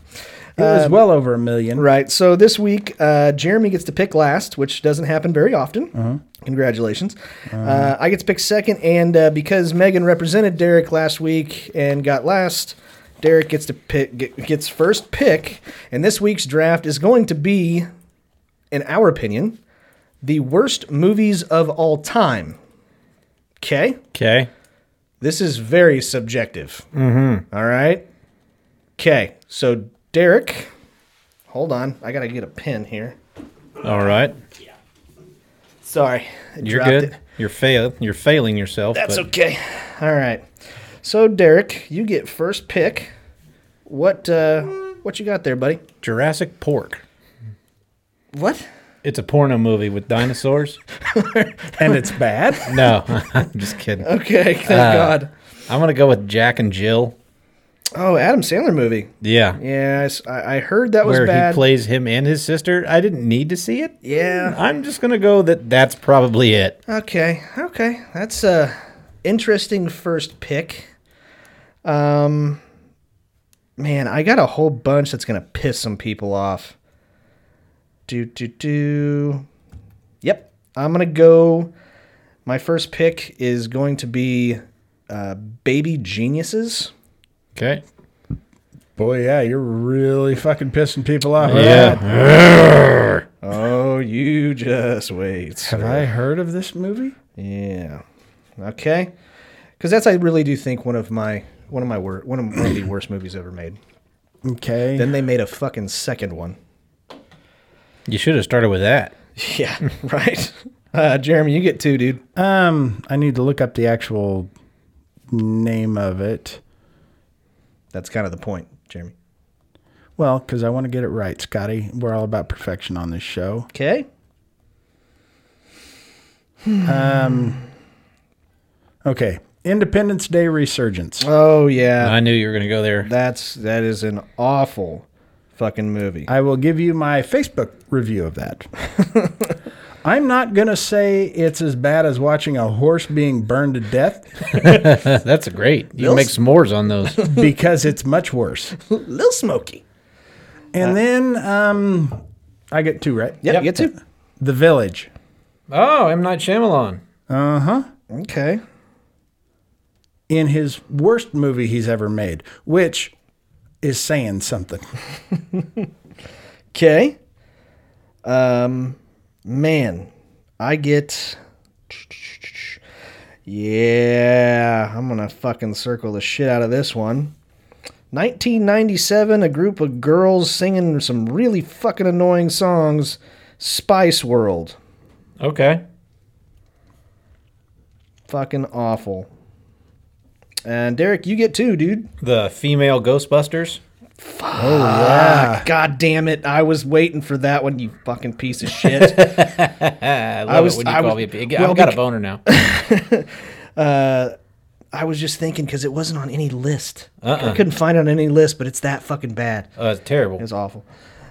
[SPEAKER 2] was well over a million.
[SPEAKER 1] Right. So this week, uh, Jeremy gets to pick last, which doesn't happen very often. Congratulations. uh I get to pick second, and uh, because Megan represented Derek last week and got last, Derek gets to pick get, gets first pick. And this week's draft is going to be, in our opinion, the worst movies of all time. Okay.
[SPEAKER 3] Okay.
[SPEAKER 1] This is very subjective. Mm-hmm. right. Okay. So, Derek, hold on. I got to get a pen here.
[SPEAKER 3] All right.
[SPEAKER 1] Sorry. I
[SPEAKER 3] You're
[SPEAKER 1] dropped
[SPEAKER 3] good.
[SPEAKER 1] it.
[SPEAKER 3] You're fail. You're failing yourself.
[SPEAKER 1] That's
[SPEAKER 3] but
[SPEAKER 1] okay. All right. So, Derek, you get first pick. What uh, what you got there, buddy?
[SPEAKER 3] Jurassic Pork.
[SPEAKER 1] What?
[SPEAKER 3] It's a porno movie with dinosaurs.
[SPEAKER 2] And it's bad.
[SPEAKER 3] No, I'm just kidding.
[SPEAKER 1] Okay. Thank
[SPEAKER 3] Uh,
[SPEAKER 1] God.
[SPEAKER 3] I'm gonna go with Jack and Jill.
[SPEAKER 1] Oh, Adam Sandler movie.
[SPEAKER 3] Yeah,
[SPEAKER 1] Yes, I, I heard that was
[SPEAKER 3] where
[SPEAKER 1] bad.
[SPEAKER 3] he plays him and his sister. I didn't need to see it.
[SPEAKER 1] yeah.
[SPEAKER 3] I'm just gonna go that that's probably it.
[SPEAKER 1] Okay, okay, that's a interesting first pick. Um, man, I got a whole bunch that's gonna piss some people off. Do do do. Yep, I'm gonna go. My first pick is going to be uh, Baby Geniuses.
[SPEAKER 3] Okay.
[SPEAKER 2] Boy, yeah, you're really fucking pissing people off.
[SPEAKER 3] Yeah.
[SPEAKER 1] Oh, you just wait.
[SPEAKER 2] Have I heard of this movie?
[SPEAKER 1] Yeah. Okay. Because that's I really do think one of my one of my wor- one of, one of the worst movies ever made.
[SPEAKER 2] Okay.
[SPEAKER 1] Then they made a fucking second one.
[SPEAKER 3] You should have started with that.
[SPEAKER 1] Yeah, right. Uh, Jeremy, you get two, dude.
[SPEAKER 2] um, I need to look up the actual name of it.
[SPEAKER 1] That's kind of the point, Jeremy.
[SPEAKER 2] Well, because I want to get it right, Scotty. We're all about perfection on this show.
[SPEAKER 1] Okay.
[SPEAKER 2] Okay. Independence Day Resurgence.
[SPEAKER 1] Oh yeah,
[SPEAKER 3] I knew you were gonna go there.
[SPEAKER 1] that's that is an awful fucking movie.
[SPEAKER 2] I will give you my Facebook review of that. I'm not going to say it's as bad as watching a horse being burned to death
[SPEAKER 3] that's great. You
[SPEAKER 1] Bill-
[SPEAKER 3] can make s'mores on those.
[SPEAKER 2] because it's much worse.
[SPEAKER 1] Lil Smoky. Uh,
[SPEAKER 2] And then um, I get two, right?
[SPEAKER 1] Yep, you get two.
[SPEAKER 2] The Village. Uh-huh.
[SPEAKER 3] oh, M Night Shyamalan.
[SPEAKER 1] Okay.
[SPEAKER 2] in his worst movie he's ever made, which is saying something.
[SPEAKER 1] Okay. Um, man, I get. Yeah, I'm gonna fucking circle the shit out of this one. 1997, a group of girls singing some really fucking annoying songs. Spice World,
[SPEAKER 3] Okay.
[SPEAKER 1] fucking awful. And Derek, you get two, dude.
[SPEAKER 3] The female Ghostbusters.
[SPEAKER 1] Ah, God damn it! I was waiting for that one, you fucking piece of shit.
[SPEAKER 3] I love
[SPEAKER 1] was-
[SPEAKER 3] it when you
[SPEAKER 1] I
[SPEAKER 3] call
[SPEAKER 1] was-
[SPEAKER 3] me. a pig.
[SPEAKER 1] well,
[SPEAKER 3] I've got
[SPEAKER 1] beca-
[SPEAKER 3] a boner now.
[SPEAKER 1] I was just thinking because it wasn't on any list. I
[SPEAKER 3] Uh-uh.
[SPEAKER 1] couldn't find it on any list, but it's that fucking bad.
[SPEAKER 3] Uh, it's terrible.
[SPEAKER 1] It's awful.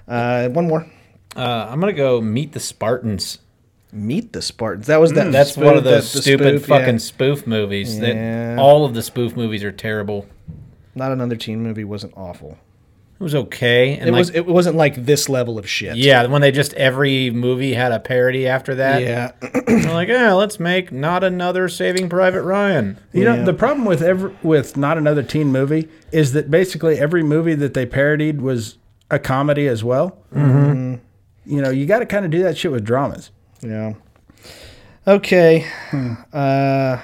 [SPEAKER 1] Uh, one more.
[SPEAKER 3] Uh, I'm gonna go meet the Spartans.
[SPEAKER 1] Meet the Spartans. That was that.
[SPEAKER 3] Mm, That's
[SPEAKER 1] spoof-
[SPEAKER 3] one of
[SPEAKER 1] that-
[SPEAKER 3] those stupid
[SPEAKER 1] spoof, yeah.
[SPEAKER 3] fucking spoof movies.
[SPEAKER 1] Yeah.
[SPEAKER 3] That all of the spoof movies are terrible.
[SPEAKER 1] Not another teen movie wasn't awful.
[SPEAKER 3] It was okay, and
[SPEAKER 1] It
[SPEAKER 3] like,
[SPEAKER 1] was. It wasn't like this level of shit.
[SPEAKER 3] yeah, when they just every movie had a parody after that.
[SPEAKER 1] Yeah.
[SPEAKER 3] They're like, yeah, let's make not another Saving Private Ryan.
[SPEAKER 2] You
[SPEAKER 1] Yeah.
[SPEAKER 2] know, the problem with every, with not another teen movie is that basically every movie that they parodied was a comedy as well. Mm-hmm. You know, you got to kind of do that shit with dramas.
[SPEAKER 1] Yeah. Okay. Uh,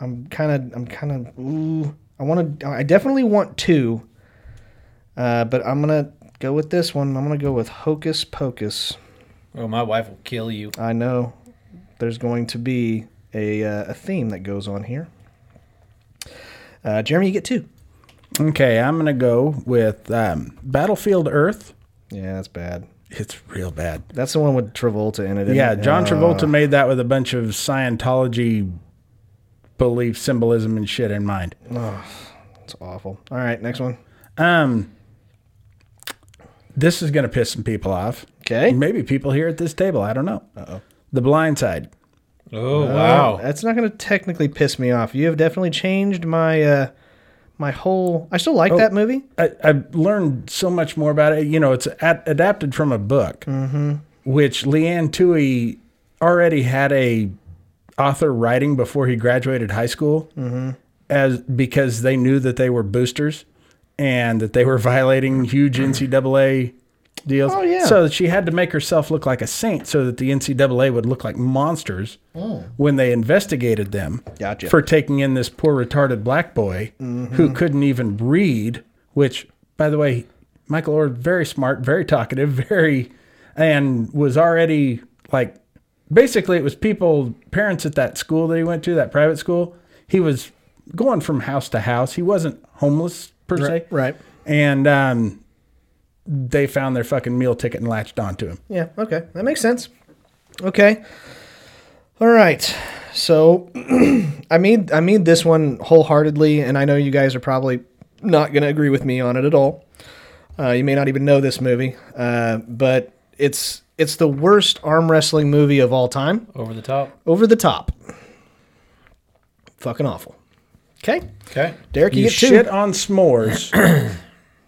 [SPEAKER 1] I'm kind of. I'm kind of. Ooh. I want to. I definitely want two. Uh, but I'm gonna go with this one. I'm gonna go with Hocus Pocus.
[SPEAKER 3] Oh, my wife will kill you.
[SPEAKER 1] I know there's going to be a uh, a theme that goes on here. Uh, Jeremy, you get two.
[SPEAKER 2] Okay, I'm gonna go with um, Battlefield Earth.
[SPEAKER 1] Yeah, that's bad.
[SPEAKER 2] It's real bad.
[SPEAKER 1] That's the one with Travolta in it. isn't
[SPEAKER 2] Yeah,
[SPEAKER 1] it?
[SPEAKER 2] John
[SPEAKER 1] Uh,
[SPEAKER 2] Travolta made that with a bunch of Scientology belief, symbolism, and shit in mind.
[SPEAKER 1] It's awful. All right, next one.
[SPEAKER 2] Um, this is gonna piss some people off.
[SPEAKER 1] Okay.
[SPEAKER 2] maybe people here at this table. I don't know. Uh-oh. The Blind Side.
[SPEAKER 3] Oh
[SPEAKER 1] Uh,
[SPEAKER 3] wow.
[SPEAKER 1] that's not going to technically piss me off. You have definitely changed my uh, my whole. I still
[SPEAKER 2] Oh.
[SPEAKER 1] like that movie.
[SPEAKER 2] I, I learned so much more about it. You know, it's at, adapted from a book,
[SPEAKER 1] Mm-hmm.
[SPEAKER 2] which Leanne Tui already had a author writing before he graduated high school,
[SPEAKER 1] Mm-hmm.
[SPEAKER 2] as because they knew that they were boosters and that they were violating huge NCAA deals.
[SPEAKER 1] Oh, yeah.
[SPEAKER 2] So she had to make herself look like a saint so that the NCAA would look like monsters when they investigated them
[SPEAKER 1] Mm. Gotcha. Mm-hmm.
[SPEAKER 2] for taking in this poor retarded black boy who couldn't even read, which by the way, Michael Orr very smart, very talkative, very and was already like basically it was people parents at that school that he went to, that private school. He was going from house to house. He wasn't homeless per se.
[SPEAKER 1] right.
[SPEAKER 2] And um they found their fucking meal ticket and latched onto him.
[SPEAKER 1] Yeah. Okay. That makes sense. Okay. All right. So I mean I mean this one wholeheartedly, and I know you guys are probably not going to agree with me on it at all. Uh, you may not even know this movie, uh, but it's it's the worst arm wrestling movie of all time.
[SPEAKER 3] Over the top.
[SPEAKER 1] Over the top. Fucking awful. Okay.
[SPEAKER 3] Okay.
[SPEAKER 1] Derek, you,
[SPEAKER 2] You
[SPEAKER 1] get two.
[SPEAKER 2] shit on s'mores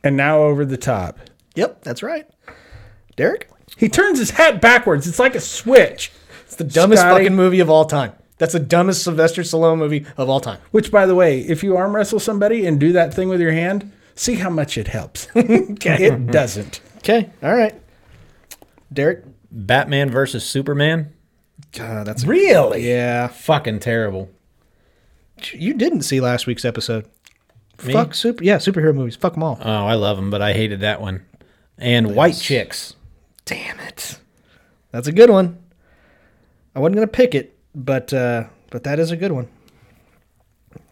[SPEAKER 2] and now over the top.
[SPEAKER 1] Yep, that's right. Derek,
[SPEAKER 2] He turns his hat backwards. It's like a switch.
[SPEAKER 1] it's the dumbest
[SPEAKER 2] Scotty.
[SPEAKER 1] fucking movie of all time. That's the dumbest Sylvester Stallone movie of all time.
[SPEAKER 2] Which, by the way, if you arm wrestle somebody and do that thing with your hand, see how much it helps. It doesn't.
[SPEAKER 1] Okay, all right. Derek,
[SPEAKER 3] Batman versus Superman.
[SPEAKER 1] God, that's
[SPEAKER 2] Really?
[SPEAKER 1] yeah.
[SPEAKER 3] Fucking terrible.
[SPEAKER 1] You didn't see last week's episode.
[SPEAKER 3] Me?
[SPEAKER 1] Fuck super, yeah, superhero movies. Fuck them all.
[SPEAKER 3] Oh, I love them, but I hated that one. And White Chicks.
[SPEAKER 1] Damn it, that's a good one. I wasn't gonna pick it, but uh, but that is a good one.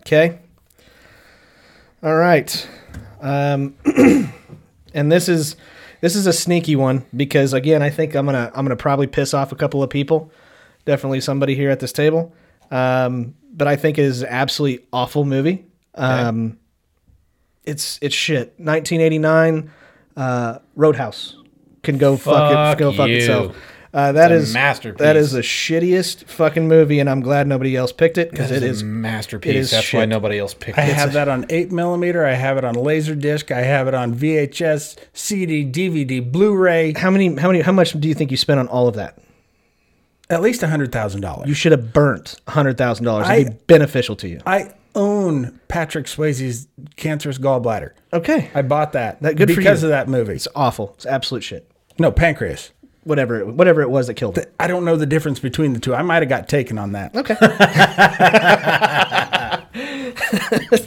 [SPEAKER 1] Okay. All right. Um, and this is this is a sneaky one because again, I think I'm gonna I'm gonna probably piss off a couple of people, definitely somebody here at this table. Um, but I think it is an absolutely awful movie. Um, It's it's shit. 1989, uh, Roadhouse can go fuck,
[SPEAKER 3] Fuck
[SPEAKER 1] it, go fuck
[SPEAKER 3] you.
[SPEAKER 1] itself. Uh, that
[SPEAKER 3] It's a
[SPEAKER 1] is that
[SPEAKER 3] masterpiece.
[SPEAKER 1] is the shittiest fucking movie, and I'm glad nobody else picked it because it
[SPEAKER 3] It's
[SPEAKER 1] is
[SPEAKER 3] a masterpiece.
[SPEAKER 1] it is
[SPEAKER 3] That's why
[SPEAKER 1] shit.
[SPEAKER 3] nobody else picked
[SPEAKER 2] I
[SPEAKER 3] it.
[SPEAKER 2] have that on 8 millimeter. I have it on Laserdisc. I have it on VHS, CD, DVD, Blu ray.
[SPEAKER 1] how many how many how much do you think you spent on all of that?
[SPEAKER 2] At least
[SPEAKER 1] You
[SPEAKER 2] $100,000.
[SPEAKER 1] should have burnt hundred thousand dollars.
[SPEAKER 2] I-
[SPEAKER 1] It'd be beneficial to you.
[SPEAKER 2] I own Patrick Swayze's cancerous gallbladder.
[SPEAKER 1] okay,
[SPEAKER 2] I bought that,
[SPEAKER 1] That- good for
[SPEAKER 2] because
[SPEAKER 1] you.
[SPEAKER 2] of that movie.
[SPEAKER 1] it's awful. It's absolute shit.
[SPEAKER 2] No, pancreas.
[SPEAKER 1] Whatever it, whatever it was that killed it.
[SPEAKER 2] I don't know the difference between the two. I might have got taken on that.
[SPEAKER 1] Okay.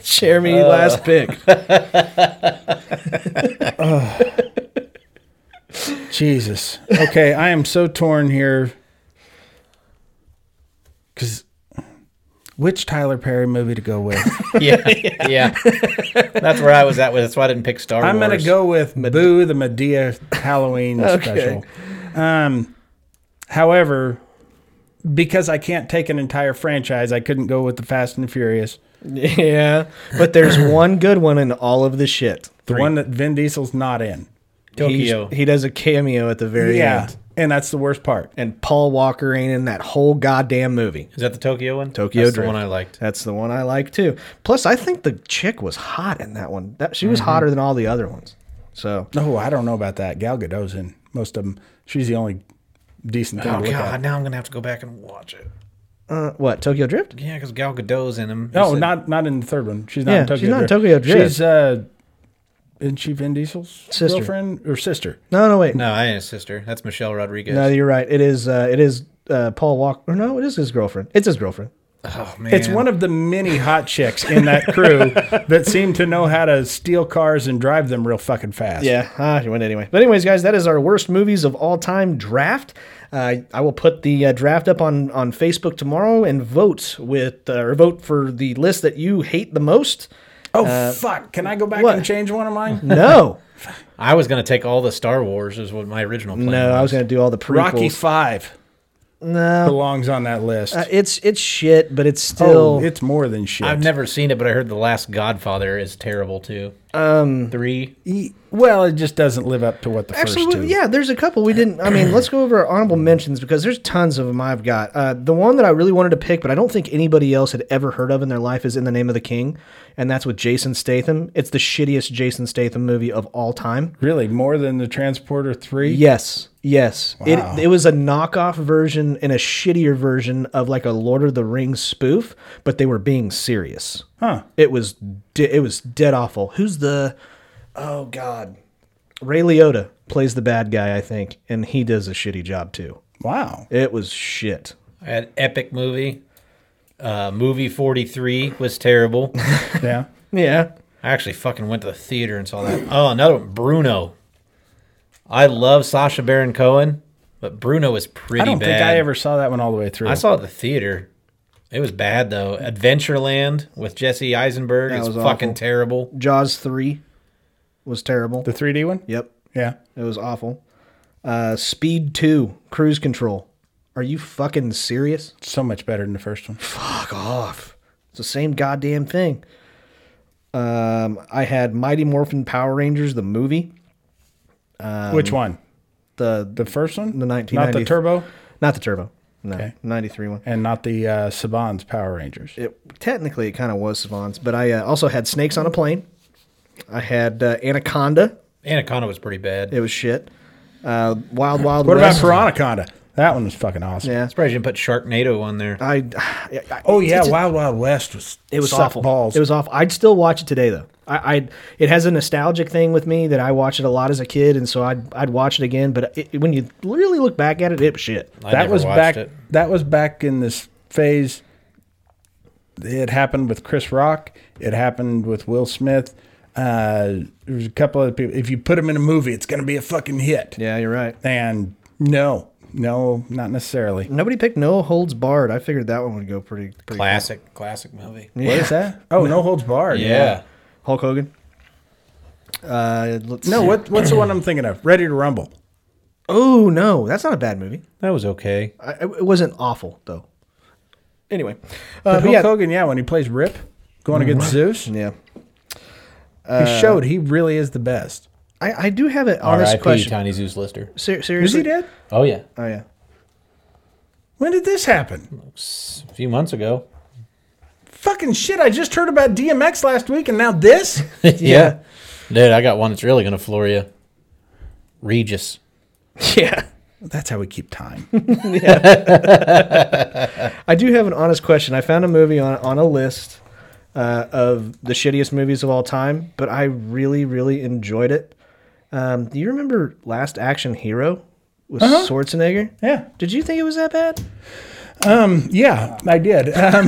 [SPEAKER 1] Jeremy, last pick.
[SPEAKER 2] Jesus. Okay, I am so torn here. Cause which Tyler Perry movie to go with?
[SPEAKER 3] yeah, yeah. That's where I was at with. That's why I didn't pick Star Wars.
[SPEAKER 2] I'm gonna go with Boo the Medea Halloween
[SPEAKER 1] Okay.
[SPEAKER 2] special. Um, however, because I can't take an entire franchise, I couldn't go with the Fast and Furious.
[SPEAKER 1] Yeah, but there's one good one in all of the shit.
[SPEAKER 2] The one that Vin Diesel's not in.
[SPEAKER 1] He's-
[SPEAKER 3] Tokyo.
[SPEAKER 1] he does a cameo at the very
[SPEAKER 2] Yeah.
[SPEAKER 1] end,
[SPEAKER 2] And that's the worst part.
[SPEAKER 1] and Paul Walker ain't in that whole goddamn movie.
[SPEAKER 3] Is that the Tokyo one?
[SPEAKER 1] Tokyo
[SPEAKER 3] That's
[SPEAKER 1] Drift.
[SPEAKER 3] the one I liked.
[SPEAKER 1] That's the one I like too. Plus, I think the chick was hot in that one. That she was hotter than all the other ones. So
[SPEAKER 2] No, Oh, I don't know about that. Gal Gadot's in most of them. She's the only decent thing
[SPEAKER 3] Oh
[SPEAKER 2] to look at.
[SPEAKER 3] god, now I'm gonna have to go back and watch it.
[SPEAKER 1] uh, what? Tokyo Drift?
[SPEAKER 3] Yeah, because Gal Gadot's in them.
[SPEAKER 2] No, not not in the third one. She's not
[SPEAKER 1] Yeah,
[SPEAKER 2] in Tokyo
[SPEAKER 1] she's not in
[SPEAKER 2] Drift.
[SPEAKER 1] Tokyo Drift.
[SPEAKER 2] She's uh isn't she Vin Diesel's
[SPEAKER 1] Sister.
[SPEAKER 2] girlfriend or sister?
[SPEAKER 1] No, no, wait. No,
[SPEAKER 3] No, I ain't a sister. That's Michelle Rodriguez.
[SPEAKER 1] you're right. It is. Uh, it is uh, Paul Walker. Or no, it is his girlfriend. It's his girlfriend.
[SPEAKER 3] oh man,
[SPEAKER 2] It's one of the many hot chicks in that crew that seem to know how to steal cars and drive them real fucking fast.
[SPEAKER 1] Yeah, ah, you went anyway. But anyways, guys, that is our worst movies of all time draft. Uh, I will put the uh, draft up on on Facebook tomorrow and vote with uh, or vote for the list that you hate the most.
[SPEAKER 2] Oh fuck! Can I go back
[SPEAKER 1] what?
[SPEAKER 2] and change one of mine?
[SPEAKER 1] No,
[SPEAKER 3] I was gonna take all the Star Wars. Is what my original plan.
[SPEAKER 1] no, I was
[SPEAKER 3] was.
[SPEAKER 1] going to do all the prequels.
[SPEAKER 2] Rocky Five
[SPEAKER 1] no,
[SPEAKER 2] belongs on that list.
[SPEAKER 1] uh, it's it's shit, but it's still
[SPEAKER 2] oh, it's more than shit.
[SPEAKER 3] I've never seen it, but I heard the Last Godfather is terrible too. Um, three.
[SPEAKER 2] E- well, it just doesn't live up to what the
[SPEAKER 1] Actually,
[SPEAKER 2] first
[SPEAKER 1] we-
[SPEAKER 2] two.
[SPEAKER 1] yeah, there's a couple we didn't. I mean, let's go over our honorable mentions because there's tons of them I've got. Uh, the one that I really wanted to pick, but I don't think anybody else had ever heard of in their life, is In the Name of the King, and that's with Jason Statham. It's the shittiest Jason Statham movie of all time.
[SPEAKER 2] Really, more than the Transporter Three.
[SPEAKER 1] Yes, yes.
[SPEAKER 2] Wow.
[SPEAKER 1] It, it was a knockoff version and a shittier version of like a Lord of the Rings spoof, but they were being serious.
[SPEAKER 2] Huh.
[SPEAKER 1] It was de- it was dead awful. Who's the Oh god. Ray Liotta plays the bad guy, I think, and he does a shitty job too.
[SPEAKER 2] Wow.
[SPEAKER 1] It was shit.
[SPEAKER 3] I had epic movie. Uh, movie forty three was terrible.
[SPEAKER 2] Yeah.
[SPEAKER 1] Yeah.
[SPEAKER 3] I actually fucking went to the theater and saw that. Oh, another one, Bruno. I love Sasha Baron Cohen, but Bruno is pretty
[SPEAKER 2] I don't
[SPEAKER 3] bad.
[SPEAKER 2] think I ever saw that one all the way through.
[SPEAKER 3] I saw it at the theater. It was bad though. Adventureland with Jesse Eisenberg is
[SPEAKER 1] was
[SPEAKER 3] fucking
[SPEAKER 1] awful.
[SPEAKER 3] terrible.
[SPEAKER 1] Jaws 3 was terrible.
[SPEAKER 2] the 3D one.
[SPEAKER 1] yep.
[SPEAKER 2] Yeah.
[SPEAKER 1] It was awful. Uh Speed 2, Cruise Control. Are you fucking serious?
[SPEAKER 2] So much better than the first one.
[SPEAKER 1] Fuck off. It's the same goddamn thing. Um, I had Mighty Morphin Power Rangers the movie,
[SPEAKER 2] Which one?
[SPEAKER 1] the,
[SPEAKER 2] The first one?
[SPEAKER 1] Um, The
[SPEAKER 2] Not
[SPEAKER 1] 1990
[SPEAKER 2] the Turbo
[SPEAKER 1] not the Turbo, no,
[SPEAKER 2] Okay.
[SPEAKER 1] ninety three one.
[SPEAKER 2] and not the uh, Saban's Power Rangers.
[SPEAKER 1] It, technically, it kind of was Savants, but I uh, also had Snakes on a Plane. I had uh, Anaconda.
[SPEAKER 3] Anaconda was pretty bad.
[SPEAKER 1] It was shit. Uh, Wild Wild
[SPEAKER 2] What about
[SPEAKER 1] West.
[SPEAKER 2] Piranaconda? That one was fucking awesome.
[SPEAKER 1] Yeah.
[SPEAKER 3] Surprised you didn't put Sharknado on there.
[SPEAKER 1] I, I, I-
[SPEAKER 2] Oh yeah,
[SPEAKER 1] it's-
[SPEAKER 2] Wild Wild West was
[SPEAKER 1] It was
[SPEAKER 2] sucked
[SPEAKER 1] awful.
[SPEAKER 2] balls.
[SPEAKER 1] It was awful. I'd still watch it today though. I, I it has a nostalgic thing with me that I watched it a lot as a kid, and so I'd I'd watch it again. But it, when you really look back at it, it was shit.
[SPEAKER 3] I
[SPEAKER 2] that
[SPEAKER 3] never
[SPEAKER 2] was
[SPEAKER 3] watched
[SPEAKER 2] back.
[SPEAKER 3] it.
[SPEAKER 2] That was back in this phase. It happened with Chris Rock. It happened with Will Smith. Uh, there was a couple other people. If you put them in a movie, it's going to be a fucking hit.
[SPEAKER 1] Yeah, you're right.
[SPEAKER 2] And no, no, not necessarily.
[SPEAKER 1] Nobody picked No Holds Barred. I figured that one would go pretty. pretty
[SPEAKER 3] Classic, classic movie. Yeah.
[SPEAKER 2] What is that? Oh, no holds barred.
[SPEAKER 1] Hulk Hogan. Uh, let's
[SPEAKER 2] No, what what's the one I'm thinking of? Ready to Rumble.
[SPEAKER 1] Oh no, that's not a bad movie.
[SPEAKER 3] That was okay.
[SPEAKER 1] I, it wasn't awful though. Anyway, uh,
[SPEAKER 2] But
[SPEAKER 1] but
[SPEAKER 2] Hulk
[SPEAKER 1] yeah,
[SPEAKER 2] Hogan, yeah, when he plays Rip, going against Zeus,
[SPEAKER 1] yeah.
[SPEAKER 2] he showed he really is the best.
[SPEAKER 1] I, I do have an honest question.
[SPEAKER 3] Tiny Zeus Lister.
[SPEAKER 1] Ser-
[SPEAKER 2] Is
[SPEAKER 1] seriously,
[SPEAKER 2] he dead?
[SPEAKER 3] Oh yeah.
[SPEAKER 1] Oh yeah.
[SPEAKER 2] When did this happen?
[SPEAKER 3] A few months ago.
[SPEAKER 2] Fucking shit! I just heard about DMX last week, and now this.
[SPEAKER 3] yeah. Dude, I got one that's really gonna floor you. Regis.
[SPEAKER 1] Yeah.
[SPEAKER 2] That's how we keep time.
[SPEAKER 1] I do have an honest question. I found a movie on, on a list uh, of the shittiest movies of all time, but I really, really enjoyed it. Um, do you remember Last Action Hero with Schwarzenegger?
[SPEAKER 2] Uh-huh. Yeah,
[SPEAKER 1] Did you think it was that bad?
[SPEAKER 2] yeah, I did. Um,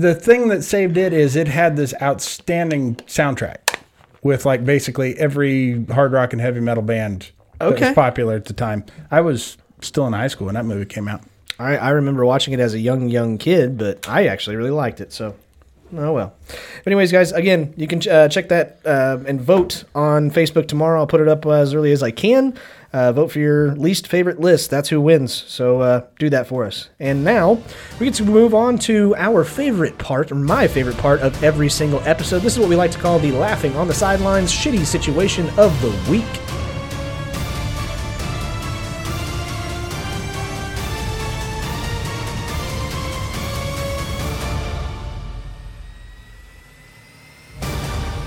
[SPEAKER 2] the thing that saved it is it had this outstanding soundtrack with like basically every hard rock and heavy metal band that
[SPEAKER 1] Okay.
[SPEAKER 2] was popular at the time. I was still in high school when that movie came out.
[SPEAKER 1] I, I remember watching it as a young, young kid, but I actually really liked it. So, oh well. But anyways, guys, again, you can uh, check that uh, and vote on Facebook tomorrow. I'll put it up uh, as early as I can. Uh, vote for your least favorite list. That's who wins. So uh, do that for us. And now we get to move on to our favorite part, or my favorite part of every single episode. This is what we like to call the laughing on the sidelines shitty situation of the week.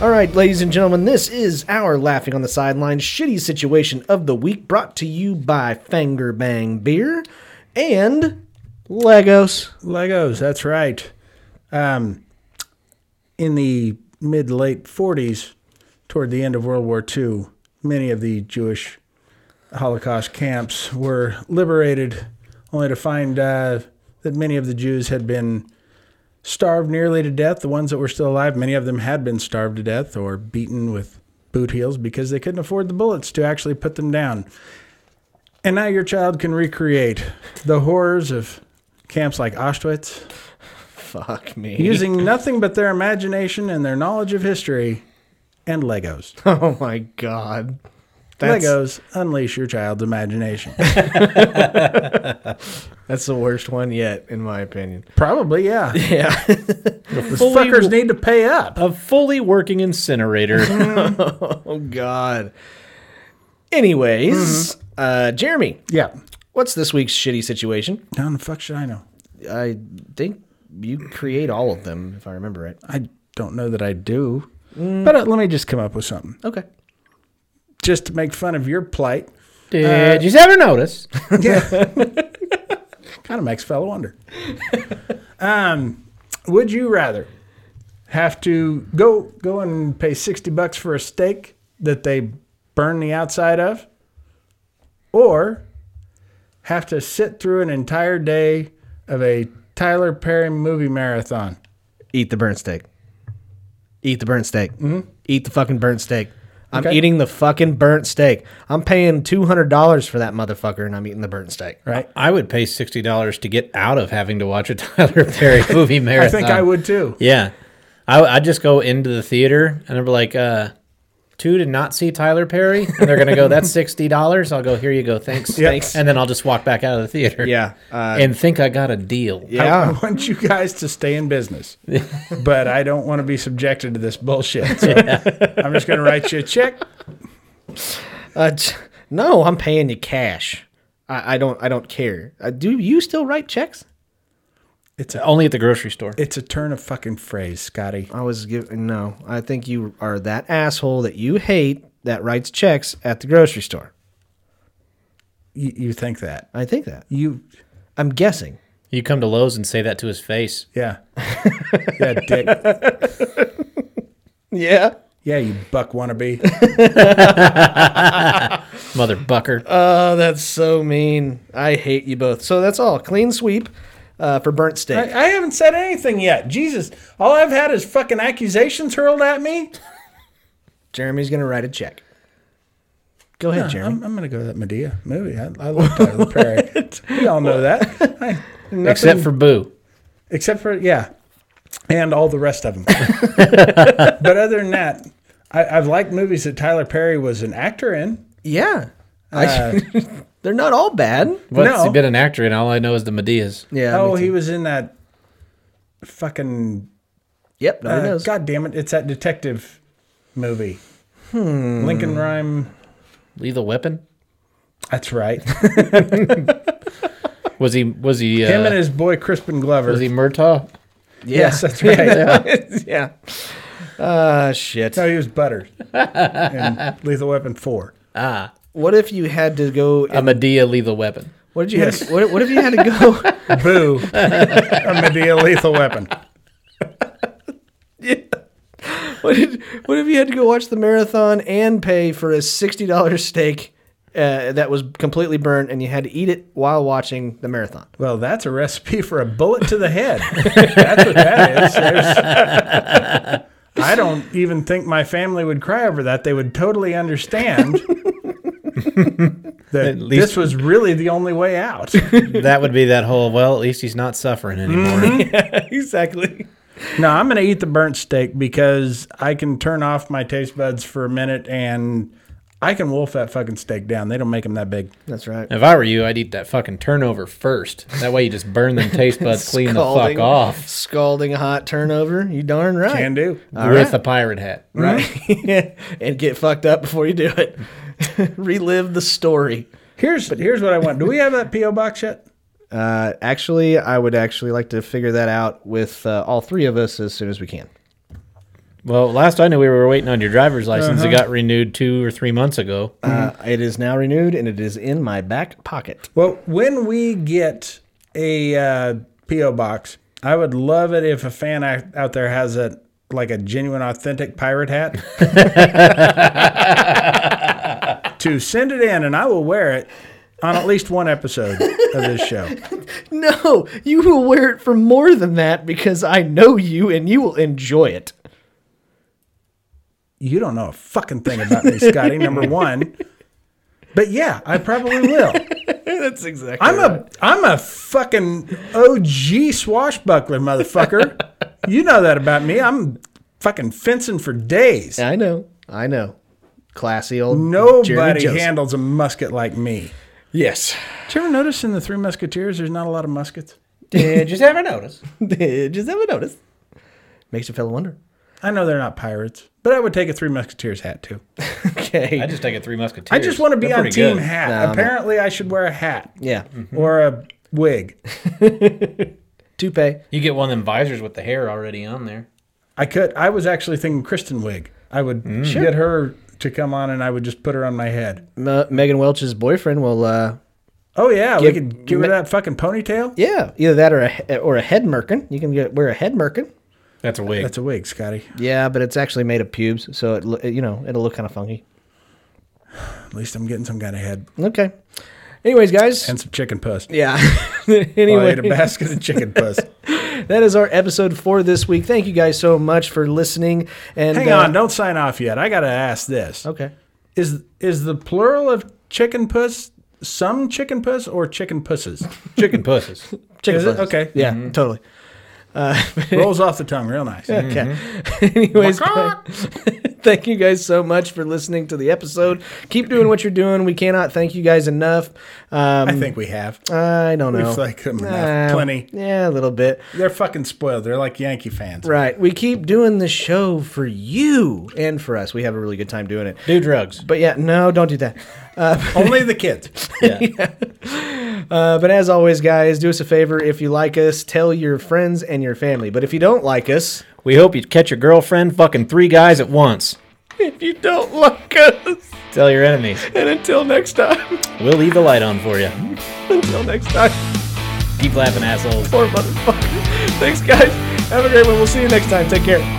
[SPEAKER 1] All right, ladies and gentlemen, this is our Laughing on the Sidelines shitty situation of the week brought to you by Fanger Bang Beer and Legos.
[SPEAKER 2] Legos, that's right. Um, in the mid to late 40s, toward the end of World War II, many of the Jewish Holocaust camps were liberated, only to find uh, that many of the Jews had been starved nearly to death. The ones that were still alive, many of them had been starved to death or beaten with boot heels because they couldn't afford the bullets to actually put them down. And now your child can recreate the horrors of camps like Auschwitz
[SPEAKER 1] Fuck me.
[SPEAKER 2] using nothing but their imagination and their knowledge of history and Legos.
[SPEAKER 1] oh my god. That's,
[SPEAKER 2] Legos unleash your child's imagination.
[SPEAKER 1] that's the worst one yet, in my opinion.
[SPEAKER 2] Probably, yeah.
[SPEAKER 1] Yeah.
[SPEAKER 2] Those
[SPEAKER 3] Fully-
[SPEAKER 2] fuckers need to pay up.
[SPEAKER 3] A fully working incinerator.
[SPEAKER 1] oh god. Anyways,
[SPEAKER 3] Mm-hmm.
[SPEAKER 1] uh, Jeremy,
[SPEAKER 2] Yeah.
[SPEAKER 1] what's this week's shitty situation?
[SPEAKER 2] How the fuck should I know?
[SPEAKER 1] I think you create all of them, if I remember right.
[SPEAKER 2] I don't know that I do. But uh, let me just come up with something.
[SPEAKER 1] Okay.
[SPEAKER 2] just to make fun of your plight.
[SPEAKER 1] Uh,
[SPEAKER 3] Did you ever notice?
[SPEAKER 2] Kind of makes fella wonder. um, would you rather have to go go and pay sixty bucks for a steak that they burn the outside of, or have to sit through an entire day of a Tyler Perry movie marathon?
[SPEAKER 1] Eat the burnt steak. Eat the burnt steak. Eat the fucking burnt steak. I'm
[SPEAKER 2] Okay.
[SPEAKER 1] eating the fucking burnt steak. I'm paying two hundred dollars for that motherfucker, and I'm eating the burnt steak.
[SPEAKER 2] Right.
[SPEAKER 3] I would pay sixty dollars to get out of having to watch a Tyler Perry movie marathon.
[SPEAKER 2] I think I would too.
[SPEAKER 3] Yeah, I I just go into the theater and I'm like, uh, two to not see Tyler Perry, and they're gonna go. That's sixty dollars. I'll go. Here you go. Thanks.
[SPEAKER 1] Thanks.
[SPEAKER 3] And then I'll just walk back out of the theater.
[SPEAKER 1] Yeah, uh,
[SPEAKER 3] and think I got a deal.
[SPEAKER 2] I- I,
[SPEAKER 1] Yeah,
[SPEAKER 2] want you guys to stay in business, but I don't want to be subjected to this bullshit. So I'm just going to write you a check.
[SPEAKER 1] uh, t- no, I'm paying you cash. I, I don't. I don't care. Uh, do you still write checks?
[SPEAKER 2] It's a
[SPEAKER 3] Only at the grocery store.
[SPEAKER 2] it's a turn of fucking phrase, Scotty.
[SPEAKER 1] I was giving. No, I think you are that asshole that you hate that writes checks at the grocery store.
[SPEAKER 2] You, you think that
[SPEAKER 1] I think that.
[SPEAKER 2] you?
[SPEAKER 1] I'm guessing.
[SPEAKER 3] You come to Lowe's and say that to his face.
[SPEAKER 2] Yeah, yeah, dick.
[SPEAKER 1] Yeah.
[SPEAKER 2] Yeah, you buck wannabe.
[SPEAKER 3] Mother bucker.
[SPEAKER 2] Uh,
[SPEAKER 1] Oh, that's so mean. I hate you both. So that's all. Clean sweep uh, for burnt steak.
[SPEAKER 2] I, I haven't said anything yet. Jesus, all I've had is fucking accusations hurled at me.
[SPEAKER 1] Jeremy's gonna write a check. Go ahead, Jeremy.
[SPEAKER 2] I'm, I'm gonna go to that Medea movie. I, I love Tyler Perry. We all know that. I, nothing-
[SPEAKER 3] Except for Boo.
[SPEAKER 2] except for yeah, and all the rest of them. but other than that, I, I've liked movies that Tyler Perry was an actor in.
[SPEAKER 1] yeah. I,
[SPEAKER 2] uh,
[SPEAKER 1] they're not all bad.
[SPEAKER 3] But
[SPEAKER 2] No.
[SPEAKER 3] he's been an actor, and all I know is the Medeas.
[SPEAKER 1] Yeah.
[SPEAKER 2] oh,
[SPEAKER 1] me
[SPEAKER 2] he
[SPEAKER 1] too.
[SPEAKER 2] was in that fucking
[SPEAKER 1] Yep. No,
[SPEAKER 2] Uh,
[SPEAKER 1] he knows.
[SPEAKER 2] God damn it! It's that detective movie. Lincoln Rhyme.
[SPEAKER 3] Lethal Weapon.
[SPEAKER 2] That's right.
[SPEAKER 3] Was he? Was he? Uh,
[SPEAKER 2] Him and his boy Crispin Glover.
[SPEAKER 3] was he Murtaugh?
[SPEAKER 1] Yeah.
[SPEAKER 2] yes, that's right.
[SPEAKER 1] yeah. Uh, shit.
[SPEAKER 2] No, he was Butter in Lethal Weapon Four.
[SPEAKER 1] What if you had to go?
[SPEAKER 2] Uh,
[SPEAKER 3] A Medea Lethal Weapon.
[SPEAKER 1] What did you? have to- what, what if you had to go?
[SPEAKER 2] Boo! a Medea Lethal Weapon.
[SPEAKER 1] What, did, what if you had to go watch the marathon and pay for a sixty dollars steak uh, that was completely burnt, and you had to eat it while watching the marathon?
[SPEAKER 2] Well, that's a recipe for a bullet to the head. that's what that is. There's- I don't even think my family would cry over that. They would totally understand that
[SPEAKER 3] least-
[SPEAKER 2] this was really the only way out.
[SPEAKER 3] that would be that whole. Well, at least he's not suffering anymore.
[SPEAKER 1] exactly.
[SPEAKER 2] No, I'm going to eat the burnt steak because I can turn off my taste buds for a minute and I can wolf that fucking steak down. They don't make them that big.
[SPEAKER 1] That's right.
[SPEAKER 3] If I were you, I'd eat that fucking turnover first. That way you just burn them taste buds clean the fuck
[SPEAKER 1] Scalding-
[SPEAKER 3] off
[SPEAKER 1] Scalding hot turnover. You darn right.
[SPEAKER 2] Can do.
[SPEAKER 3] with a pirate hat.
[SPEAKER 1] right? and get fucked up before you do it. Relive the story.
[SPEAKER 2] Here's here's what I want. Do we have that PO box yet?
[SPEAKER 1] Uh, actually, I would actually like to figure that out with uh, all three of us as soon as we can.
[SPEAKER 3] Well, last I knew, we were waiting on your driver's license. It got renewed two or three months ago.
[SPEAKER 1] Uh, it is now renewed and it is in my back pocket.
[SPEAKER 2] Well, when we get a uh, PO box, I would love it if a fan out out there has a like a genuine, authentic pirate hat to send it in, and I will wear it on at least one episode of this show.
[SPEAKER 1] No, you will wear it for more than that because I know you and you will enjoy it.
[SPEAKER 2] You don't know a fucking thing about me, Scotty. Number one. But yeah, I probably will.
[SPEAKER 1] That's exactly.
[SPEAKER 2] I'm a I'm a fucking OG swashbuckler, motherfucker. you know that about me. I'm fucking fencing for days.
[SPEAKER 1] I know. I know. Classy old Jeremy
[SPEAKER 2] Nobody
[SPEAKER 1] Joseph.
[SPEAKER 2] handles a musket like me.
[SPEAKER 1] Yes.
[SPEAKER 2] Did you ever notice in the Three Musketeers there's not a lot of muskets?
[SPEAKER 3] Did you ever notice?
[SPEAKER 1] Did you ever notice? Makes a fellow wonder.
[SPEAKER 2] I know they're not pirates, but I would take a Three Musketeers hat too.
[SPEAKER 1] Okay.
[SPEAKER 3] I just take a three musketeers.
[SPEAKER 2] I just want to be
[SPEAKER 3] They're
[SPEAKER 2] on
[SPEAKER 3] pretty
[SPEAKER 2] team
[SPEAKER 3] good.
[SPEAKER 2] hat.
[SPEAKER 1] No, I'm-
[SPEAKER 2] Apparently, I should wear a hat
[SPEAKER 1] yeah.
[SPEAKER 2] or a wig.
[SPEAKER 1] Toupee.
[SPEAKER 3] You get one of them visors with the hair already on there.
[SPEAKER 2] I could. I was actually thinking Kristen wig. I would
[SPEAKER 1] Mm.
[SPEAKER 2] get her to come on, and I would just put her on my head.
[SPEAKER 1] M- Megan Welch's boyfriend will. Uh,
[SPEAKER 2] Oh yeah,
[SPEAKER 1] Give-
[SPEAKER 2] we could give her
[SPEAKER 1] ma-
[SPEAKER 2] that fucking ponytail.
[SPEAKER 1] yeah, either that or a or a head merkin. You can get, wear a head merkin.
[SPEAKER 3] That's a wig.
[SPEAKER 2] That's a wig, Scotty.
[SPEAKER 1] Yeah, but it's actually made of pubes, so it lo- you know it'll look kind of funky.
[SPEAKER 2] At least I'm getting some kind of head
[SPEAKER 1] Okay. Anyways, guys.
[SPEAKER 2] and some chicken puss.
[SPEAKER 1] yeah.
[SPEAKER 2] Well, I ate a
[SPEAKER 1] anyway,
[SPEAKER 2] basket of chicken puss.
[SPEAKER 1] that is our episode for this week. Thank you guys so much for listening. And
[SPEAKER 2] Hang
[SPEAKER 1] uh,
[SPEAKER 2] on, don't sign off yet. I gotta ask this:
[SPEAKER 1] Okay.
[SPEAKER 2] is is the plural of chicken puss some chicken puss or chicken pusses?
[SPEAKER 3] Chicken pussies.
[SPEAKER 1] Chicken
[SPEAKER 2] Is it?
[SPEAKER 1] puzzles.
[SPEAKER 2] Okay. Mm-hmm.
[SPEAKER 1] Yeah, totally.
[SPEAKER 2] Rolls off the tongue, real nice.
[SPEAKER 1] Okay.
[SPEAKER 2] Mm-hmm.
[SPEAKER 1] Anyways, guys, thank you guys so much for listening to the episode. Keep doing what you're doing. We cannot thank you guys enough. Um,
[SPEAKER 2] I think we have.
[SPEAKER 1] I don't know.
[SPEAKER 2] We've thanked them
[SPEAKER 1] Uh,
[SPEAKER 2] enough. Plenty.
[SPEAKER 1] Yeah, a little bit.
[SPEAKER 2] They're fucking spoiled. They're like Yankee fans.
[SPEAKER 1] Right. We keep doing the show for you and for us. We have a really good time doing it.
[SPEAKER 3] Do drugs.
[SPEAKER 1] But yeah, no, don't do that.
[SPEAKER 2] Only the kids.
[SPEAKER 1] Uh, but as always, guys, do us a favor. If you like us, tell your friends and your family. But if you don't like us,
[SPEAKER 3] We hope you catch your girlfriend fucking three guys at once.
[SPEAKER 1] if you don't like us,
[SPEAKER 3] Tell your enemies.
[SPEAKER 1] and until next time,
[SPEAKER 3] We'll leave the light on for you.
[SPEAKER 1] until next time,
[SPEAKER 3] Keep laughing, assholes.
[SPEAKER 1] poor motherfucker. Thanks, guys. Have a great one. We'll see you next time. Take care.